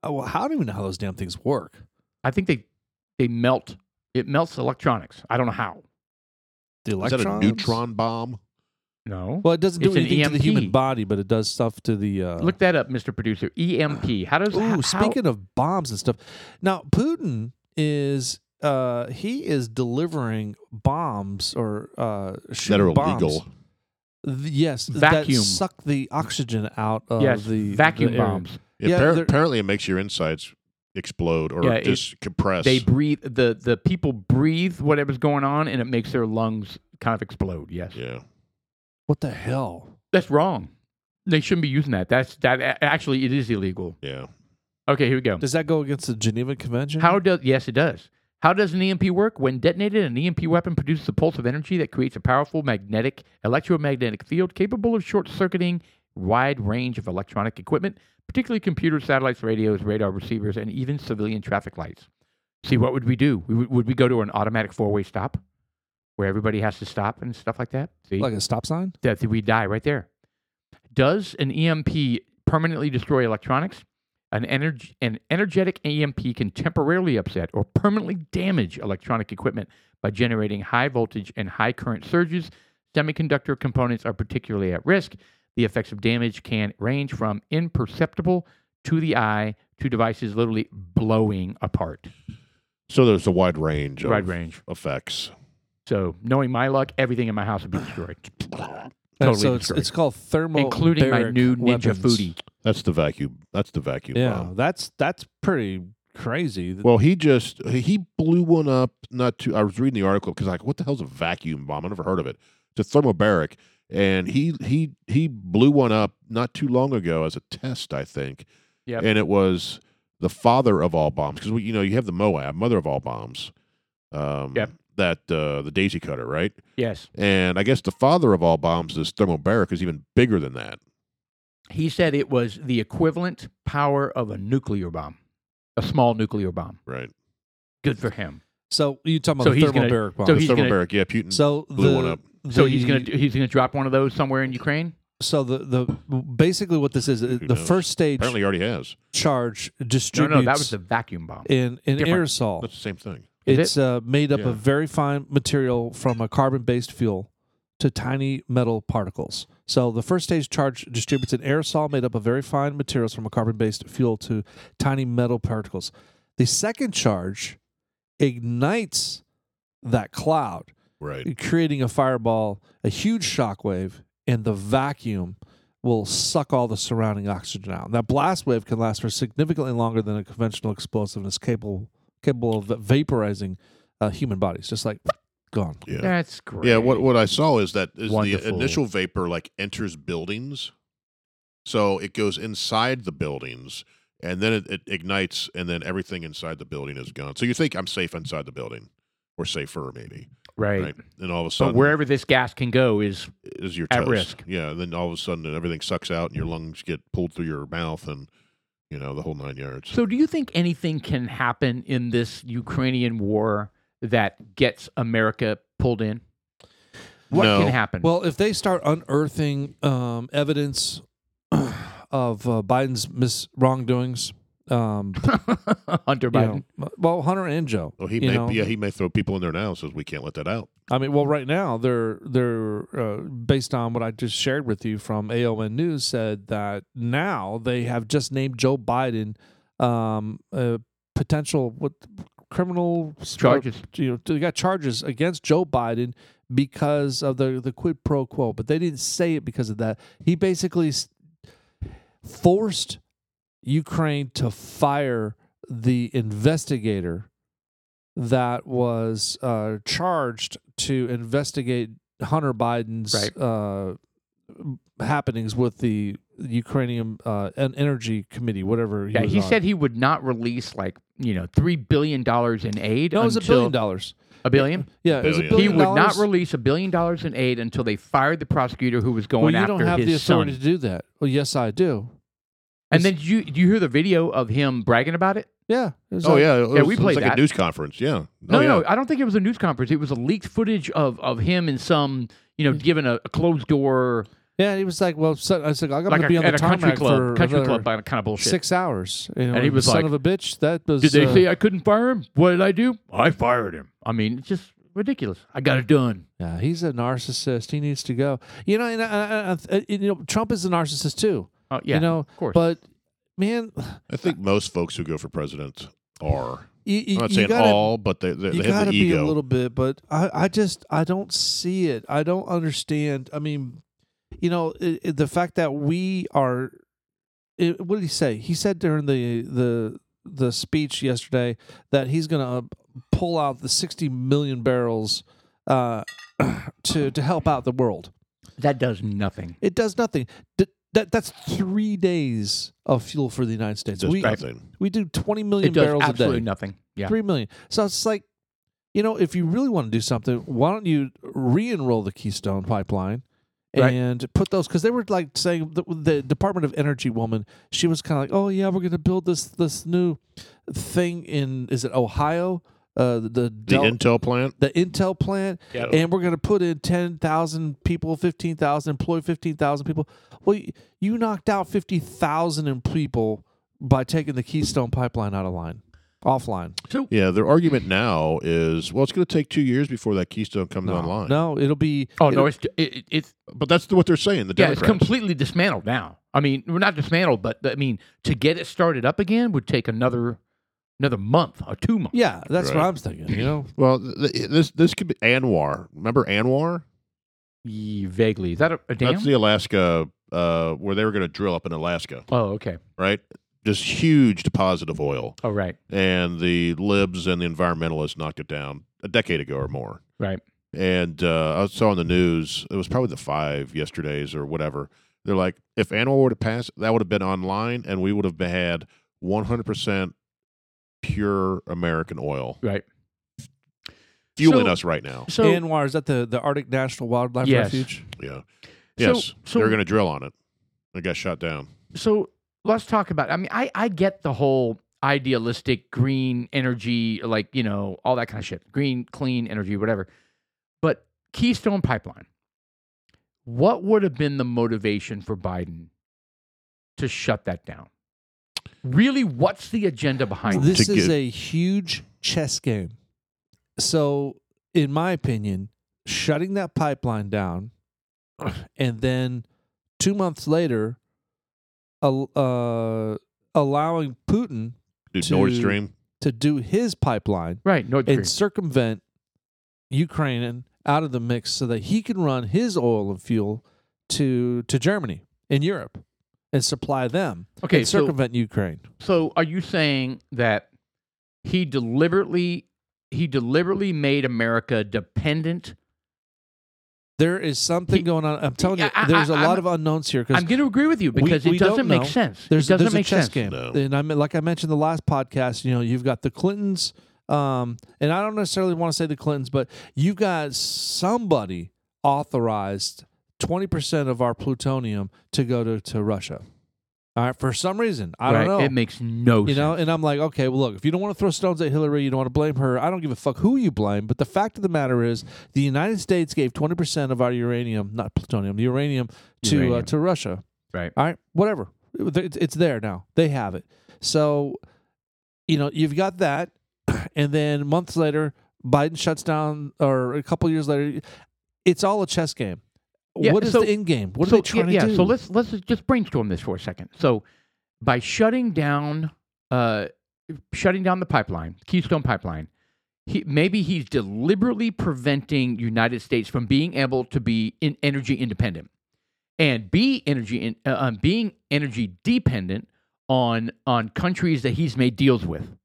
[SPEAKER 2] Oh, well, how do you know how those damn things work?
[SPEAKER 3] I think they they melt. It melts electronics. I don't know how.
[SPEAKER 2] The
[SPEAKER 1] is that a
[SPEAKER 2] electrons?
[SPEAKER 1] neutron bomb?
[SPEAKER 3] No.
[SPEAKER 2] Well, it doesn't do
[SPEAKER 3] It's an
[SPEAKER 2] anything to the human
[SPEAKER 3] EMP.
[SPEAKER 2] body, but it does stuff to the. Uh,
[SPEAKER 3] Look that up, Mr. Producer. EMP. How does
[SPEAKER 2] Ooh,
[SPEAKER 3] how,
[SPEAKER 2] speaking of bombs and stuff, now Putin is uh he is delivering bombs or uh
[SPEAKER 1] That
[SPEAKER 2] shooting
[SPEAKER 1] are
[SPEAKER 2] bombs.
[SPEAKER 1] illegal.
[SPEAKER 2] Th- yes,
[SPEAKER 3] Vacuum.
[SPEAKER 2] that suck the oxygen out of
[SPEAKER 3] yes,
[SPEAKER 2] the
[SPEAKER 3] vacuum
[SPEAKER 2] the air.
[SPEAKER 3] bombs.
[SPEAKER 1] Yeah,
[SPEAKER 2] Yeah,
[SPEAKER 1] appar-
[SPEAKER 2] they're-
[SPEAKER 1] apparently, it makes your insides explode or
[SPEAKER 3] Yeah, it-
[SPEAKER 1] just compress.
[SPEAKER 3] They breathe. The the people breathe whatever's going on, and it makes their lungs kind of explode. Yes.
[SPEAKER 1] yeah,
[SPEAKER 2] What the hell?
[SPEAKER 3] That's wrong. They shouldn't be using that. That's that. a- Actually, it is illegal.
[SPEAKER 1] yeah.
[SPEAKER 3] Okay, here we go.
[SPEAKER 2] Does that go against the Geneva Convention?
[SPEAKER 3] How does yes, it does. How does an EMP work? When detonated, an EMP weapon produces a pulse of energy that creates a powerful magnetic electromagnetic field capable of short-circuiting wide range of electronic equipment, particularly computers, satellites, radios, radar receivers, and even civilian traffic lights. See, what would we do? We would, would we go to an automatic four-way stop where everybody has to stop and stuff like that? See?
[SPEAKER 2] like a stop sign?
[SPEAKER 3] that we die right there. Does an EMP permanently destroy electronics? An, energ- an energetic EMP can temporarily upset or permanently damage electronic equipment by generating high voltage and high current surges. Semiconductor components are particularly at risk. The effects of damage can range from imperceptible to the eye to devices literally blowing apart.
[SPEAKER 1] So there's a wide range of
[SPEAKER 3] Wide range.
[SPEAKER 1] effects.
[SPEAKER 3] So, knowing my luck, everything in my house would be destroyed,
[SPEAKER 2] Uh,
[SPEAKER 3] Totally
[SPEAKER 2] so it's,
[SPEAKER 3] destroyed.
[SPEAKER 2] it's called thermal
[SPEAKER 3] including my new ninja
[SPEAKER 2] weapons.
[SPEAKER 3] foodie.
[SPEAKER 1] That's the vacuum. That's the vacuum
[SPEAKER 2] Yeah,
[SPEAKER 1] bomb.
[SPEAKER 2] that's that's pretty crazy.
[SPEAKER 1] Well, he just he blew one up. Not too. I was reading the article because like, what the hell's a vacuum bomb? I never heard of it. It's a thermobaric, and he he he blew one up not too long ago as a test, I think.
[SPEAKER 3] Yep.
[SPEAKER 1] And it was the father of all bombs because you know you have the Moab, mother of all bombs. Um,
[SPEAKER 3] Yep.
[SPEAKER 1] That uh, the Daisy Cutter, right?
[SPEAKER 3] Yes.
[SPEAKER 1] And I guess the father of all bombs, this thermobaric, is even bigger than that.
[SPEAKER 3] He said it was the equivalent power of a nuclear bomb, a small nuclear bomb.
[SPEAKER 1] Right.
[SPEAKER 3] Good for him.
[SPEAKER 2] So you talking
[SPEAKER 3] So
[SPEAKER 2] about the
[SPEAKER 3] he's gonna-
[SPEAKER 2] thermobaric bomb?
[SPEAKER 3] so
[SPEAKER 1] the
[SPEAKER 3] he's gonna-
[SPEAKER 1] thermobaric, yeah. Putin.
[SPEAKER 2] So
[SPEAKER 1] blew
[SPEAKER 2] the,
[SPEAKER 1] one up.
[SPEAKER 3] So he's
[SPEAKER 2] the-
[SPEAKER 3] gonna do- he's gonna drop one of those somewhere in Ukraine.
[SPEAKER 2] So the the basically what this is the
[SPEAKER 1] knows?
[SPEAKER 2] first stage
[SPEAKER 1] apparently, he already has.
[SPEAKER 2] charge
[SPEAKER 3] No,
[SPEAKER 2] distributes
[SPEAKER 3] no, that was the vacuum bomb.
[SPEAKER 2] in in
[SPEAKER 3] different.
[SPEAKER 2] aerosol.
[SPEAKER 1] That's the same thing.
[SPEAKER 3] Is
[SPEAKER 2] It's uh, made up
[SPEAKER 1] Yeah.
[SPEAKER 2] of very fine material from a carbon based fuel to tiny metal particles. So the first stage charge distributes an aerosol made up of very fine materials from a carbon based fuel to tiny metal particles. The second charge ignites that cloud
[SPEAKER 1] Right.
[SPEAKER 2] creating a fireball, a huge shockwave, and the vacuum will suck all the surrounding oxygen out. That blast wave can last for significantly longer than a conventional explosive and is capable capable of vaporizing uh, human bodies, just like gone.
[SPEAKER 1] Yeah.
[SPEAKER 3] That's great.
[SPEAKER 1] Yeah, what what I saw is that is the
[SPEAKER 3] Wonderful.
[SPEAKER 1] initial vapor like enters buildings, so it goes inside the buildings, and then it, it ignites, and then everything inside the building is gone. So you think I'm safe inside the building, or safer maybe,
[SPEAKER 3] right.
[SPEAKER 1] right? And all of a
[SPEAKER 3] But
[SPEAKER 1] sudden,
[SPEAKER 3] wherever this gas can go is
[SPEAKER 1] is your
[SPEAKER 3] at
[SPEAKER 1] toast.
[SPEAKER 3] risk.
[SPEAKER 1] Yeah, and then all of a sudden everything sucks out, and your lungs get pulled through your mouth, and you know the whole nine yards.
[SPEAKER 3] So, do you think anything can happen in this Ukrainian war that gets America pulled in? What
[SPEAKER 1] No.
[SPEAKER 3] can happen?
[SPEAKER 2] Well, if they start unearthing um, evidence of uh, Biden's mis- wrongdoings, um,
[SPEAKER 3] Hunter
[SPEAKER 2] you
[SPEAKER 3] Biden.
[SPEAKER 2] know, well, Hunter and Joe.
[SPEAKER 1] Oh, he
[SPEAKER 2] you
[SPEAKER 1] may
[SPEAKER 2] know.
[SPEAKER 1] yeah he may throw people in there now says we can't let that out.
[SPEAKER 2] I mean, well, right now they're they're uh, based on what I just shared with you from AON News said that now they have just named Joe Biden um, a potential what criminal
[SPEAKER 3] Charges.
[SPEAKER 2] you know, they got charges against Joe Biden because of the the quid pro quo, but they didn't say it because of that. He basically s- forced Ukraine to fire the investigator that was uh, charged to investigate Hunter Biden's
[SPEAKER 3] Right.
[SPEAKER 2] uh, happenings with the Ukrainian uh, En- Energy Committee, whatever. He
[SPEAKER 3] yeah,
[SPEAKER 2] was
[SPEAKER 3] he
[SPEAKER 2] on.
[SPEAKER 3] said he would not release like you know three billion dollars in aid.
[SPEAKER 2] no, it was a
[SPEAKER 3] until-
[SPEAKER 2] billion dollars.
[SPEAKER 3] A billion.
[SPEAKER 2] Yeah, it was a
[SPEAKER 1] Billion.
[SPEAKER 2] billion
[SPEAKER 3] He would not
[SPEAKER 2] dollars.
[SPEAKER 3] release a billion dollars in aid until they fired the prosecutor who was going
[SPEAKER 2] Well, you
[SPEAKER 3] after
[SPEAKER 2] don't have
[SPEAKER 3] his
[SPEAKER 2] the authority
[SPEAKER 3] son.
[SPEAKER 2] to do that. Well, yes, I do.
[SPEAKER 3] And then did you did you hear the video of him bragging about it?
[SPEAKER 2] Yeah. it was
[SPEAKER 1] oh
[SPEAKER 2] like-
[SPEAKER 1] yeah, it was,
[SPEAKER 3] we
[SPEAKER 1] it was
[SPEAKER 3] played
[SPEAKER 1] like
[SPEAKER 3] that.
[SPEAKER 1] a news conference. Yeah,
[SPEAKER 3] No,
[SPEAKER 1] oh, yeah.
[SPEAKER 3] no, I don't think it was a news conference. It was a leaked footage of of him in some you
[SPEAKER 2] Hmm.
[SPEAKER 3] know given a, a closed door
[SPEAKER 2] Yeah, he was like, "Well, son, I was like, I'm
[SPEAKER 3] like
[SPEAKER 2] gonna
[SPEAKER 3] a,
[SPEAKER 2] be on the
[SPEAKER 3] at a country
[SPEAKER 2] tarmac for
[SPEAKER 3] club, country
[SPEAKER 2] another
[SPEAKER 3] club kind of bullshit.
[SPEAKER 2] six hours." You know,
[SPEAKER 3] And he was
[SPEAKER 2] son
[SPEAKER 3] like,
[SPEAKER 2] "Son of a bitch, that was."
[SPEAKER 3] Did they
[SPEAKER 2] uh,
[SPEAKER 3] say I couldn't fire him? What did I do? I fired him. I mean, it's just ridiculous. I got it done.
[SPEAKER 2] Yeah, he's a narcissist. He needs to go. You know, and I, I, I, you know, Trump is a narcissist too.
[SPEAKER 3] Oh yeah,
[SPEAKER 2] you know,
[SPEAKER 3] of course.
[SPEAKER 2] but man,
[SPEAKER 1] I think most folks who go for president are.
[SPEAKER 2] you, you,
[SPEAKER 1] I'm not
[SPEAKER 2] you
[SPEAKER 1] saying
[SPEAKER 2] gotta,
[SPEAKER 1] all, but they they,
[SPEAKER 2] you
[SPEAKER 1] they have
[SPEAKER 2] gotta
[SPEAKER 1] the
[SPEAKER 2] be
[SPEAKER 1] ego.
[SPEAKER 2] a little bit. But I, I just, I don't see it. I don't understand. I mean, you know, i i the fact that we are. It, what did he say? He said during the the the speech yesterday that he's going to pull out the 60 million barrels uh, to to help out the world.
[SPEAKER 3] that does nothing.
[SPEAKER 2] It does nothing. D- that that's three days of fuel for the United States.
[SPEAKER 1] Does
[SPEAKER 2] We
[SPEAKER 1] nothing.
[SPEAKER 2] we do twenty million
[SPEAKER 3] It does
[SPEAKER 2] barrels
[SPEAKER 3] absolutely
[SPEAKER 2] a day.
[SPEAKER 3] nothing. Yeah.
[SPEAKER 2] Three million. So it's like, you know, if you really want to do something, why don't you re-enroll the Keystone Pipeline?
[SPEAKER 3] Right.
[SPEAKER 2] And put those because they were like saying the, the Department of Energy woman, she was kind of like, oh yeah, we're going to build this this new thing in is it Ohio, uh, the the,
[SPEAKER 1] The
[SPEAKER 2] Del-
[SPEAKER 1] Intel Oh. plant.
[SPEAKER 2] the Intel plant,
[SPEAKER 1] Yeah.
[SPEAKER 2] and we're going to put in 10,000 people, 15,000, employ 15,000 people. Well, y- you knocked out 50,000 in people by taking the Keystone pipeline out of line, offline.
[SPEAKER 3] So
[SPEAKER 1] Yeah, their argument now is well, it's going to take two years before that Keystone comes online.
[SPEAKER 2] No, it'll be.
[SPEAKER 3] oh no,
[SPEAKER 2] it'll-
[SPEAKER 3] it's it, it, it's
[SPEAKER 1] But that's what they're saying. The
[SPEAKER 3] yeah, it's
[SPEAKER 1] Democrats.
[SPEAKER 3] completely dismantled now. I mean, we're not dismantled, but I mean, to get it started up again would take another another month or two months.
[SPEAKER 2] yeah, that's what
[SPEAKER 1] Right.
[SPEAKER 2] I'm thinking, you know?
[SPEAKER 1] well, th- th- this this could be Anwar. Remember Anwar?
[SPEAKER 3] Ye- vaguely. Is that a, a dam?
[SPEAKER 1] That's the Alaska uh, where they were going to drill up in Alaska,
[SPEAKER 3] oh, okay.
[SPEAKER 1] right? Just huge deposit of oil,
[SPEAKER 3] Oh, right.
[SPEAKER 1] and the libs and the environmentalists knocked it down a decade ago or more.
[SPEAKER 3] Right.
[SPEAKER 1] And uh, I saw on the news, it was probably the five yesterdays or whatever. They're like, if Anwar were to pass, that would have been online, and we would have had 100% pure American oil
[SPEAKER 3] Right.
[SPEAKER 1] fueling
[SPEAKER 3] So-
[SPEAKER 1] us right now.
[SPEAKER 3] So
[SPEAKER 2] Anwar, is that the, the Arctic National Wildlife
[SPEAKER 3] Yes.
[SPEAKER 2] Refuge?
[SPEAKER 1] Yeah.
[SPEAKER 3] So-
[SPEAKER 1] Yes.
[SPEAKER 3] so-
[SPEAKER 1] they were going to drill on it. It got shot down.
[SPEAKER 3] so let's talk about. I mean, I I get the whole idealistic green energy, like you know, all that kind of shit, green, clean energy, whatever. But Keystone Pipeline, what would have been the motivation for Biden to shut that down? Really, what's the agenda behind it?
[SPEAKER 2] This
[SPEAKER 1] To
[SPEAKER 2] is
[SPEAKER 1] get-
[SPEAKER 2] a huge chess game. So, in my opinion, shutting that pipeline down and then two months later, al- uh, allowing Putin
[SPEAKER 1] Dude,
[SPEAKER 2] To-
[SPEAKER 1] Nord Stream.
[SPEAKER 2] to do his pipeline
[SPEAKER 3] Right, Nord Stream.
[SPEAKER 2] and circumvent Ukraine out of the mix so that he can run his oil and fuel to, to Germany and Europe and supply them
[SPEAKER 3] Okay,
[SPEAKER 2] and
[SPEAKER 3] so
[SPEAKER 2] circumvent Ukraine.
[SPEAKER 3] So are you saying that he deliberately he deliberately made America dependent?
[SPEAKER 2] There is something
[SPEAKER 3] He-
[SPEAKER 2] going on. I'm telling you,
[SPEAKER 3] I- I-
[SPEAKER 2] there's a
[SPEAKER 3] I'm-
[SPEAKER 2] lot of unknowns here because
[SPEAKER 3] I'm going to agree with you
[SPEAKER 2] we-
[SPEAKER 3] because
[SPEAKER 2] we
[SPEAKER 3] it
[SPEAKER 2] don't
[SPEAKER 3] doesn't make
[SPEAKER 2] know.
[SPEAKER 3] sense. It
[SPEAKER 2] there's,
[SPEAKER 3] doesn't
[SPEAKER 2] there's
[SPEAKER 3] make
[SPEAKER 2] a chess
[SPEAKER 3] sense.
[SPEAKER 2] game.
[SPEAKER 1] No.
[SPEAKER 2] And I mean, like I mentioned the last podcast, you know, you've got the Clintons, um, and I don't necessarily want to say the Clintons, but you've got somebody authorized 20% of our plutonium to go to, to Russia. All right, for some reason, I
[SPEAKER 3] right?
[SPEAKER 2] don't know.
[SPEAKER 3] It makes no
[SPEAKER 2] you
[SPEAKER 3] sense.
[SPEAKER 2] know, and I'm like, okay, well, look, if you don't want to throw stones at Hillary, you don't want to blame her. I don't give a fuck who you blame. But the fact of the matter is, the United States gave 20% of our uranium, not plutonium, the uranium to Uh,
[SPEAKER 3] Uranium.
[SPEAKER 2] to Russia.
[SPEAKER 3] Right.
[SPEAKER 2] All right, whatever. It's, it's there now. They have it. So, you know, you've got that, and then months later, Biden shuts down, or a couple years later, it's all a chess game.
[SPEAKER 3] Yeah,
[SPEAKER 2] what is
[SPEAKER 3] so-
[SPEAKER 2] the end game? What
[SPEAKER 3] so,
[SPEAKER 2] are they trying
[SPEAKER 3] yeah,
[SPEAKER 2] to
[SPEAKER 3] yeah,
[SPEAKER 2] do?
[SPEAKER 3] So let's let's just brainstorm this for a second. So by shutting down uh shutting down the pipeline, Keystone pipeline, he, maybe he's deliberately preventing United States from being able to be in energy independent and be energy in, uh, um, being energy dependent on on countries that he's made deals with.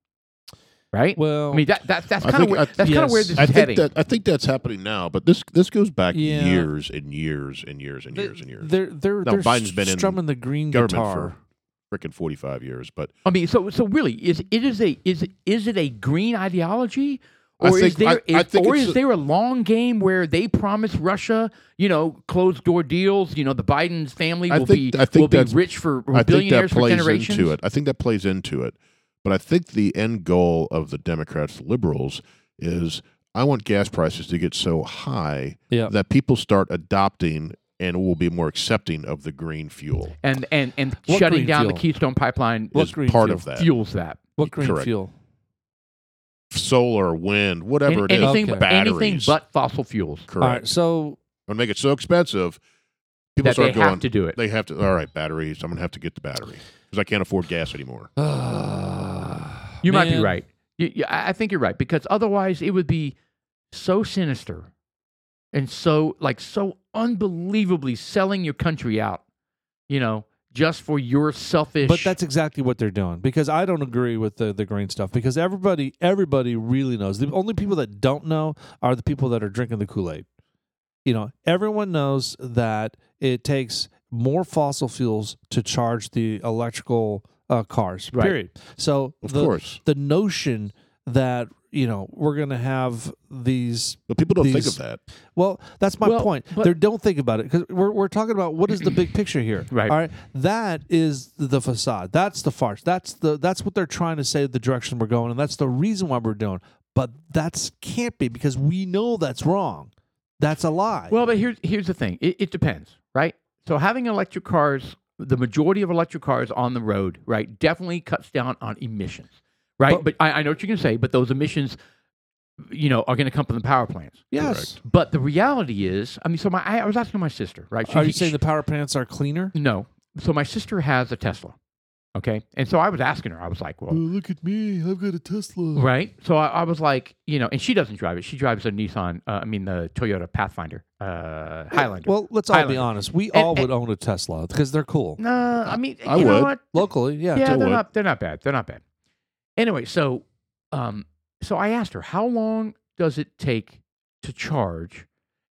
[SPEAKER 3] Right?
[SPEAKER 2] well,
[SPEAKER 3] I mean that, that that's
[SPEAKER 1] I
[SPEAKER 3] kind of
[SPEAKER 1] think- I-
[SPEAKER 3] where, that's kind of where
[SPEAKER 2] yes.
[SPEAKER 3] this
[SPEAKER 1] I
[SPEAKER 3] is heading.
[SPEAKER 1] think that I think that's happening now, but this this goes back
[SPEAKER 2] Yeah.
[SPEAKER 1] years and years and years and years and years.
[SPEAKER 2] They're they're,
[SPEAKER 1] No,
[SPEAKER 2] they're
[SPEAKER 1] Biden's been in
[SPEAKER 2] strumming the green
[SPEAKER 1] government
[SPEAKER 2] guitar.
[SPEAKER 1] for freaking forty five years, but
[SPEAKER 3] I mean, so so really, is it is a is is it a green ideology,
[SPEAKER 1] I
[SPEAKER 3] or is
[SPEAKER 1] think-
[SPEAKER 3] there
[SPEAKER 1] I- I
[SPEAKER 3] is-
[SPEAKER 1] think
[SPEAKER 3] or
[SPEAKER 1] it's
[SPEAKER 3] is
[SPEAKER 1] a-
[SPEAKER 3] there a long game where they promise Russia, you know, closed door deals? You know, the Biden's family
[SPEAKER 1] I
[SPEAKER 3] will
[SPEAKER 1] think-
[SPEAKER 3] be
[SPEAKER 1] I think
[SPEAKER 3] will be
[SPEAKER 1] that's-
[SPEAKER 3] rich for
[SPEAKER 1] I think that
[SPEAKER 3] billionaires for
[SPEAKER 1] plays
[SPEAKER 3] generations.
[SPEAKER 1] into it. I think that plays into it. But I think the end goal of the Democrats, liberals, is I want gas prices to get so high
[SPEAKER 2] Yeah.
[SPEAKER 1] that people start adopting and will be more accepting of the green fuel.
[SPEAKER 3] and and and
[SPEAKER 2] What
[SPEAKER 3] shutting
[SPEAKER 2] green
[SPEAKER 3] down the
[SPEAKER 2] fuel?
[SPEAKER 3] Keystone Pipeline
[SPEAKER 2] What
[SPEAKER 1] is
[SPEAKER 2] green
[SPEAKER 1] part
[SPEAKER 2] fuel?
[SPEAKER 1] of that.
[SPEAKER 3] fuels that.
[SPEAKER 2] What green
[SPEAKER 1] Correct.
[SPEAKER 2] fuel?
[SPEAKER 1] Solar, wind, whatever
[SPEAKER 3] An-
[SPEAKER 1] it is,
[SPEAKER 3] anything,
[SPEAKER 2] Okay.
[SPEAKER 3] anything
[SPEAKER 1] batteries.
[SPEAKER 3] but fossil fuels.
[SPEAKER 1] correct.
[SPEAKER 2] All right, so
[SPEAKER 1] And make it so expensive, people
[SPEAKER 3] that they
[SPEAKER 1] start going.
[SPEAKER 3] have to do it.
[SPEAKER 1] They have to. All right, batteries. I'm gonna have to get the battery because I can't afford gas anymore.
[SPEAKER 2] Ah,
[SPEAKER 3] You might be
[SPEAKER 2] man.
[SPEAKER 3] right. You, you, I I think you're right because otherwise it would be so sinister and so like so unbelievably selling your country out, you know, just for your selfish.
[SPEAKER 2] But that's exactly what they're doing because I don't agree with the, the green stuff because everybody everybody really knows. The only people that don't know are the people that are drinking the Kool-Aid. You know, everyone knows that it takes more fossil fuels to charge the electrical uh, cars.
[SPEAKER 3] Right.
[SPEAKER 2] Period. So
[SPEAKER 1] Of
[SPEAKER 2] the,
[SPEAKER 1] course,
[SPEAKER 2] the notion that you know we're going to have these
[SPEAKER 1] but people don't think
[SPEAKER 2] these-
[SPEAKER 1] of that.
[SPEAKER 2] Well, that's my
[SPEAKER 3] Well,
[SPEAKER 2] point.
[SPEAKER 3] but-
[SPEAKER 2] They don't think about it because we're, we're talking about what is the big picture here.
[SPEAKER 3] Right.
[SPEAKER 2] All right. That is the facade. That's the farce. That's the that's what they're trying to say the direction we're going, and that's the reason why we're doing. But that's can't be because we know that's wrong. That's a lie.
[SPEAKER 3] well, but here's here's the thing. It, it depends, right? So having electric cars, the majority of electric cars on the road, right, definitely cuts down on emissions, right? But,
[SPEAKER 2] But-
[SPEAKER 3] I, I know what you're gonna say, but those emissions, you know, are gonna come from the power plants.
[SPEAKER 2] yes.
[SPEAKER 3] But the reality is, I mean, so my I, I was asking my sister, right?
[SPEAKER 2] Are you
[SPEAKER 3] she-
[SPEAKER 2] saying the power plants are cleaner?
[SPEAKER 3] No. So my sister has a Tesla. Okay. And so I was asking her, I was like, well,
[SPEAKER 2] look at me. I've got a Tesla.
[SPEAKER 3] right. So I, I was like, you know, and she doesn't drive it. She drives a Nissan, uh, I mean, the Toyota Pathfinder, uh, Highlander.
[SPEAKER 2] Well, let's all be
[SPEAKER 3] Highlander.
[SPEAKER 2] honest. We
[SPEAKER 3] And-
[SPEAKER 2] all would own a Tesla because they're cool.
[SPEAKER 3] no, I mean,
[SPEAKER 1] I
[SPEAKER 3] you know
[SPEAKER 1] would.
[SPEAKER 3] what?
[SPEAKER 2] Locally, yeah.
[SPEAKER 3] yeah,
[SPEAKER 1] I
[SPEAKER 3] they're
[SPEAKER 1] would.
[SPEAKER 3] not, they're not bad. They're not bad. Anyway, so, um, so I asked her, how long does it take to charge?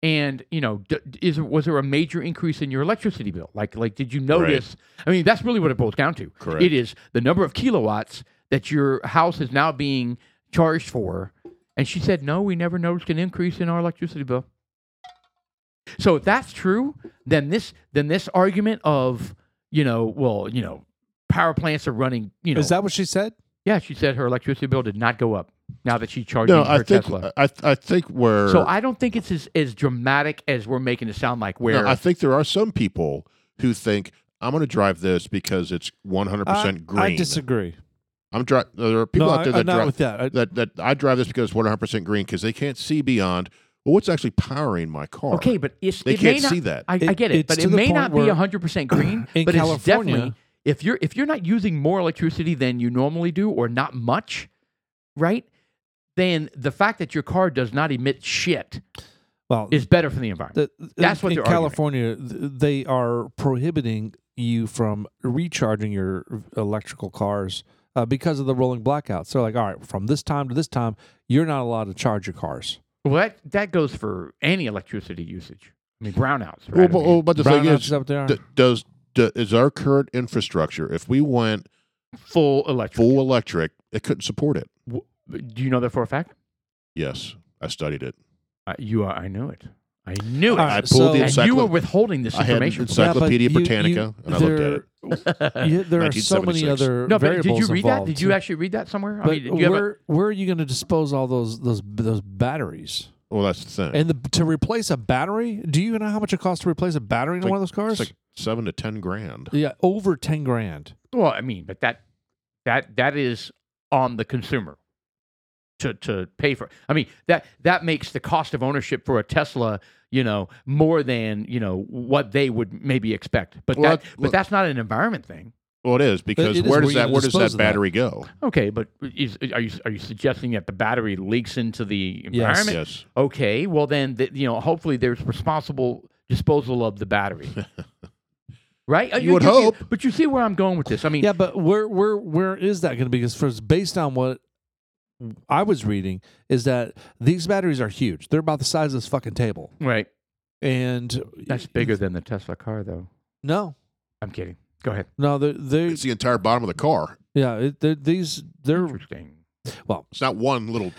[SPEAKER 3] And you know, d- is was there a major increase in your electricity bill? Like, like did you notice? I mean, that's really what it boils down to.
[SPEAKER 1] Correct.
[SPEAKER 3] It is the number of kilowatts that your house is now being charged for. And she said, no, we never noticed an increase in our electricity bill. So if that's true, then this then this argument of you know, well, you know, power plants are running. You know,
[SPEAKER 2] Is that what she said?
[SPEAKER 3] yeah, she said her electricity bill did not go up now that she charged
[SPEAKER 1] No,
[SPEAKER 3] her
[SPEAKER 1] I think uh, er
[SPEAKER 3] Tesla.
[SPEAKER 1] I, I think where
[SPEAKER 3] So I don't think it's as, as dramatic as we're making it sound like. Where
[SPEAKER 1] No, I think there are some people who think I'm going to drive this because it's 100
[SPEAKER 2] I-
[SPEAKER 1] percent green.
[SPEAKER 2] I disagree.
[SPEAKER 1] am dri- There are people
[SPEAKER 2] no,
[SPEAKER 1] out there
[SPEAKER 2] I,
[SPEAKER 1] that
[SPEAKER 2] am not
[SPEAKER 1] drive
[SPEAKER 2] with that. I-
[SPEAKER 1] that that I drive this because it's 100 percent green because they can't see beyond. Well, what's actually powering my car?
[SPEAKER 3] okay, but it's,
[SPEAKER 1] they
[SPEAKER 3] it
[SPEAKER 1] can't
[SPEAKER 3] may not,
[SPEAKER 1] see that.
[SPEAKER 3] I, I
[SPEAKER 2] It-
[SPEAKER 3] get it,
[SPEAKER 2] it's
[SPEAKER 3] but
[SPEAKER 2] to
[SPEAKER 3] it
[SPEAKER 2] the
[SPEAKER 3] may
[SPEAKER 2] point
[SPEAKER 3] not be
[SPEAKER 2] where-
[SPEAKER 3] hundred percent green.
[SPEAKER 2] In
[SPEAKER 3] but it's
[SPEAKER 2] California-
[SPEAKER 3] definitely if you're if you're not using more electricity than you normally do, or not much, right? Then the fact that your car does not emit shit
[SPEAKER 2] well,
[SPEAKER 3] is better for the environment.
[SPEAKER 2] The, uh,
[SPEAKER 3] That's what
[SPEAKER 2] in
[SPEAKER 3] they're arguing.
[SPEAKER 2] California th- they are prohibiting you from recharging your electrical cars uh, because of the rolling blackouts. They're like, all right, from this time to this time, you're not allowed to charge your cars.
[SPEAKER 3] Well, that, that goes for any electricity usage. I mean, brownouts,
[SPEAKER 1] Well,
[SPEAKER 3] right?
[SPEAKER 1] but,
[SPEAKER 3] I mean,
[SPEAKER 1] well, but the thing
[SPEAKER 2] Brownouts
[SPEAKER 1] is,
[SPEAKER 2] is up there.
[SPEAKER 1] d- does d- is our current infrastructure? If we went
[SPEAKER 3] full electric.
[SPEAKER 1] oh, full electric, it couldn't support it.
[SPEAKER 3] W- Do you know that for a fact?
[SPEAKER 1] Yes, I studied it.
[SPEAKER 3] Uh, you are. I knew it. I knew it.
[SPEAKER 2] All right,
[SPEAKER 1] I pulled
[SPEAKER 2] so-
[SPEAKER 1] the
[SPEAKER 2] And
[SPEAKER 3] and you were
[SPEAKER 1] encyclopedia.
[SPEAKER 3] withholding this
[SPEAKER 1] I had
[SPEAKER 3] information. from me.
[SPEAKER 1] Encyclopedia
[SPEAKER 2] Yeah, but you-
[SPEAKER 1] Britannica,
[SPEAKER 2] you-
[SPEAKER 1] and I looked at it.
[SPEAKER 2] You- there are so many
[SPEAKER 1] 1976.
[SPEAKER 2] other
[SPEAKER 3] no, but did
[SPEAKER 2] variables
[SPEAKER 3] you read
[SPEAKER 2] involved.
[SPEAKER 3] that? Did you actually read that somewhere? I
[SPEAKER 2] But
[SPEAKER 3] mean, did you have a-
[SPEAKER 2] where where are you going to dispose all those those those batteries?
[SPEAKER 1] Well, that's the thing.
[SPEAKER 2] And the, to replace a battery, do you know how much it costs to replace a battery in
[SPEAKER 1] It's like-
[SPEAKER 2] one of those cars?
[SPEAKER 1] it's like seven to ten grand.
[SPEAKER 2] yeah, over ten grand.
[SPEAKER 3] Well, I mean, but that that that is on the consumer to to pay for. I mean, that that makes the cost of ownership for a Tesla, you know, more than, you know, what they would maybe expect. But
[SPEAKER 1] Well,
[SPEAKER 3] that,
[SPEAKER 1] that-
[SPEAKER 3] but that's not an environment thing.
[SPEAKER 1] Well, it is because
[SPEAKER 2] it is
[SPEAKER 1] where
[SPEAKER 2] where
[SPEAKER 1] does
[SPEAKER 2] you
[SPEAKER 1] that where does
[SPEAKER 2] dispose
[SPEAKER 1] that
[SPEAKER 2] of that.
[SPEAKER 1] battery go?
[SPEAKER 3] Okay, but is, are you are you suggesting that the battery leaks into the environment?
[SPEAKER 1] Yes.
[SPEAKER 3] Okay, well then, th- you know, hopefully there's responsible disposal of the battery. Right, Uh,
[SPEAKER 1] You would
[SPEAKER 3] you-
[SPEAKER 1] hope.
[SPEAKER 3] but you see where I'm going with this. I mean,
[SPEAKER 2] Yeah, but where where where is that going to be? Because first, based on what I was reading, is that these batteries are huge. They're about the size of this fucking table,
[SPEAKER 3] right,
[SPEAKER 2] and
[SPEAKER 3] that's bigger than the Tesla car, though.
[SPEAKER 2] No,
[SPEAKER 3] I'm kidding. Go ahead.
[SPEAKER 2] no, they're, they're
[SPEAKER 1] It's the entire bottom of the car.
[SPEAKER 2] yeah, it, they're, these they're
[SPEAKER 3] Interesting.
[SPEAKER 1] It's not one little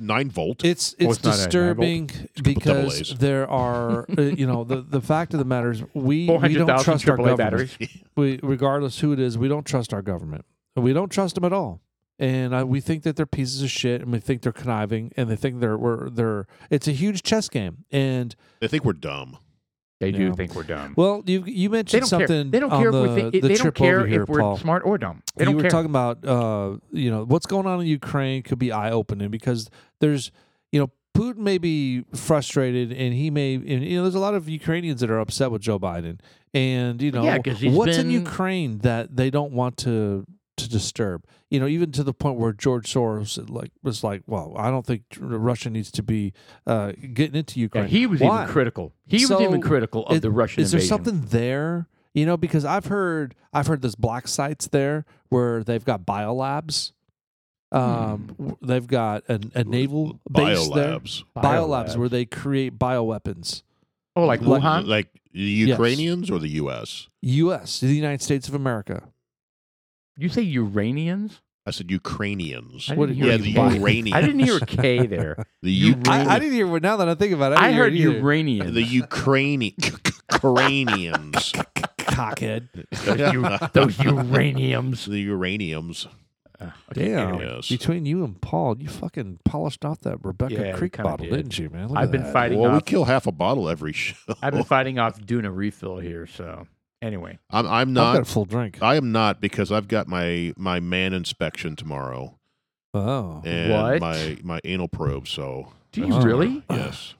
[SPEAKER 1] nine volt.
[SPEAKER 2] It's
[SPEAKER 3] Oh,
[SPEAKER 2] it's
[SPEAKER 3] it's not a
[SPEAKER 2] disturbing
[SPEAKER 1] double
[SPEAKER 2] because
[SPEAKER 1] A's.
[SPEAKER 2] there are uh, you know the the fact of the matter is we, we don't
[SPEAKER 3] 400,000
[SPEAKER 2] trust our
[SPEAKER 3] AAA
[SPEAKER 2] government.
[SPEAKER 3] batteries.
[SPEAKER 2] We, regardless who it is, we don't trust our government. We don't trust them at all, and uh, we think that they're pieces of shit, and we think they're conniving, and they think they're we're, they're. It's a huge chess game, and
[SPEAKER 1] They think we're dumb.
[SPEAKER 3] They
[SPEAKER 2] Yeah.
[SPEAKER 3] do think we're dumb.
[SPEAKER 2] well, you you
[SPEAKER 3] they
[SPEAKER 2] mentioned
[SPEAKER 3] don't
[SPEAKER 2] something.
[SPEAKER 3] care. They don't
[SPEAKER 2] on
[SPEAKER 3] care
[SPEAKER 2] the,
[SPEAKER 3] if we think,
[SPEAKER 2] the
[SPEAKER 3] they
[SPEAKER 2] trip
[SPEAKER 3] don't care
[SPEAKER 2] over here,
[SPEAKER 3] if we're
[SPEAKER 2] Paul.
[SPEAKER 3] smart or dumb. They
[SPEAKER 2] you
[SPEAKER 3] don't
[SPEAKER 2] were
[SPEAKER 3] care.
[SPEAKER 2] talking about uh, you know what's going on in Ukraine could be eye opening because there's you know Putin may be frustrated and he may and, you know there's a lot of Ukrainians that are upset with Joe Biden and you know
[SPEAKER 3] Yeah, 'cause he's
[SPEAKER 2] what's in
[SPEAKER 3] been-
[SPEAKER 2] Ukraine that they don't want to to disturb you know even to the point where George Soros like was like well I don't think Russia needs to be uh, getting into
[SPEAKER 3] Yeah,
[SPEAKER 2] Ukraine
[SPEAKER 3] he was
[SPEAKER 2] Why?
[SPEAKER 3] even critical. He
[SPEAKER 2] So,
[SPEAKER 3] was even critical of
[SPEAKER 2] it-
[SPEAKER 3] the Russian
[SPEAKER 2] is there
[SPEAKER 3] invasion.
[SPEAKER 2] something there you know because i've heard i've heard there's black sites there where they've got biolabs
[SPEAKER 3] Hmm.
[SPEAKER 2] um w- they've got a, a naval base there
[SPEAKER 1] Biolabs.
[SPEAKER 2] biolabs where they create bioweapons
[SPEAKER 3] oh, like
[SPEAKER 2] Like-
[SPEAKER 3] Wuhan.
[SPEAKER 1] Like the
[SPEAKER 2] Yes.
[SPEAKER 1] Ukrainians or the U.S.
[SPEAKER 2] us the united states of america
[SPEAKER 3] you say Uranians?
[SPEAKER 1] I said Ukrainians.
[SPEAKER 3] I
[SPEAKER 2] What
[SPEAKER 3] didn't
[SPEAKER 2] did-
[SPEAKER 3] hear
[SPEAKER 1] Yeah,
[SPEAKER 3] a
[SPEAKER 1] the
[SPEAKER 3] Y.
[SPEAKER 1] Uranians.
[SPEAKER 3] I didn't hear a K there.
[SPEAKER 1] The
[SPEAKER 3] You-
[SPEAKER 1] Uk-
[SPEAKER 3] I- I
[SPEAKER 2] didn't hear what now that i think about
[SPEAKER 3] I heard
[SPEAKER 2] you
[SPEAKER 3] Uranian.
[SPEAKER 1] the Ukrainian Ukrainians.
[SPEAKER 2] cockhead
[SPEAKER 3] those uraniums.
[SPEAKER 1] the uraniums.
[SPEAKER 3] Uh,
[SPEAKER 2] damn
[SPEAKER 3] anyway.
[SPEAKER 1] Yes.
[SPEAKER 2] between you and paul you fucking polished off that rebecca
[SPEAKER 3] Yeah, we
[SPEAKER 2] creek
[SPEAKER 3] kinda
[SPEAKER 2] bottle
[SPEAKER 3] did.
[SPEAKER 2] did. not you man Look
[SPEAKER 3] I've
[SPEAKER 2] at
[SPEAKER 3] been
[SPEAKER 2] that.
[SPEAKER 3] fighting
[SPEAKER 1] Well, we
[SPEAKER 3] off.
[SPEAKER 1] kill half a bottle every show.
[SPEAKER 3] I've been fighting off doing a refill here. So anyway,
[SPEAKER 1] I'm, I'm
[SPEAKER 2] I've got a
[SPEAKER 1] not.
[SPEAKER 2] full drink.
[SPEAKER 3] Uh,
[SPEAKER 1] I am not because I've got my my man inspection tomorrow
[SPEAKER 2] Oh,
[SPEAKER 1] and
[SPEAKER 3] What?
[SPEAKER 1] my my anal probe. So Uh,
[SPEAKER 3] do you
[SPEAKER 2] That's-
[SPEAKER 3] really?
[SPEAKER 1] yes,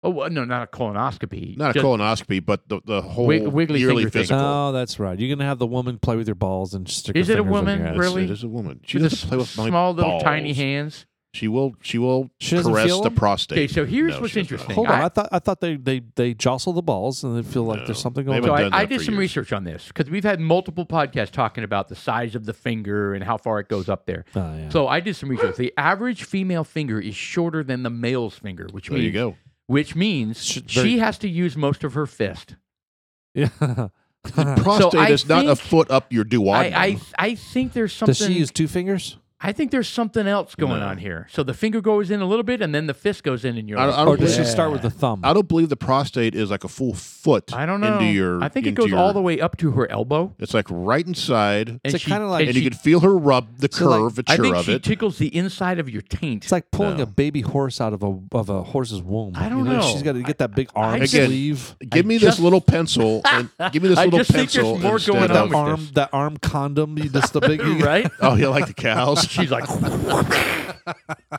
[SPEAKER 3] Oh well, no, not a colonoscopy.
[SPEAKER 1] not a
[SPEAKER 3] Just-
[SPEAKER 1] colonoscopy, but the the whole
[SPEAKER 3] Wig- wiggly
[SPEAKER 1] yearly
[SPEAKER 3] finger thing. Uh,
[SPEAKER 1] physical.
[SPEAKER 2] Oh, that's right. You're gonna have the woman play with your balls and stick.
[SPEAKER 3] Is
[SPEAKER 2] her
[SPEAKER 3] it a
[SPEAKER 2] fingers in
[SPEAKER 3] woman?
[SPEAKER 2] your ass.
[SPEAKER 1] Yes,
[SPEAKER 3] Really?
[SPEAKER 1] it is a woman. She
[SPEAKER 3] with a
[SPEAKER 1] doesn't play with my
[SPEAKER 3] small little tiny
[SPEAKER 1] balls.
[SPEAKER 3] hands.
[SPEAKER 1] She will. She will
[SPEAKER 2] She doesn't
[SPEAKER 1] caress
[SPEAKER 2] feel
[SPEAKER 1] the
[SPEAKER 2] them?
[SPEAKER 1] prostate.
[SPEAKER 3] Okay, so here's
[SPEAKER 1] No,
[SPEAKER 3] what's
[SPEAKER 1] she does not.
[SPEAKER 3] interesting.
[SPEAKER 2] Hold on.
[SPEAKER 3] I-
[SPEAKER 2] I thought I thought they they they jostle the balls and they feel like
[SPEAKER 1] No.
[SPEAKER 2] there's something
[SPEAKER 1] They
[SPEAKER 2] going
[SPEAKER 1] haven't
[SPEAKER 2] on.
[SPEAKER 1] done
[SPEAKER 3] so I, I
[SPEAKER 1] that
[SPEAKER 3] did
[SPEAKER 1] for
[SPEAKER 3] some
[SPEAKER 1] years.
[SPEAKER 3] research on this because we've had multiple podcasts talking about the size of the finger and how far it goes up there.
[SPEAKER 2] Oh, yeah.
[SPEAKER 3] So I did some research. The average female finger is shorter than the male's finger, which
[SPEAKER 1] There
[SPEAKER 3] means
[SPEAKER 1] you go.
[SPEAKER 3] which means
[SPEAKER 2] Sh- very-
[SPEAKER 3] she has to use most of her fist.
[SPEAKER 2] yeah.
[SPEAKER 1] Prostate
[SPEAKER 3] I
[SPEAKER 1] is not a
[SPEAKER 3] think-
[SPEAKER 1] foot up your duodenum.
[SPEAKER 3] I, I I think there's something.
[SPEAKER 2] Does she use two fingers?
[SPEAKER 3] I think there's something else going
[SPEAKER 1] No.
[SPEAKER 3] on here. So the finger goes in a little bit, and then the fist goes in, and you're.
[SPEAKER 1] I-
[SPEAKER 3] like,
[SPEAKER 1] I don't
[SPEAKER 2] Or does she
[SPEAKER 1] believe-
[SPEAKER 2] start with the thumb?
[SPEAKER 1] I don't believe the prostate is like a full foot.
[SPEAKER 3] I don't know.
[SPEAKER 1] Into your,
[SPEAKER 3] I think it
[SPEAKER 1] into
[SPEAKER 3] goes
[SPEAKER 1] your-
[SPEAKER 3] all the way up to her elbow.
[SPEAKER 1] It's like right inside,
[SPEAKER 3] And
[SPEAKER 2] like
[SPEAKER 3] she-
[SPEAKER 2] kinda like-
[SPEAKER 1] and,
[SPEAKER 3] and
[SPEAKER 1] you
[SPEAKER 3] she-
[SPEAKER 1] can feel her rub the
[SPEAKER 2] So, like,
[SPEAKER 1] curvature
[SPEAKER 3] I think
[SPEAKER 1] of
[SPEAKER 3] she
[SPEAKER 1] it.
[SPEAKER 3] tickles the inside of your taint.
[SPEAKER 2] It's like pulling
[SPEAKER 1] No.
[SPEAKER 2] a baby horse out of a of a horse's womb.
[SPEAKER 3] I
[SPEAKER 2] you
[SPEAKER 3] don't
[SPEAKER 2] know.
[SPEAKER 3] know.
[SPEAKER 2] She's got to get that big
[SPEAKER 3] I- I
[SPEAKER 2] arm
[SPEAKER 1] just-
[SPEAKER 2] sleeve,
[SPEAKER 1] give
[SPEAKER 3] I
[SPEAKER 1] me this
[SPEAKER 3] just-
[SPEAKER 1] little pencil and give me this
[SPEAKER 3] I
[SPEAKER 1] little
[SPEAKER 3] just think there's
[SPEAKER 1] pencil.
[SPEAKER 3] more
[SPEAKER 1] instead
[SPEAKER 3] going on
[SPEAKER 1] of-
[SPEAKER 2] that
[SPEAKER 3] with
[SPEAKER 2] arm
[SPEAKER 3] this.
[SPEAKER 2] that arm condom. You just the big you-
[SPEAKER 3] right?
[SPEAKER 1] Oh, yeah, like the cows.
[SPEAKER 3] She's like,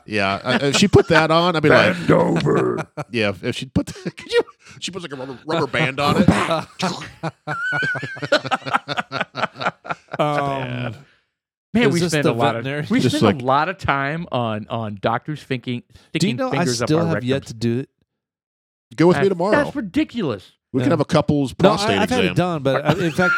[SPEAKER 1] yeah, uh, if she put that on, I'd be like,
[SPEAKER 3] bend over.
[SPEAKER 1] yeah. If she put, that, could you? She puts like a rubber, rubber band on it. It's
[SPEAKER 2] Um,
[SPEAKER 1] bad.
[SPEAKER 3] Man,
[SPEAKER 2] Is
[SPEAKER 3] we
[SPEAKER 2] this
[SPEAKER 3] spend a
[SPEAKER 2] the
[SPEAKER 3] lot
[SPEAKER 2] veterinary?
[SPEAKER 3] of we
[SPEAKER 1] Just
[SPEAKER 3] spend
[SPEAKER 1] like-
[SPEAKER 3] a lot of time on on doctors thinking
[SPEAKER 2] do
[SPEAKER 3] sticking
[SPEAKER 2] you know I
[SPEAKER 3] fingers
[SPEAKER 2] still
[SPEAKER 3] up our
[SPEAKER 2] have yet
[SPEAKER 3] rectums.
[SPEAKER 2] to do it?
[SPEAKER 1] Go with me
[SPEAKER 3] That's-
[SPEAKER 1] tomorrow.
[SPEAKER 3] That's ridiculous.
[SPEAKER 1] we can
[SPEAKER 2] Yeah.
[SPEAKER 1] have a couple's
[SPEAKER 2] No,
[SPEAKER 1] prostate
[SPEAKER 2] I, I've
[SPEAKER 1] exam.
[SPEAKER 2] had it done, but I, in fact,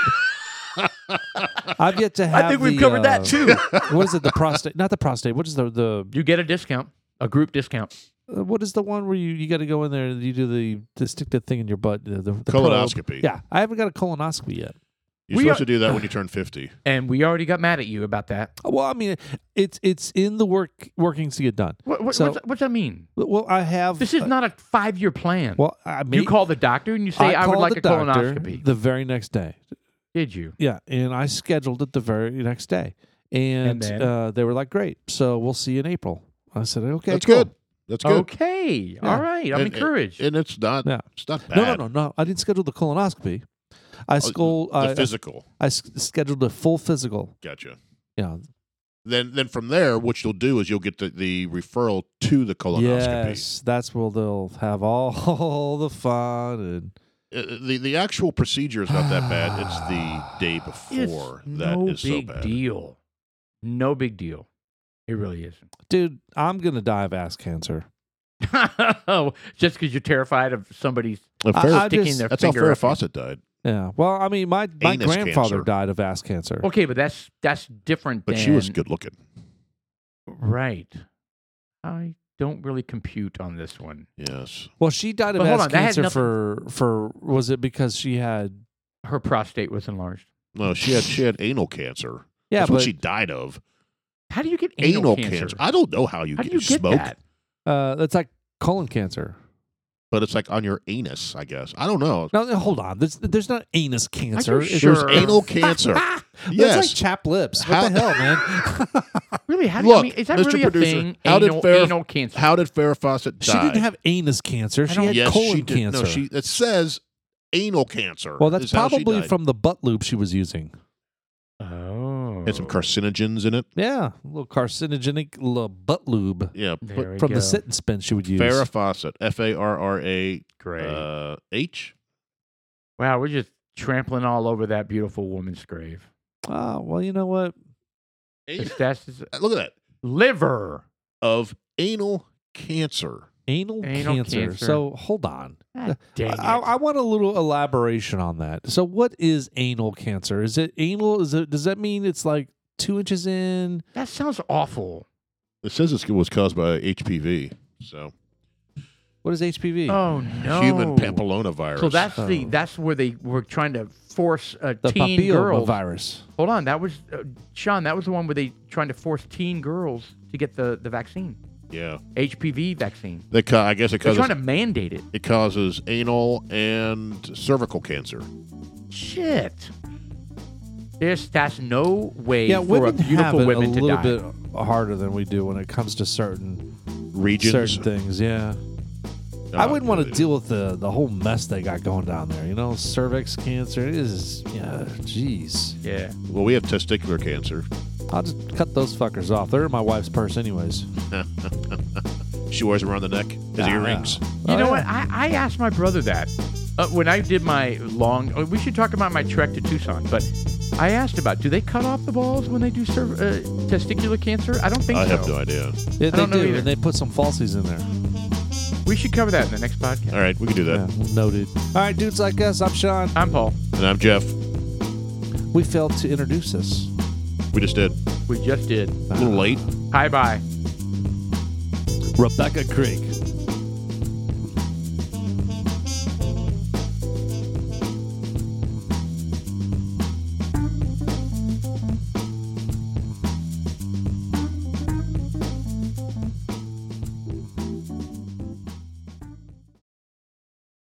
[SPEAKER 2] I've yet to have.
[SPEAKER 3] I think we've
[SPEAKER 2] the,
[SPEAKER 3] covered
[SPEAKER 2] uh,
[SPEAKER 3] that too.
[SPEAKER 2] What is it? The prostate? Not the prostate. What is the the?
[SPEAKER 3] you get a discount, a group discount.
[SPEAKER 2] uh, What is the one where you, you got to go in there and you do the, the stick the thing in your butt? The, the, the probe?
[SPEAKER 1] Colonoscopy.
[SPEAKER 2] Yeah, I haven't got a colonoscopy yet.
[SPEAKER 1] You're
[SPEAKER 3] We
[SPEAKER 1] supposed
[SPEAKER 3] are-
[SPEAKER 1] to do that when you turn 50.
[SPEAKER 3] and we already got mad at you about that.
[SPEAKER 2] Uh, Well, I mean, it's it's in the work workings to get done.
[SPEAKER 3] What, what,
[SPEAKER 2] So-
[SPEAKER 3] what's, what's that mean?
[SPEAKER 2] Well, I have.
[SPEAKER 3] This is
[SPEAKER 2] uh,
[SPEAKER 3] not a five-year plan.
[SPEAKER 2] Well, I mean,
[SPEAKER 3] you call the doctor and you say, "I, would
[SPEAKER 2] called
[SPEAKER 3] like
[SPEAKER 2] the
[SPEAKER 3] a
[SPEAKER 2] doctor
[SPEAKER 3] colonoscopy."
[SPEAKER 2] the very next day.
[SPEAKER 3] Did you?
[SPEAKER 2] Yeah, and I scheduled it the very next day, and,
[SPEAKER 3] And then?
[SPEAKER 2] uh, they were like, "Great, so we'll see you in April." I said, "Okay,
[SPEAKER 1] That's
[SPEAKER 2] cool."
[SPEAKER 1] good. That's good.
[SPEAKER 3] Okay, all right. I'm
[SPEAKER 1] And-
[SPEAKER 3] encouraged.
[SPEAKER 1] And it's not
[SPEAKER 2] Yeah.
[SPEAKER 1] it's not bad. Oh,
[SPEAKER 2] No, no, no, no. I didn't schedule the colonoscopy. I school.
[SPEAKER 1] The
[SPEAKER 2] I,
[SPEAKER 1] physical.
[SPEAKER 2] I s- scheduled a full physical.
[SPEAKER 1] Gotcha.
[SPEAKER 2] Yeah,
[SPEAKER 1] Then then from there, what you'll do is you'll get the, the referral to the colonoscopy.
[SPEAKER 2] Yes, that's where they'll have all, the fun and
[SPEAKER 1] Uh, the the actual procedure is not that bad. It's the day before
[SPEAKER 3] it's
[SPEAKER 1] that
[SPEAKER 3] no
[SPEAKER 1] is so
[SPEAKER 3] big
[SPEAKER 1] bad.
[SPEAKER 3] deal. No big deal. It really isn't.
[SPEAKER 2] dude. I'm gonna die of ass cancer.
[SPEAKER 3] Just because you're terrified of somebody's
[SPEAKER 1] Uh,
[SPEAKER 2] I-
[SPEAKER 1] Farrah-
[SPEAKER 2] I
[SPEAKER 3] sticking
[SPEAKER 2] just-
[SPEAKER 3] their
[SPEAKER 1] that's how
[SPEAKER 3] finger.
[SPEAKER 1] Farrah
[SPEAKER 3] up your-
[SPEAKER 1] Fawcett died,
[SPEAKER 2] Yeah. Well, I mean, my my
[SPEAKER 1] Anus
[SPEAKER 2] grandfather
[SPEAKER 1] cancer.
[SPEAKER 2] died of ass cancer.
[SPEAKER 3] Okay, but that's that's different.
[SPEAKER 1] but she was
[SPEAKER 3] than-
[SPEAKER 1] good looking.
[SPEAKER 3] right? I don't really compute on this one.
[SPEAKER 1] Yes.
[SPEAKER 2] Well, she died of
[SPEAKER 3] But hold
[SPEAKER 2] ass
[SPEAKER 3] on, that had
[SPEAKER 2] cancer
[SPEAKER 3] nothing-
[SPEAKER 2] for for was it because she had
[SPEAKER 3] Her prostate was enlarged.
[SPEAKER 1] No, she had she had anal cancer.
[SPEAKER 2] yeah,
[SPEAKER 1] that's
[SPEAKER 2] but
[SPEAKER 1] what she died of.
[SPEAKER 3] How do you get
[SPEAKER 1] Anal,
[SPEAKER 3] anal,
[SPEAKER 1] cancer. I don't know how you
[SPEAKER 3] How do
[SPEAKER 1] get
[SPEAKER 3] you get
[SPEAKER 1] smoke,
[SPEAKER 3] that?
[SPEAKER 2] uh, that's like colon cancer.
[SPEAKER 1] but it's like on your anus, I guess. I don't know.
[SPEAKER 2] No, no, hold on. There's there's not anus cancer. It's-
[SPEAKER 1] There's
[SPEAKER 3] sure?
[SPEAKER 1] anal cancer.
[SPEAKER 2] That's
[SPEAKER 1] yes.
[SPEAKER 2] like chapped lips.
[SPEAKER 1] How-
[SPEAKER 2] What the hell, man?
[SPEAKER 3] Really? How do, I
[SPEAKER 1] Look,
[SPEAKER 3] mean, is that
[SPEAKER 1] Mr.
[SPEAKER 3] really
[SPEAKER 1] Producer,
[SPEAKER 3] a thing?
[SPEAKER 1] how did
[SPEAKER 3] anal,
[SPEAKER 1] Farrah-
[SPEAKER 3] anal cancer.
[SPEAKER 1] How did Farrah Fawcett die?
[SPEAKER 2] she didn't have anus cancer. She
[SPEAKER 3] don't-
[SPEAKER 2] had
[SPEAKER 1] yes,
[SPEAKER 2] colon
[SPEAKER 1] she did.
[SPEAKER 2] cancer.
[SPEAKER 1] No, she it says anal cancer.
[SPEAKER 2] well, that's
[SPEAKER 1] is how she
[SPEAKER 2] probably
[SPEAKER 1] died.
[SPEAKER 2] from the butt lube she was using.
[SPEAKER 3] oh,
[SPEAKER 1] and some carcinogens in it.
[SPEAKER 2] Yeah, a little carcinogenic little butt lube
[SPEAKER 1] Yeah,
[SPEAKER 3] There
[SPEAKER 1] but
[SPEAKER 3] we
[SPEAKER 2] from
[SPEAKER 3] go.
[SPEAKER 2] the sit and spin she would use.
[SPEAKER 1] Farrah Fawcett, F A R R A
[SPEAKER 3] Great.
[SPEAKER 1] uh, H.
[SPEAKER 3] wow, we're just trampling all over that beautiful woman's grave.
[SPEAKER 2] Ah, well, you know what?
[SPEAKER 3] It's- That's just-
[SPEAKER 1] Look at that
[SPEAKER 3] liver.
[SPEAKER 1] of anal cancer.
[SPEAKER 2] Anal,
[SPEAKER 3] Anal cancer.
[SPEAKER 2] So hold on.
[SPEAKER 3] God dang it.
[SPEAKER 2] I, I want a little elaboration on that. So what is anal cancer? Is it anal? Is it? Does that mean it's like two inches in?
[SPEAKER 3] that sounds awful.
[SPEAKER 1] It says it was caused by HPV, so
[SPEAKER 2] What is HPV?
[SPEAKER 3] Oh no,
[SPEAKER 1] human papillomavirus.
[SPEAKER 3] So that's the
[SPEAKER 2] Oh.
[SPEAKER 3] that's where they were trying to force a
[SPEAKER 2] the
[SPEAKER 3] teen girls.
[SPEAKER 2] papillomavirus.
[SPEAKER 3] Hold on, that was uh, Sean. That was the one where they trying to force teen girls to get the the vaccine,
[SPEAKER 1] yeah.
[SPEAKER 3] HPV vaccine.
[SPEAKER 1] They ca- I guess it
[SPEAKER 3] They're
[SPEAKER 1] causes
[SPEAKER 3] trying to mandate it.
[SPEAKER 1] it causes anal and cervical cancer.
[SPEAKER 3] Shit. There's that's no way
[SPEAKER 2] Yeah,
[SPEAKER 3] for a
[SPEAKER 2] women have
[SPEAKER 3] beautiful
[SPEAKER 2] it
[SPEAKER 3] women
[SPEAKER 2] a
[SPEAKER 3] to
[SPEAKER 2] little
[SPEAKER 3] die.
[SPEAKER 2] bit harder than we do when it comes to certain
[SPEAKER 1] Regions.
[SPEAKER 2] certain things. Yeah. I wouldn't want to deal with the the whole mess they got going down there. You know, cervix cancer it is yeah, jeez.
[SPEAKER 3] Yeah.
[SPEAKER 1] Well, we have testicular cancer.
[SPEAKER 2] I'll just cut those fuckers off. They're in my wife's purse, anyways.
[SPEAKER 1] She wears them around the neck as
[SPEAKER 2] Ah,
[SPEAKER 1] earrings.
[SPEAKER 2] yeah.
[SPEAKER 3] You
[SPEAKER 2] Oh,
[SPEAKER 3] know
[SPEAKER 2] yeah.
[SPEAKER 3] what? I, I asked my brother that uh, when I did my long. oh, We should talk about my trek to Tucson, but I asked about do they cut off the balls when they do serv- uh, testicular cancer? I don't think
[SPEAKER 1] I
[SPEAKER 3] so.
[SPEAKER 1] have no idea.
[SPEAKER 2] Yeah, they
[SPEAKER 3] don't know
[SPEAKER 2] do,
[SPEAKER 3] either.
[SPEAKER 2] and they put some falsies in there.
[SPEAKER 3] We should cover that in the next podcast.
[SPEAKER 1] All right, we can do that.
[SPEAKER 2] Yeah, noted. All right, dudes like us. I'm Sean.
[SPEAKER 3] I'm Paul.
[SPEAKER 1] And I'm Jeff.
[SPEAKER 2] We failed to introduce us.
[SPEAKER 1] We just did
[SPEAKER 3] We just did.
[SPEAKER 1] a little late.
[SPEAKER 3] Hi, bye.
[SPEAKER 2] Rebecca Creek.